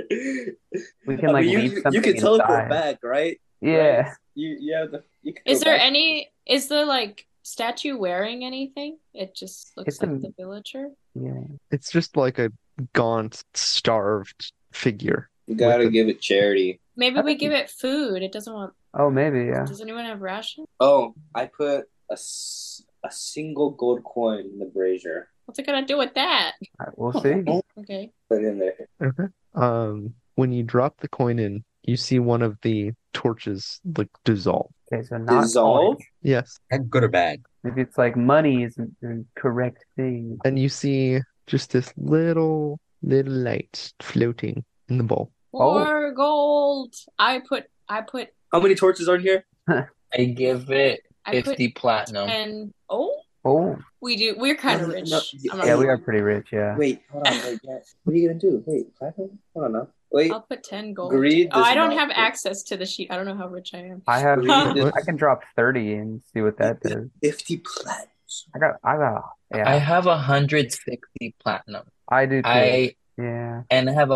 S3: We can
S6: I
S3: like
S6: mean, you,
S3: leave
S6: you,
S3: something
S6: you can teleport
S3: inside.
S6: back, right?
S3: Yeah.
S6: Right? You, you have the. You can
S2: is
S6: go
S2: there
S6: back.
S2: any? Is the like statue wearing anything? It just looks
S3: It's
S2: like
S3: a-
S2: the villager.
S3: Yeah.
S1: It's just like a gaunt, starved figure.
S6: You gotta
S1: with the-
S6: give it charity.
S2: Maybe
S3: I
S2: we
S3: think-
S2: give it food. It doesn't want.
S3: Oh, maybe, yeah.
S2: Does anyone have rations?
S6: Oh, I put a, s- a single gold coin in the brazier.
S2: What's it gonna do with that?
S3: All right, We'll see.
S6: Oh.
S2: Okay.
S6: Put it in there.
S1: Okay. Um, when you drop the coin in, you see one of the torches like dissolve.
S3: Okay, so not
S6: Dissolve?
S3: coin.
S1: Yes.
S5: That good or bad?
S3: Maybe it's like money is the correct thing.
S1: And you see just this little, little light floating in the bowl.
S3: Oh.
S2: Or gold. I put. I put.
S6: How many torches are in here?
S4: I give it
S2: I put.
S4: 50 platinum.
S2: And oh,
S3: Oh,
S2: we do. We're kind of
S6: No, no,
S2: rich.
S6: no,
S2: I'm
S6: yeah,
S2: not
S3: yeah, we
S2: gonna
S3: are
S2: lie.
S3: pretty rich, yeah.
S6: Wait, hold on. Wait, yeah. What are you gonna do? Wait, platinum? Hold on now. Wait,
S2: I'll put ten gold.
S6: Greed
S2: oh,
S6: does
S2: I don't
S6: not-
S2: have access to the sheet. I don't know how rich I am.
S3: I have,
S6: Read
S1: this-
S3: I can drop 30 and see what that does.
S6: 50 plats.
S3: I got, I got,
S4: I
S3: yeah,
S4: have 160 platinum.
S3: I do too.
S4: I
S3: yeah.
S4: and I have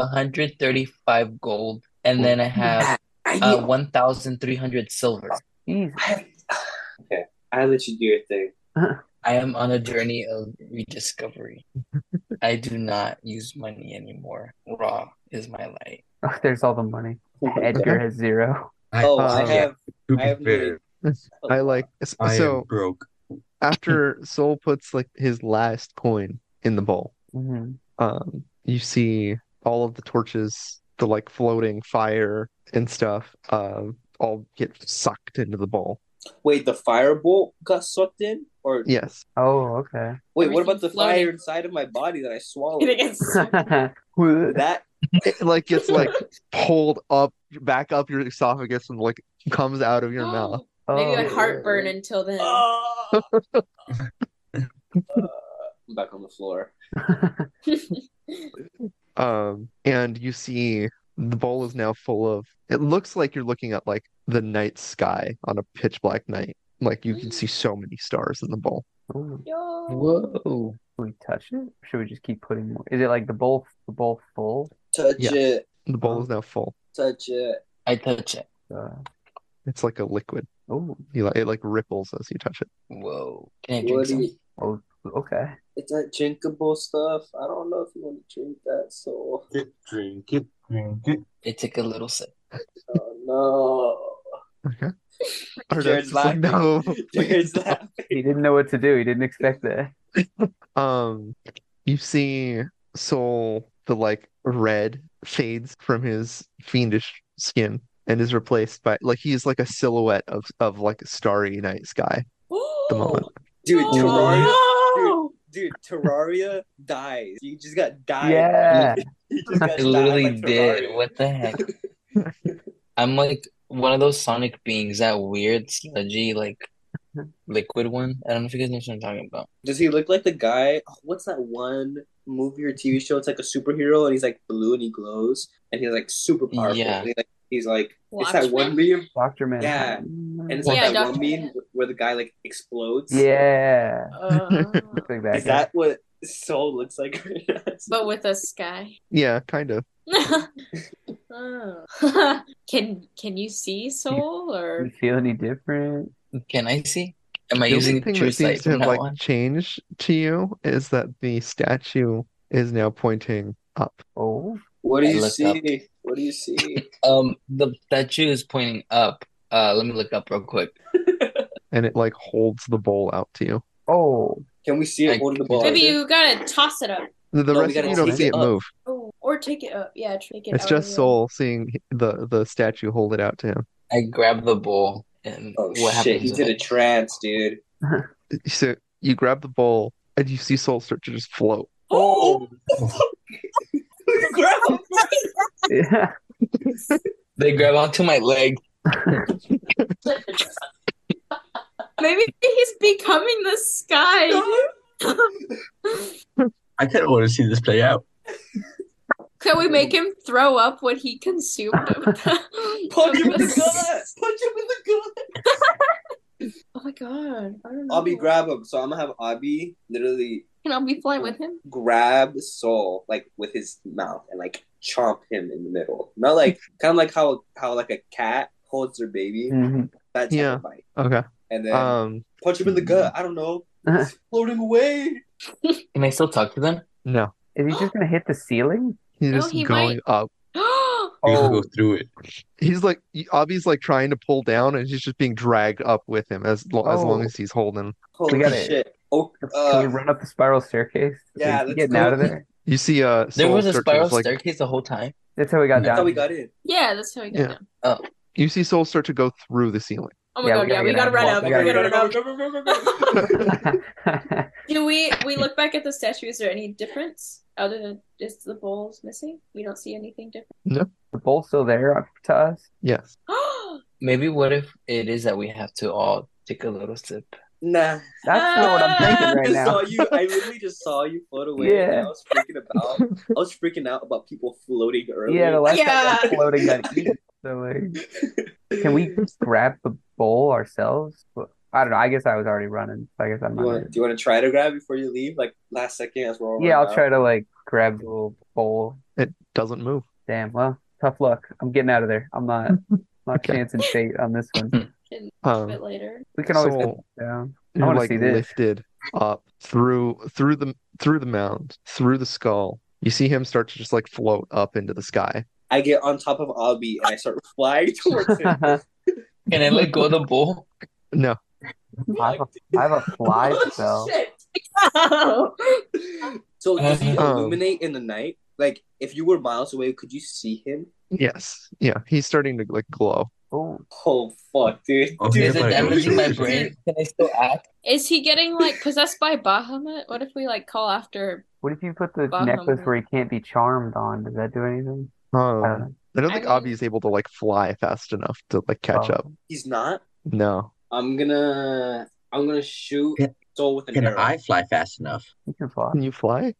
S4: 135 gold, and then I have
S6: I,
S4: uh
S6: need-
S4: 1,300 silver.
S3: Jeez.
S6: I have- Okay, I let you do your thing.
S4: I am on a journey of rediscovery. I do not use money anymore. Raw is my light.
S3: Oh, there's all the money. Edgar has zero.
S6: Oh, I
S1: Um,
S6: have.
S5: To
S6: I
S5: be
S6: have
S5: fair,
S1: I like s-
S5: I am
S1: so
S5: broke.
S1: after Soul puts like his last coin in the bowl,
S3: hmm
S1: um, you see all of the torches, the like floating fire and stuff, um, all get sucked into the bowl.
S6: Wait, the firebolt got sucked in? Or
S1: Yes.
S3: Oh, okay.
S6: wait, what about
S2: Everything's
S6: the
S2: floating.
S6: fire inside of my body that I swallowed?
S2: It gets-
S6: that
S1: It like gets like pulled up back up your esophagus and like comes out of your mouth.
S2: Maybe
S3: Oh.
S2: I heartburn until then.
S6: Ah! Uh, I'm back on the floor.
S1: Um, and you see the bowl is now full of, it looks like you're looking at like the night sky on a pitch black night. Like you can see so many stars in the bowl.
S3: Ooh.
S2: Yo.
S4: Whoa.
S3: Should we touch it? Or should we just keep putting more? Is it like the bowl, the bowl full?
S6: Touch
S1: Yes.
S6: it.
S1: The bowl is now full.
S6: Touch it.
S4: I touch it.
S3: Uh,
S1: It's like a liquid.
S3: oh,
S1: You like it like ripples as you touch it.
S4: Whoa. Can I drink
S6: What do
S4: some?
S6: you,
S3: oh, okay.
S6: it's that drinkable stuff. I don't know if you want to drink that, so.
S5: Get drink it, drink it.
S4: I take a little sip.
S6: Oh
S1: Okay.
S6: no.
S1: Ardath's
S6: Jared's
S1: just like,
S6: laughing.
S1: no.
S6: Jared's laughing.
S3: He didn't know what to do. He didn't expect that.
S1: Um, you see Soul, the like red fades from his fiendish skin and is replaced by like he's like a silhouette of of like a starry night sky.
S2: Ooh.
S1: the moment.
S6: Dude,
S2: No.
S6: Terraria. Dude, Terraria dies. You just got died.
S3: Yeah.
S6: You just got
S4: I
S6: died
S4: literally
S6: like
S4: did.
S6: Terraria.
S4: What the heck? I'm like one of those Sonic beings, that weird sludgy like liquid one. I don't know if you guys know what I'm talking about.
S6: Does he look like the guy? oh, What's that one movie or TV show? It's like a superhero, and he's like blue and he glows, and he's like super powerful.
S4: Yeah.
S6: And he, like, he's like it's that
S2: Watchmen?
S6: one meme,
S3: Dr. Manhattan.
S6: and it's
S2: Yeah,
S6: like that
S2: Dr.
S6: one meme where the guy like explodes.
S3: Yeah.
S2: Uh,
S3: Looks like that.
S6: Is that what Soul looks like? right now?
S2: but with a sky.
S1: Yeah, kind of.
S2: Oh. can can you see soul
S3: guy.
S2: or
S3: You feel any different?
S4: Can I see? Am I
S1: The only
S4: using
S1: thing
S4: true
S1: that seems
S4: sight
S1: to
S4: from
S1: have
S4: now
S1: like
S4: on?
S1: changed to you is that the statue is now pointing up.
S3: Oh,
S6: What do
S4: I
S6: you
S4: look
S6: see?
S4: up.
S6: What do you see?
S4: Um, the statue is pointing up, Uh, let me look up real quick.
S1: and it like holds the bowl out to you.
S3: Oh,
S6: Can we see it
S4: Like,
S6: holding the ball?
S2: Maybe you gotta toss it up.
S1: The, the
S4: Oh,
S6: No, we
S1: rest of
S6: gotta
S1: you don't
S6: take
S1: see
S6: it
S1: it
S6: up.
S1: move.
S2: Oh, or take it up. Yeah, take it
S1: It's
S2: out
S1: just
S2: of the-
S1: Soul seeing the the statue hold it out to him.
S4: I grab the bowl and
S6: Oh
S4: what
S6: shit!
S4: happens
S6: He's
S4: is
S6: in a trance, dude.
S1: So you grab the bowl and you see Soul start to just float.
S6: Oh, ground.
S3: yeah.
S4: they grab onto my leg.
S2: Maybe he's becoming the sky.
S5: I kind of want to see this play out.
S2: Can we make him throw up what he consumed of the-
S6: Punch him
S2: of
S6: in the
S2: the-
S6: gut. Punch him in the gut.
S2: Oh my god. I don't know.
S6: Abby, grab him. So I'm gonna have Abby literally
S2: Can I be flying with him?
S6: grab Soul like with his mouth and like chomp him in the middle. Not like kind of like how how like a cat holds their baby.
S3: Mhm.
S6: That type
S1: Yeah.
S6: of bite.
S1: Okay.
S6: And then
S3: Oh.
S1: Um.
S6: punch him in the gut. I don't know. He's floating away.
S4: Can I still talk to them?
S1: No.
S3: Is he just gonna hit the ceiling?
S1: He's
S2: No,
S1: just
S2: he
S1: going up.
S5: You can
S3: Oh,
S5: go through it.
S1: He's like Abby's like trying to pull down, and he's just being dragged up with him as lo- as long
S3: Oh.
S1: as he's holding.
S6: Holy
S3: got it.
S6: shit! Oh,
S3: can we
S6: uh,
S3: run up the spiral staircase?
S6: yeah,
S3: Is he
S6: let's
S3: getting
S6: go.
S3: out of there.
S1: You see, uh,
S4: There
S1: Soul
S4: was a
S1: start to
S4: spiral
S1: just, like
S4: staircase the whole time.
S3: That's how we got
S6: that's
S3: down.
S6: how we got in.
S2: Yeah, that's how we got
S1: Yeah.
S2: down.
S1: you see Soul start to go through the ceiling.
S2: Oh my
S3: Yeah,
S2: god,
S3: we
S2: yeah, we gotta
S3: gotta
S2: run
S3: get
S2: up.
S3: out.
S2: We
S3: We gotta
S2: gotta run up.
S3: it.
S2: Do we we look back at the statue? Is there any difference other than is the bowls missing? We don't see anything different.
S3: the bowl's still there up to us.
S1: Yes.
S2: Oh,
S4: Maybe what if it is that we have to all take a little sip?
S6: Nah,
S3: That's not what I'm thinking
S6: Ah, I
S3: right
S6: just
S3: now.
S6: saw you. I literally just saw you float away.
S3: Yeah.
S6: And I was freaking about. I was freaking out about people floating earlier.
S3: Yeah, the last
S2: Yeah.
S3: time floating got eaten. So like, can we grab the bowl ourselves? But- I don't know. I guess I was already running. So I guess I'm
S6: Do you
S3: not.
S6: want? Do you want to try to grab before you leave? Like last second as we're all
S3: Yeah,
S6: running
S3: I'll
S6: out?
S3: try to like grab the little bowl.
S1: It doesn't move.
S3: Damn. Well, tough luck. I'm getting out of there. I'm not. Not
S1: Okay.
S3: chancing fate on this one.
S2: and a bit
S1: Um,
S2: later.
S3: We can always
S1: Soul,
S3: go down. I
S1: you're
S3: wanna
S1: like
S3: see this.
S1: lifted up through through the through the mound, through the skull. You see him start to just like float up into the sky.
S6: I get on top of Albie and I start flying towards him.
S4: Can I let go of the bowl?
S1: No,
S3: I have a, I have a fly
S6: Oh,
S3: spell.
S6: shit.
S2: oh.
S6: So does he
S1: Um.
S6: illuminate in the night? Like if you were miles away, could you see him?
S2: Mm-hmm.
S1: Yes. Yeah. He's starting to like glow.
S3: Oh,
S6: Oh fuck, dude.
S5: Oh,
S6: dude
S4: Is
S5: yeah,
S4: it
S5: but-
S4: damaging my brain? Can I still act?
S2: Is he getting like possessed by Bahamut? What if we like call after?
S3: what if you put the
S2: Bum.
S3: necklace where he can't be charmed on? Does that do anything? I don't
S1: Um,
S3: know.
S1: I don't
S2: I
S1: think
S2: mean-
S1: Avi is able to like fly fast enough to like catch
S3: Oh.
S1: up.
S6: He's not.
S1: No.
S6: I'm gonna I'm gonna shoot
S5: Can-
S6: Soul with an
S5: Can
S6: arrow.
S5: I fly fast enough?
S3: You can fly.
S1: Can you fly?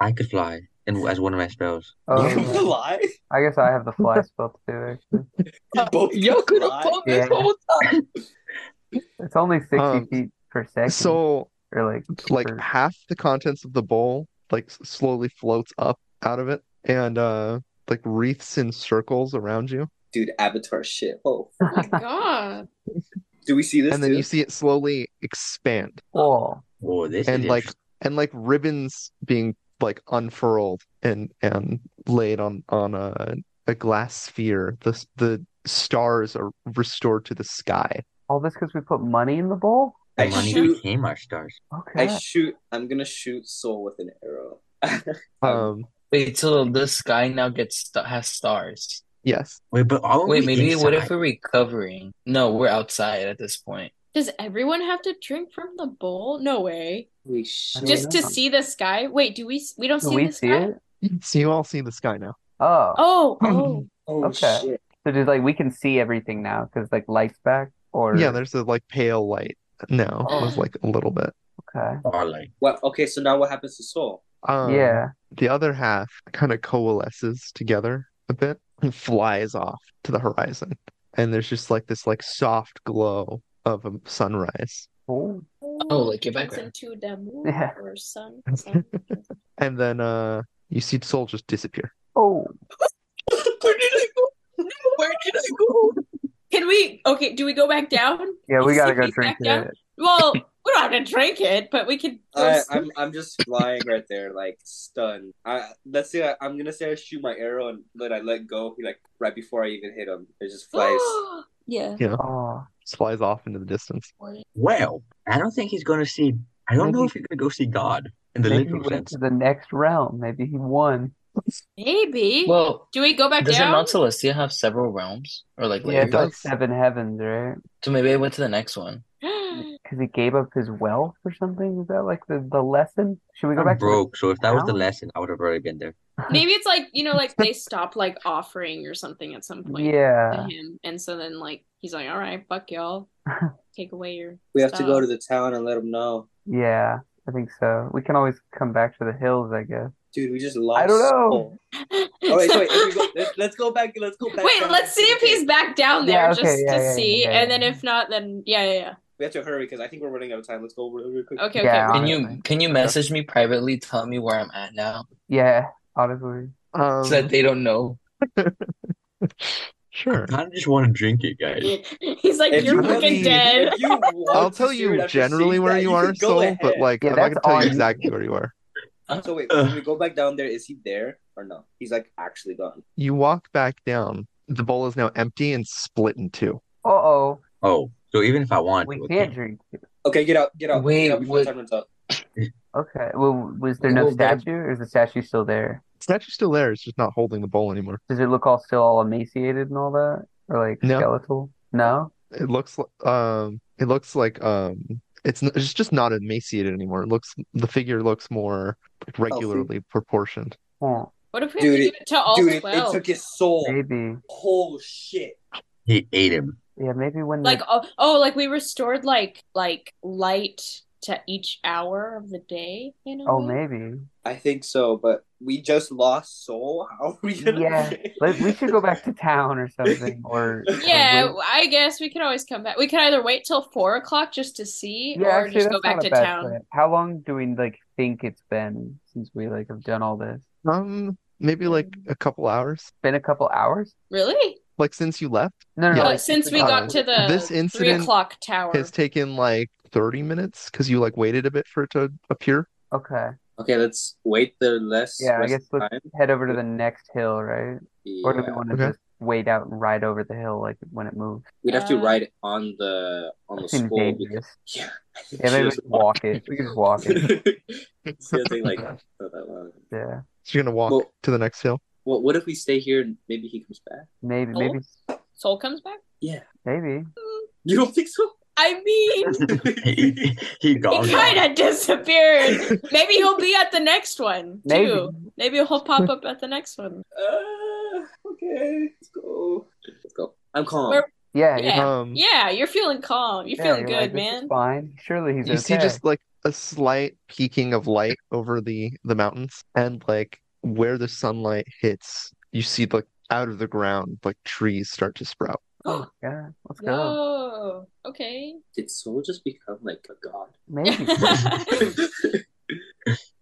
S5: I could fly, and as one of my spells.
S3: Oh,
S6: You can fly.
S3: I guess I have the fly spell too, actually.
S6: You both
S4: Y'all
S6: can
S4: could have
S6: fly.
S4: pulled this
S3: Yeah.
S4: whole time.
S3: It's only 60
S1: Um,
S3: feet per second.
S1: So
S3: or like,
S1: like
S3: per-
S1: half the contents of the bowl like s- slowly floats up out of it and uh like wreaths in circles around you.
S6: Dude, Avatar shit. Oh,
S2: Oh my god!
S6: do we see this?
S1: And then you
S6: too?
S1: see it slowly expand
S3: Whoa.
S5: Oh, this
S1: and
S5: is
S1: like
S5: interesting.
S1: and like ribbons being like unfurled and and laid on on a a glass sphere. The s- the stars are restored to the sky.
S3: All this because we put money in the bowl?
S6: I
S5: The money
S6: shoot.
S5: became our stars.
S3: Okay.
S6: I shoot. I'm gonna shoot Soul with an arrow.
S3: Oh.
S1: Um,
S4: Wait till the sky now gets st- has stars.
S1: yes.
S5: Wait, but are
S4: Wait,
S5: we
S4: maybe what if
S5: inside?
S4: we're recovering? No, we're outside at this point.
S2: Does everyone have to drink from the bowl? No way.
S6: Holy shit.
S3: don't
S2: Just to
S3: know.
S2: see the sky. Wait, do we? We don't
S3: do
S2: see
S3: we
S2: the
S3: see
S2: sky.
S3: it?
S1: So you all see the sky now.
S3: Oh.
S2: Oh, oh.
S6: Oh
S3: Okay.
S6: shit.
S3: So just like we can see everything now because like lights back or
S1: Yeah, there's a like pale light now.
S3: Oh.
S1: There's like a little bit.
S3: okay.
S5: Or like,
S6: Well, okay. So now what happens to Soul?
S1: Um,
S3: yeah.
S1: The other half kind of coalesces together a bit and flies off to the horizon. And there's just like this like soft glow of a sunrise.
S3: Cool.
S4: Oh, like your
S2: Turns
S4: background.
S2: into the moon
S3: Yeah.
S2: or sun. sun.
S1: And then uh you see the soul just disappear.
S3: Oh.
S4: Where did I go? Where did I go?
S2: Can we? Okay, do we go back down?
S3: Yeah, we
S2: Is
S3: gotta
S2: it
S3: go
S2: back
S3: drink
S2: down?
S3: it.
S2: Well, we don't have to drink it, but we could.
S6: I, I'm I'm just lying right there, like stunned. I let's say I, I'm gonna say I shoot my arrow and then I let go, like right before I even hit him. It just flies.
S2: Yeah.
S3: Oh,
S1: Just flies off into the distance.
S5: Well, I don't think he's gonna see. I don't know
S3: Maybe-
S5: if he's gonna go see God in the
S3: maybe he
S5: literal
S3: went
S5: sense.
S3: to the next realm. Maybe he won.
S2: Maybe.
S4: Well,
S2: Do we go back
S4: doesn't
S2: down?
S4: Mount Celestia have several realms or like
S3: Yeah, it's
S4: layers?
S3: like
S1: does.
S3: seven heavens, right?
S4: So maybe I went to the next one.
S3: Because he gave up his wealth or something. Is that like the, the lesson? Should we go
S5: I'm
S3: back? to
S5: broke, so if that was the
S3: now?
S5: lesson, I would have already been there.
S2: Maybe it's like you know, like they stop like offering or something at some
S3: the-
S2: point to
S3: Yeah.
S2: him, and so then like he's like, "All right, fuck y'all, take away your."
S6: We have to go
S2: stuff."
S6: to the town and let them know.
S3: Yeah, I think so. We can always come back to the hills, I guess.
S6: Dude, we just lost.
S3: I don't know.
S6: Soul. All right, so Oh, wait, if we go, let's, let's go back. Let's go back.
S2: Wait,
S6: down.
S2: let's see if he's back down there
S3: Yeah, okay,
S2: just
S3: yeah,
S2: to
S3: yeah, yeah,
S2: see,
S3: yeah,
S2: and then
S3: yeah.
S2: if not, then yeah, yeah, yeah.
S6: We have to hurry because I think we're running out of time. Let's go really, really quick.
S2: Okay, okay.
S3: Yeah.
S4: Can
S3: Honestly.
S4: you can you message me privately, tell me where I'm at now
S3: Yeah, honestly.
S1: Um,
S4: so that they don't know?
S1: sure.
S5: I just want to drink it, guys.
S2: He's like,
S6: If
S2: you're
S1: you
S6: want
S2: fucking
S1: really-
S6: to-
S2: dead.
S6: If you want
S1: I'll
S6: to
S1: tell
S6: see it
S1: you
S6: after
S1: generally
S6: seeing
S1: where
S6: that,
S1: you
S6: can
S1: are,
S6: go
S1: Soul,
S6: ahead.
S1: but like
S3: Yeah,
S1: I'm not gonna
S3: that's
S1: tell
S3: on
S1: you
S3: you.
S1: exactly where you are.
S6: Uh, So wait,
S5: Ugh.
S6: when we go back down there, is he there or no? He's like actually gone.
S1: You walk back down. The bowl is now empty and split in two.
S3: Uh-oh,
S5: Oh, so even if I want
S3: we
S5: to, I
S3: can't drink.
S6: Okay, get out, get out,
S4: Wait,
S6: get out before
S4: what-
S6: time runs out.
S3: Okay. Well, was there no
S4: Well, that-
S3: statue, or is the statue still there?
S1: Statue's still there, it's just not holding the bowl anymore.
S3: Does it look all still all emaciated and all that, or like
S1: No.
S3: skeletal? No.
S1: It looks li- um it looks like um it's n- it's just not emaciated anymore. It looks the figure looks more regularly proportioned.
S3: Huh.
S2: What if we have
S6: Dude,
S2: to
S6: it-
S2: give it to all
S6: Dude, it, it
S2: twelve?
S6: took his soul.
S3: Maybe.
S6: Whole shit.
S5: He ate him.
S3: Yeah, maybe when
S2: like
S3: the
S2: oh, oh, like we restored like like light to each hour of the day. You know.
S3: oh maybe.
S6: I think so, but we just lost soul. How are we gonna?
S3: Yeah. Let, we should go back to town or something, or or
S2: Yeah,
S3: wait.
S2: I guess we could always come back. We could either wait till four o'clock just to see,
S3: Yeah,
S2: or
S3: actually,
S2: just
S3: that's
S2: go back
S3: not a
S2: to
S3: bad
S2: town.
S3: plan. How long do we like think it's been since we like have done all this?
S1: Um maybe like
S6: Mm.
S1: a couple hours.
S3: Been a couple hours?
S2: Really?
S1: Like since you left,
S3: No, no,
S1: Yeah.
S3: no.
S2: Uh,
S3: like,
S2: since we got to the
S1: This
S2: three
S1: incident
S2: o'clock tower.
S1: has taken like 30 minutes because you like waited a bit for it to appear.
S3: Okay.
S6: Okay, let's wait the less.
S3: Yeah, I
S6: rest
S3: guess let's
S6: time.
S3: head over to the next hill, right? Or do we
S6: Yeah.
S3: want to
S1: Okay.
S3: just wait out and ride over the hill like when it moves?
S6: We'd have to
S2: Uh,
S6: ride on the on the
S3: That seems
S6: skull. because-
S3: dangerous.
S6: Yeah,
S3: Yeah, maybe we
S6: Just
S3: could walk it. We could just walk it.
S6: it's gonna take like not that long.
S3: Yeah.
S1: So you're gonna walk
S6: Well-
S1: to the next hill.
S6: What What if we stay here and maybe he comes back?
S3: Maybe,
S2: Oh.
S3: maybe,
S2: Soul comes back?
S6: Yeah,
S3: maybe.
S6: you don't think so?
S2: I mean,
S5: he, he gone.
S3: Oh,
S2: he kind of
S6: Uh,
S2: disappeared. Maybe he'll be at the next one
S3: Maybe. Mm-hmm.
S2: too. Maybe he'll pop up at the next one.
S6: Uh, okay, let's go. Let's go. I'm calm.
S2: Where-
S3: Yeah, you're-
S2: Yeah.
S1: Um,
S2: Yeah, you're feeling calm. You're
S3: yeah,
S2: feeling
S3: you're like,
S2: good,
S3: "This is
S2: man.
S3: fine. Surely he's
S1: you see
S3: okay."
S1: just like a slight peaking of light over the the mountains, and like where the sunlight hits, you see like out of the ground like trees start to sprout.
S3: Oh, yeah, let's go.
S2: Yo, Oh, okay.
S6: Did Soul just become like a god?
S3: Maybe.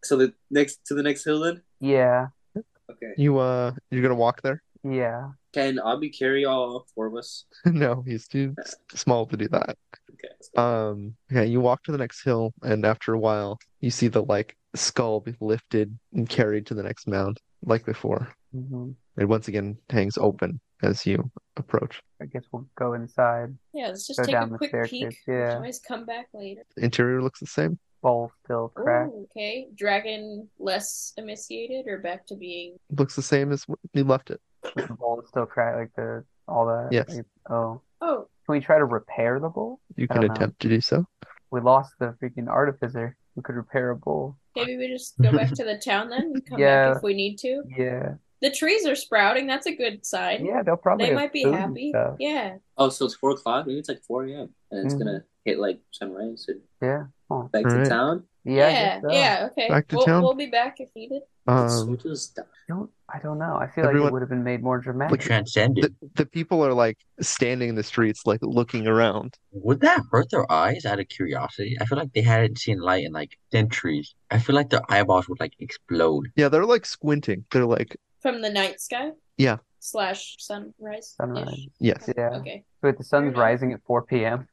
S6: so the next to the next hill then.
S3: Yeah,
S6: Okay.
S1: You uh, you're gonna walk there?
S3: yeah.
S6: Can Abi carry all four of us?
S1: No, he's too s- small to do that.
S6: Okay. let's go.
S1: Um, yeah, you walk to the next hill, and after a while, you see the like skull be lifted and carried to the next mound, like before.
S3: hmm
S1: It once again hangs open as you approach.
S3: I guess we'll go inside.
S2: Yeah, let's just
S3: Go
S2: take a
S3: down the
S2: quick
S3: staircase,
S2: peek. We can
S3: yeah.
S2: Always come back later.
S1: The interior looks the same.
S3: Bowl still cracked.
S2: Ooh, okay. Dragon less emaciated or back to being
S1: Looks the same as when you left it.
S3: The bowl is still cracked. Like the all that.
S1: Yes.
S3: like- oh,
S2: Oh,
S3: can we try to repair the bowl?
S1: You
S3: I
S1: can
S3: don't know.
S1: attempt to do so.
S3: We lost the freaking artificer. We could repair a bowl.
S2: maybe we just go back to the town then and come
S3: Yeah.
S2: back if we need to.
S3: Yeah,
S2: The trees are sprouting, that's a good sign.
S3: yeah. They'll probably
S2: They
S3: have
S2: might be
S3: food and
S2: happy.
S3: stuff.
S2: Yeah.
S6: Oh, so it's four o'clock. Maybe it's like four a.m. and it's
S3: Mhm.
S6: gonna hit like sunrise and
S3: Yeah. Oh.
S6: back
S1: All
S6: to
S1: right.
S6: town.
S3: Yeah, I
S2: yeah,
S3: guess so.
S2: yeah, okay.
S1: Back to
S2: we'll,
S1: town.
S2: we'll be back if needed.
S6: Did Soul
S1: Um,
S6: just die?
S3: Don't I don't know. I feel like
S1: Everyone-
S3: it would have been made more dramatic.
S5: transcended.
S1: the, the people are like standing in the streets, like looking around.
S5: Would that hurt their eyes out of curiosity? I feel like they hadn't seen light in like centuries. I feel like their eyeballs would like explode.
S1: Yeah, they're like squinting. They're like,
S2: From the night sky?
S1: Yeah.
S2: Slash sunrise.
S3: Sunrise.
S1: yes.
S3: Yeah.
S2: Okay.
S3: Wait, the sun's
S2: enough.
S3: rising at 4 p.m.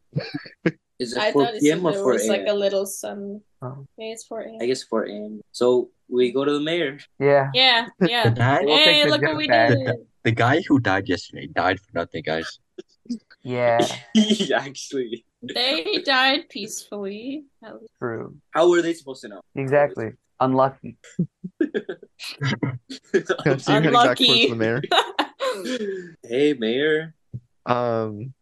S6: Is
S2: I
S6: it four
S2: thought it said
S6: p.m. or
S2: there
S6: four
S2: was like a
S6: a.m.?
S2: little sun.
S3: Oh.
S2: Maybe it's 4 a.m.
S6: I guess four a.m. So we go to the mayor.
S3: Yeah.
S2: Yeah,
S5: The
S2: yeah.
S5: guy,
S3: We'll take
S2: hey,
S3: the
S2: look what
S3: good
S2: we
S3: bad.
S2: did.
S5: the guy who died yesterday died for nothing, guys.
S3: Yeah,
S6: Actually,
S2: They died peacefully. At least.
S3: true.
S6: how were they supposed to know?
S3: Exactly. Unlucky.
S1: Okay, so you're heading back towards
S2: Unlucky.
S1: the mayor.
S6: hey, Mayor.
S1: Um,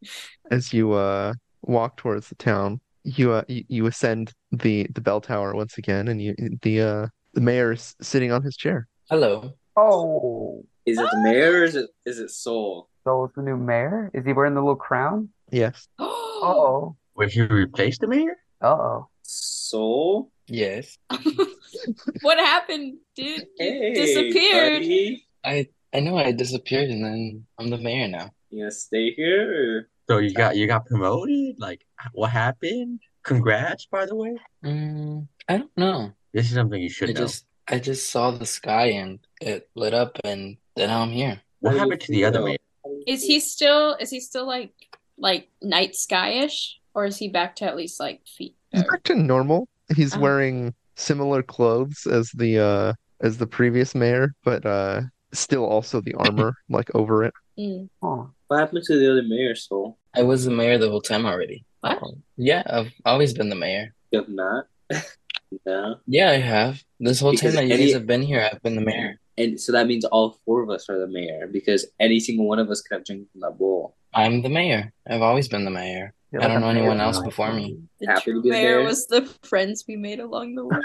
S1: as you uh walk towards the town, you uh you, you ascend the the bell tower once again, and you the uh the mayor is sitting on his chair.
S4: Hello.
S3: Oh,
S6: Is it the mayor or is it is it Soul?
S3: Sol's the new mayor. Is he wearing the little crown?
S1: Yes.
S2: oh,
S3: Oh,
S5: Wait, he replaced the mayor?
S3: uh oh.
S6: Soul?
S4: Yes.
S2: what happened, dude? You
S6: Hey,
S2: disappeared.
S6: buddy.
S4: I I know I disappeared and then I'm the mayor now.
S6: You gonna stay here? Or...
S5: So you got you got promoted? Like what happened? Congrats, by the way.
S4: Mm, I don't know.
S5: This is something you should
S4: I
S5: know.
S4: just I just saw the sky and it lit up and then I'm here.
S5: What
S6: How do you
S5: happened to the other
S6: feel?
S5: mayor?
S6: How do you
S2: Is
S6: feel?
S2: he still? Is he still like like night skyish, or is he back to at least like feet?
S1: He's
S2: or-
S1: back to normal. He's
S2: Oh.
S1: wearing similar clothes as the uh as the previous mayor, but uh still also the armor like over it.
S2: Mm.
S3: Huh.
S6: What happened to the other mayor, Soul?
S4: I was the mayor the whole time already.
S2: What?
S4: Yeah, I've always been the mayor.
S6: You have not. no.
S4: Yeah, I have. This whole
S6: Because
S4: time that you
S6: any-
S4: guys have been here, I've been the mayor.
S6: And so that means all four of us are the mayor because any single one of us could have drank from that bowl.
S4: I'm the mayor. I've always been the mayor.
S3: You're
S4: I
S3: like
S4: don't
S3: a
S4: know anyone
S3: mayor.
S4: else before me.
S2: The
S6: Happy
S2: true
S6: to be the
S2: mayor
S6: mayor.
S2: was the friends we made along the way.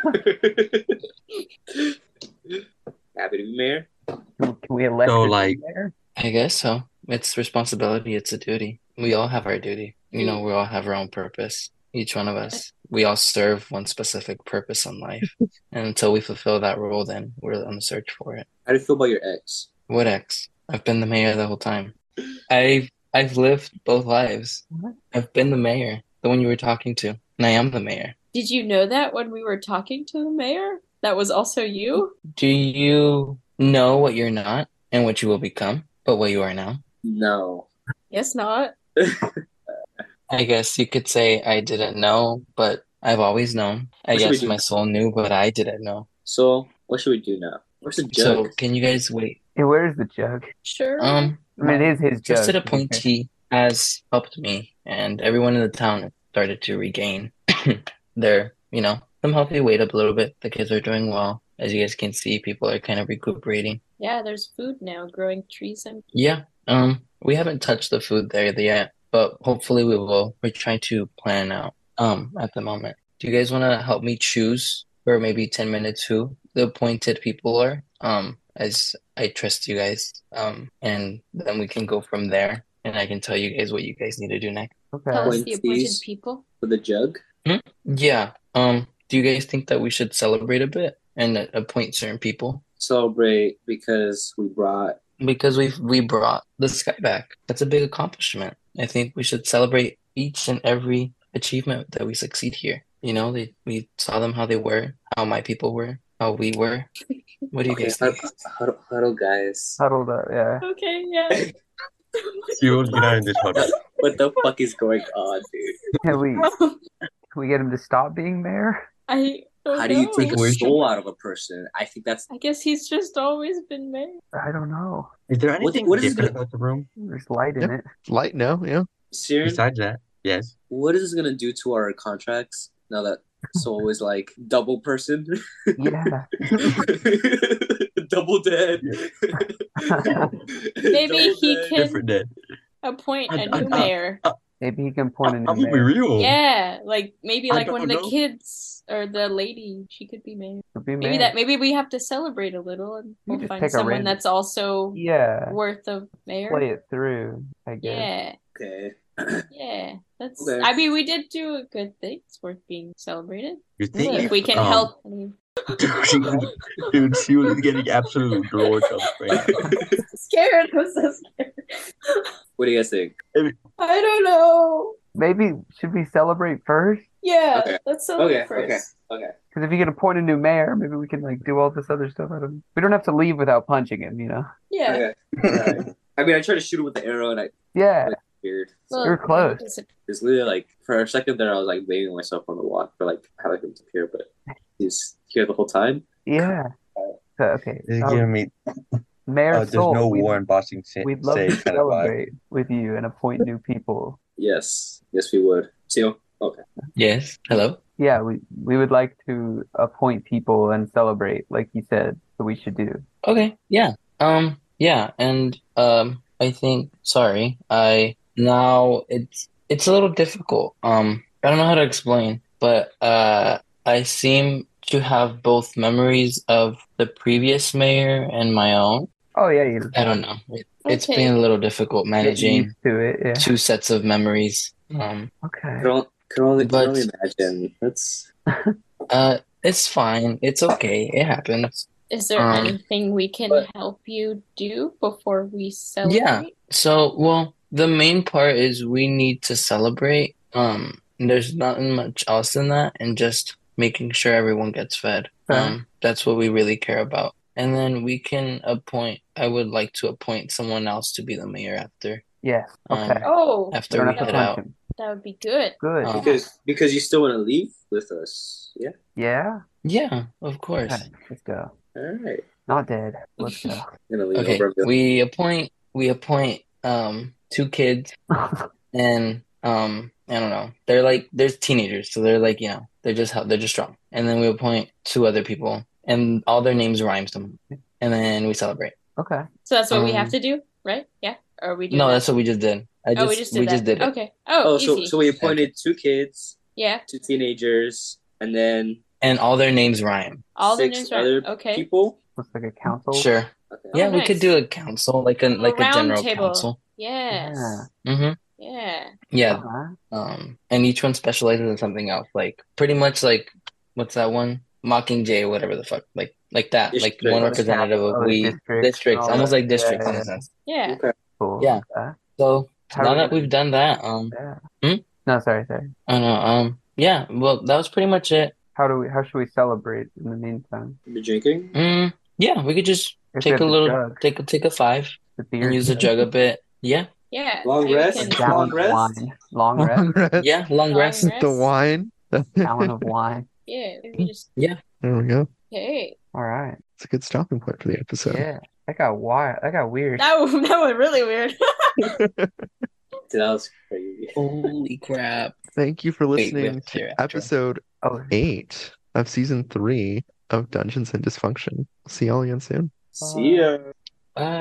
S6: Happy to be mayor.
S3: Can can we elect
S5: So,
S3: a new
S5: like-
S3: mayor?
S4: I guess so. It's responsibility, it's a duty. We all have our duty. You know, we all have our own purpose. Each one of us. We all serve one specific purpose in life. And until we fulfill that role, then we're on the search for it.
S6: How do you feel about your ex?
S4: What ex? I've been the mayor the whole time. I've I've lived both lives.
S3: What?
S4: I've been the mayor, the one you were talking to, and I am the mayor.
S2: Did you know that when we were talking to the mayor? That was also you?
S4: Do you know what you're not and what you will become, but what you are now?
S6: No.
S2: Yes, not.
S4: I guess you could say I didn't know, but I've always known. I
S6: What should we
S4: guess
S6: do?
S4: my soul knew, but I didn't know.
S6: So what should we do now? Where's the
S4: So
S6: jug?
S4: can you guys wait?
S3: Hey, where's the jug?
S2: Sure.
S4: Um,
S3: I mean, it is his jug.
S4: trusted
S3: to be fair.
S4: appointee has helped me, and everyone in the town started to regain their, you know, some healthy weight up a little bit. The kids are doing well. As you guys can see, people are kind of recuperating.
S2: yeah, there's food now, growing trees and
S4: Yeah, um, we haven't touched the food there yet, but hopefully we will. We're trying to plan out, um, at the moment. Do you guys want to help me choose for maybe 10 minutes who the appointed people are? Um, as I trust you guys, um, and then we can go from there, and I can tell you guys what you guys need to do next.
S2: tell
S3: Okay.
S2: us the appointed
S6: Appointees.
S2: people.
S6: For the jug?
S4: Yeah, um, do you guys think that we should celebrate a bit and uh, appoint certain people?
S6: Celebrate because we brought
S4: because we've we brought the sky back. That's a big accomplishment. I think we should celebrate each and every achievement that we succeed here. You know, they, we saw them how they were, how my people were, how we were. What do you
S6: Okay,
S4: guys
S6: hud-
S4: think?
S6: huddle, huddle guys.
S3: Huddled up, yeah.
S2: Okay, yeah.
S5: You will get out of this huddle.
S6: What the fuck is going on, dude?
S3: Can we, can we get him to stop being mayor?
S2: I don't
S6: How do you
S2: know.
S6: take
S5: Where
S6: a
S5: is she?
S6: soul out of a person? I think that's
S2: I guess he's just always been mayor.
S3: I don't know.
S5: Is there
S6: What-
S5: anything
S6: what is
S5: different
S6: the-
S5: about the room
S3: There's light in
S1: Yep.
S3: it.
S1: Light now, yeah.
S6: serious.
S5: besides that? Yes.
S6: What is this gonna do to our contracts now that soul is like double person,
S3: Yeah.
S6: double dead?
S2: Maybe he
S6: Double dead.
S2: can
S5: Different then.
S2: appoint
S5: I-
S2: a
S5: I-
S2: new
S5: I-
S2: mayor.
S3: Maybe he can
S5: I,
S3: point a
S5: am
S3: new
S5: gonna be
S3: mayor.
S5: real.
S2: Yeah, like maybe
S5: I
S2: like one of
S5: don't
S2: the
S5: know.
S2: kids or the lady, she could be mayor.
S3: Could be
S2: Maybe
S3: mayor.
S2: that maybe we have to celebrate a little and
S3: You
S2: we'll
S3: just
S2: find
S3: pick a
S2: someone
S3: random-
S2: that's also
S3: Yeah.
S2: worth of mayor.
S3: Play it through, I guess.
S2: Yeah,
S6: Okay.
S2: yeah. That's
S6: Okay.
S2: I mean we did do a good thing. It's worth being celebrated.
S3: Yeah.
S5: You think
S2: If we can
S5: um,
S2: help any
S5: dude, she was getting absolute glory jumps right now.
S2: scared. I'm so scared.
S6: What do you guys think?
S2: I don't know.
S3: Maybe should we celebrate first?
S2: Yeah,
S6: Okay.
S2: let's
S6: Okay,
S2: celebrate
S6: okay,
S2: first.
S6: okay.
S3: Because if you can appoint a new mayor, maybe we can like do all this other stuff. I don't. We don't have to leave without punching him, you know.
S2: Yeah.
S6: Okay. Alright. I mean, I tried to shoot him with the arrow and I
S3: Yeah.
S6: weird.
S2: Look,
S3: You're close.
S2: it's a-
S6: It's literally like for a second there, I was like blaming myself on the walk for like having him disappear, but he's here the whole time.
S3: Yeah. So, okay.
S5: It's
S3: Um,
S5: giving me
S3: Mayor
S8: Uh, there's
S3: Sol,
S8: no
S3: we'd,
S8: war in Boston Sa-
S3: we'd love to
S8: Sage kind of vibe.
S3: celebrate with you and appoint new people.
S6: Yes, yes, we would. Seal. Okay.
S4: Yes. Hello.
S3: Yeah, we we would like to appoint people and celebrate, like you said, that we should do.
S4: Okay, yeah. Um, yeah, and um I think sorry, I now it's it's a little difficult. Um I don't know how to explain, but uh I seem to have both memories of the previous mayor and my own.
S3: Oh yeah, you
S4: I don't know. It, has
S2: Okay.
S4: been a little difficult
S3: get
S4: managing
S3: used to it. Yeah.
S4: two sets of memories. Um
S3: Okay.
S6: Can only, can only, can
S4: But-
S6: only imagine. That's
S4: uh it's fine. It's okay. It happens.
S2: Is there
S4: Um,
S2: anything we can
S4: but-
S2: help you do before we celebrate?
S4: So, well, the main part is we need to celebrate. Um, there's nothing much else than that, and just making sure everyone gets fed.
S3: Fair.
S4: Um, that's what we really care about. And then we can appoint, I would like to appoint someone else to be the mayor after.
S3: Yeah.
S4: Um,
S3: Okay.
S2: Oh,
S4: After
S3: We don't
S4: we
S3: have to
S4: head
S3: punch
S4: out.
S3: him.
S2: that would be good.
S3: Good.
S4: Um,
S6: because because you still want to leave with us. Yeah.
S3: yeah.
S4: Yeah, of course.
S3: Okay. Let's go.
S6: All right.
S3: Not dead. Let's go.
S6: I'm gonna lean
S4: Okay,
S6: over. and be like,
S4: we appoint we appoint um two kids and um I don't know. They're like they're teenagers, so they're like, you know, they're just they're just strong. And then we appoint two other people and all their names rhyme some and then we celebrate.
S3: okay.
S2: So that's what we have
S4: Um,
S2: to do, right? Yeah. Or are we doing
S4: No,
S2: that?
S4: that's what we just did. I
S2: oh,
S4: just
S2: we just did
S4: we
S2: that.
S4: just did it.
S2: Okay. Oh,
S6: oh,
S2: easy.
S6: so so we appointed two kids,
S2: yeah.
S6: two teenagers, and then
S4: And all their names rhyme.
S2: All the
S6: six
S2: names are
S6: other
S2: okay.
S6: people.
S3: Looks like a council.
S4: Sure.
S6: Okay.
S4: Yeah, we
S2: Oh, nice.
S4: could do a council, like a like a
S2: round
S4: general
S2: table.
S4: council.
S2: Yes.
S3: Yeah.
S4: Mm-hmm.
S2: Yeah.
S4: Yeah,
S3: Alright.
S4: Um, and each one specializes in something else, like pretty much like what's that one? Mockingjay, whatever the fuck, like like that, like
S6: District.
S4: one
S6: Other
S4: representative of
S3: Other
S4: we
S3: districts
S4: districts,
S3: and all
S4: almost
S3: that.
S4: like districts
S3: Yeah,
S4: in
S3: yeah,
S4: a sense.
S2: Yeah.
S6: Okay.
S3: Cool.
S4: Yeah.
S3: Okay.
S4: So
S3: How are we
S4: now that
S3: gonna
S4: we've
S3: do
S4: done that, um,
S3: that?
S4: Hmm?
S3: No, sorry, sorry.
S4: I don't know, um, yeah, well, that was pretty much it.
S3: How do we? How should we celebrate in the meantime?
S6: You're drinking.
S4: Mm, yeah, we could just
S3: If we
S4: take
S3: have
S4: a
S3: the
S4: little,
S3: jug,
S4: take a take a five
S3: the
S4: and
S3: beer,
S4: use the jug a bit. Yeah,
S2: Yeah.
S6: Long
S2: Maybe we
S6: rest?
S3: a
S2: can-
S6: Long
S3: gallon of
S6: rest?
S3: wine, long rest,
S1: Long rest.
S4: yeah, long
S2: Long
S4: rest.
S2: rest.
S1: The wine.
S3: gallon
S1: There
S3: of wine.
S2: Yeah. Maybe just
S1: we go.
S2: okay.
S3: All right.
S1: It's a good stopping point for the episode.
S3: Yeah, that got wild. That got weird.
S2: That was, that was really weird.
S6: Dude, that was crazy.
S4: Uh, Holy crap.
S1: Thank you for
S4: Wait, we have
S1: listening
S4: to hear
S1: to
S4: after.
S1: episode
S3: Oh,
S1: eight of season three of Dungeons and Dysfunction. See y'all again soon.
S6: See ya.
S4: Bye.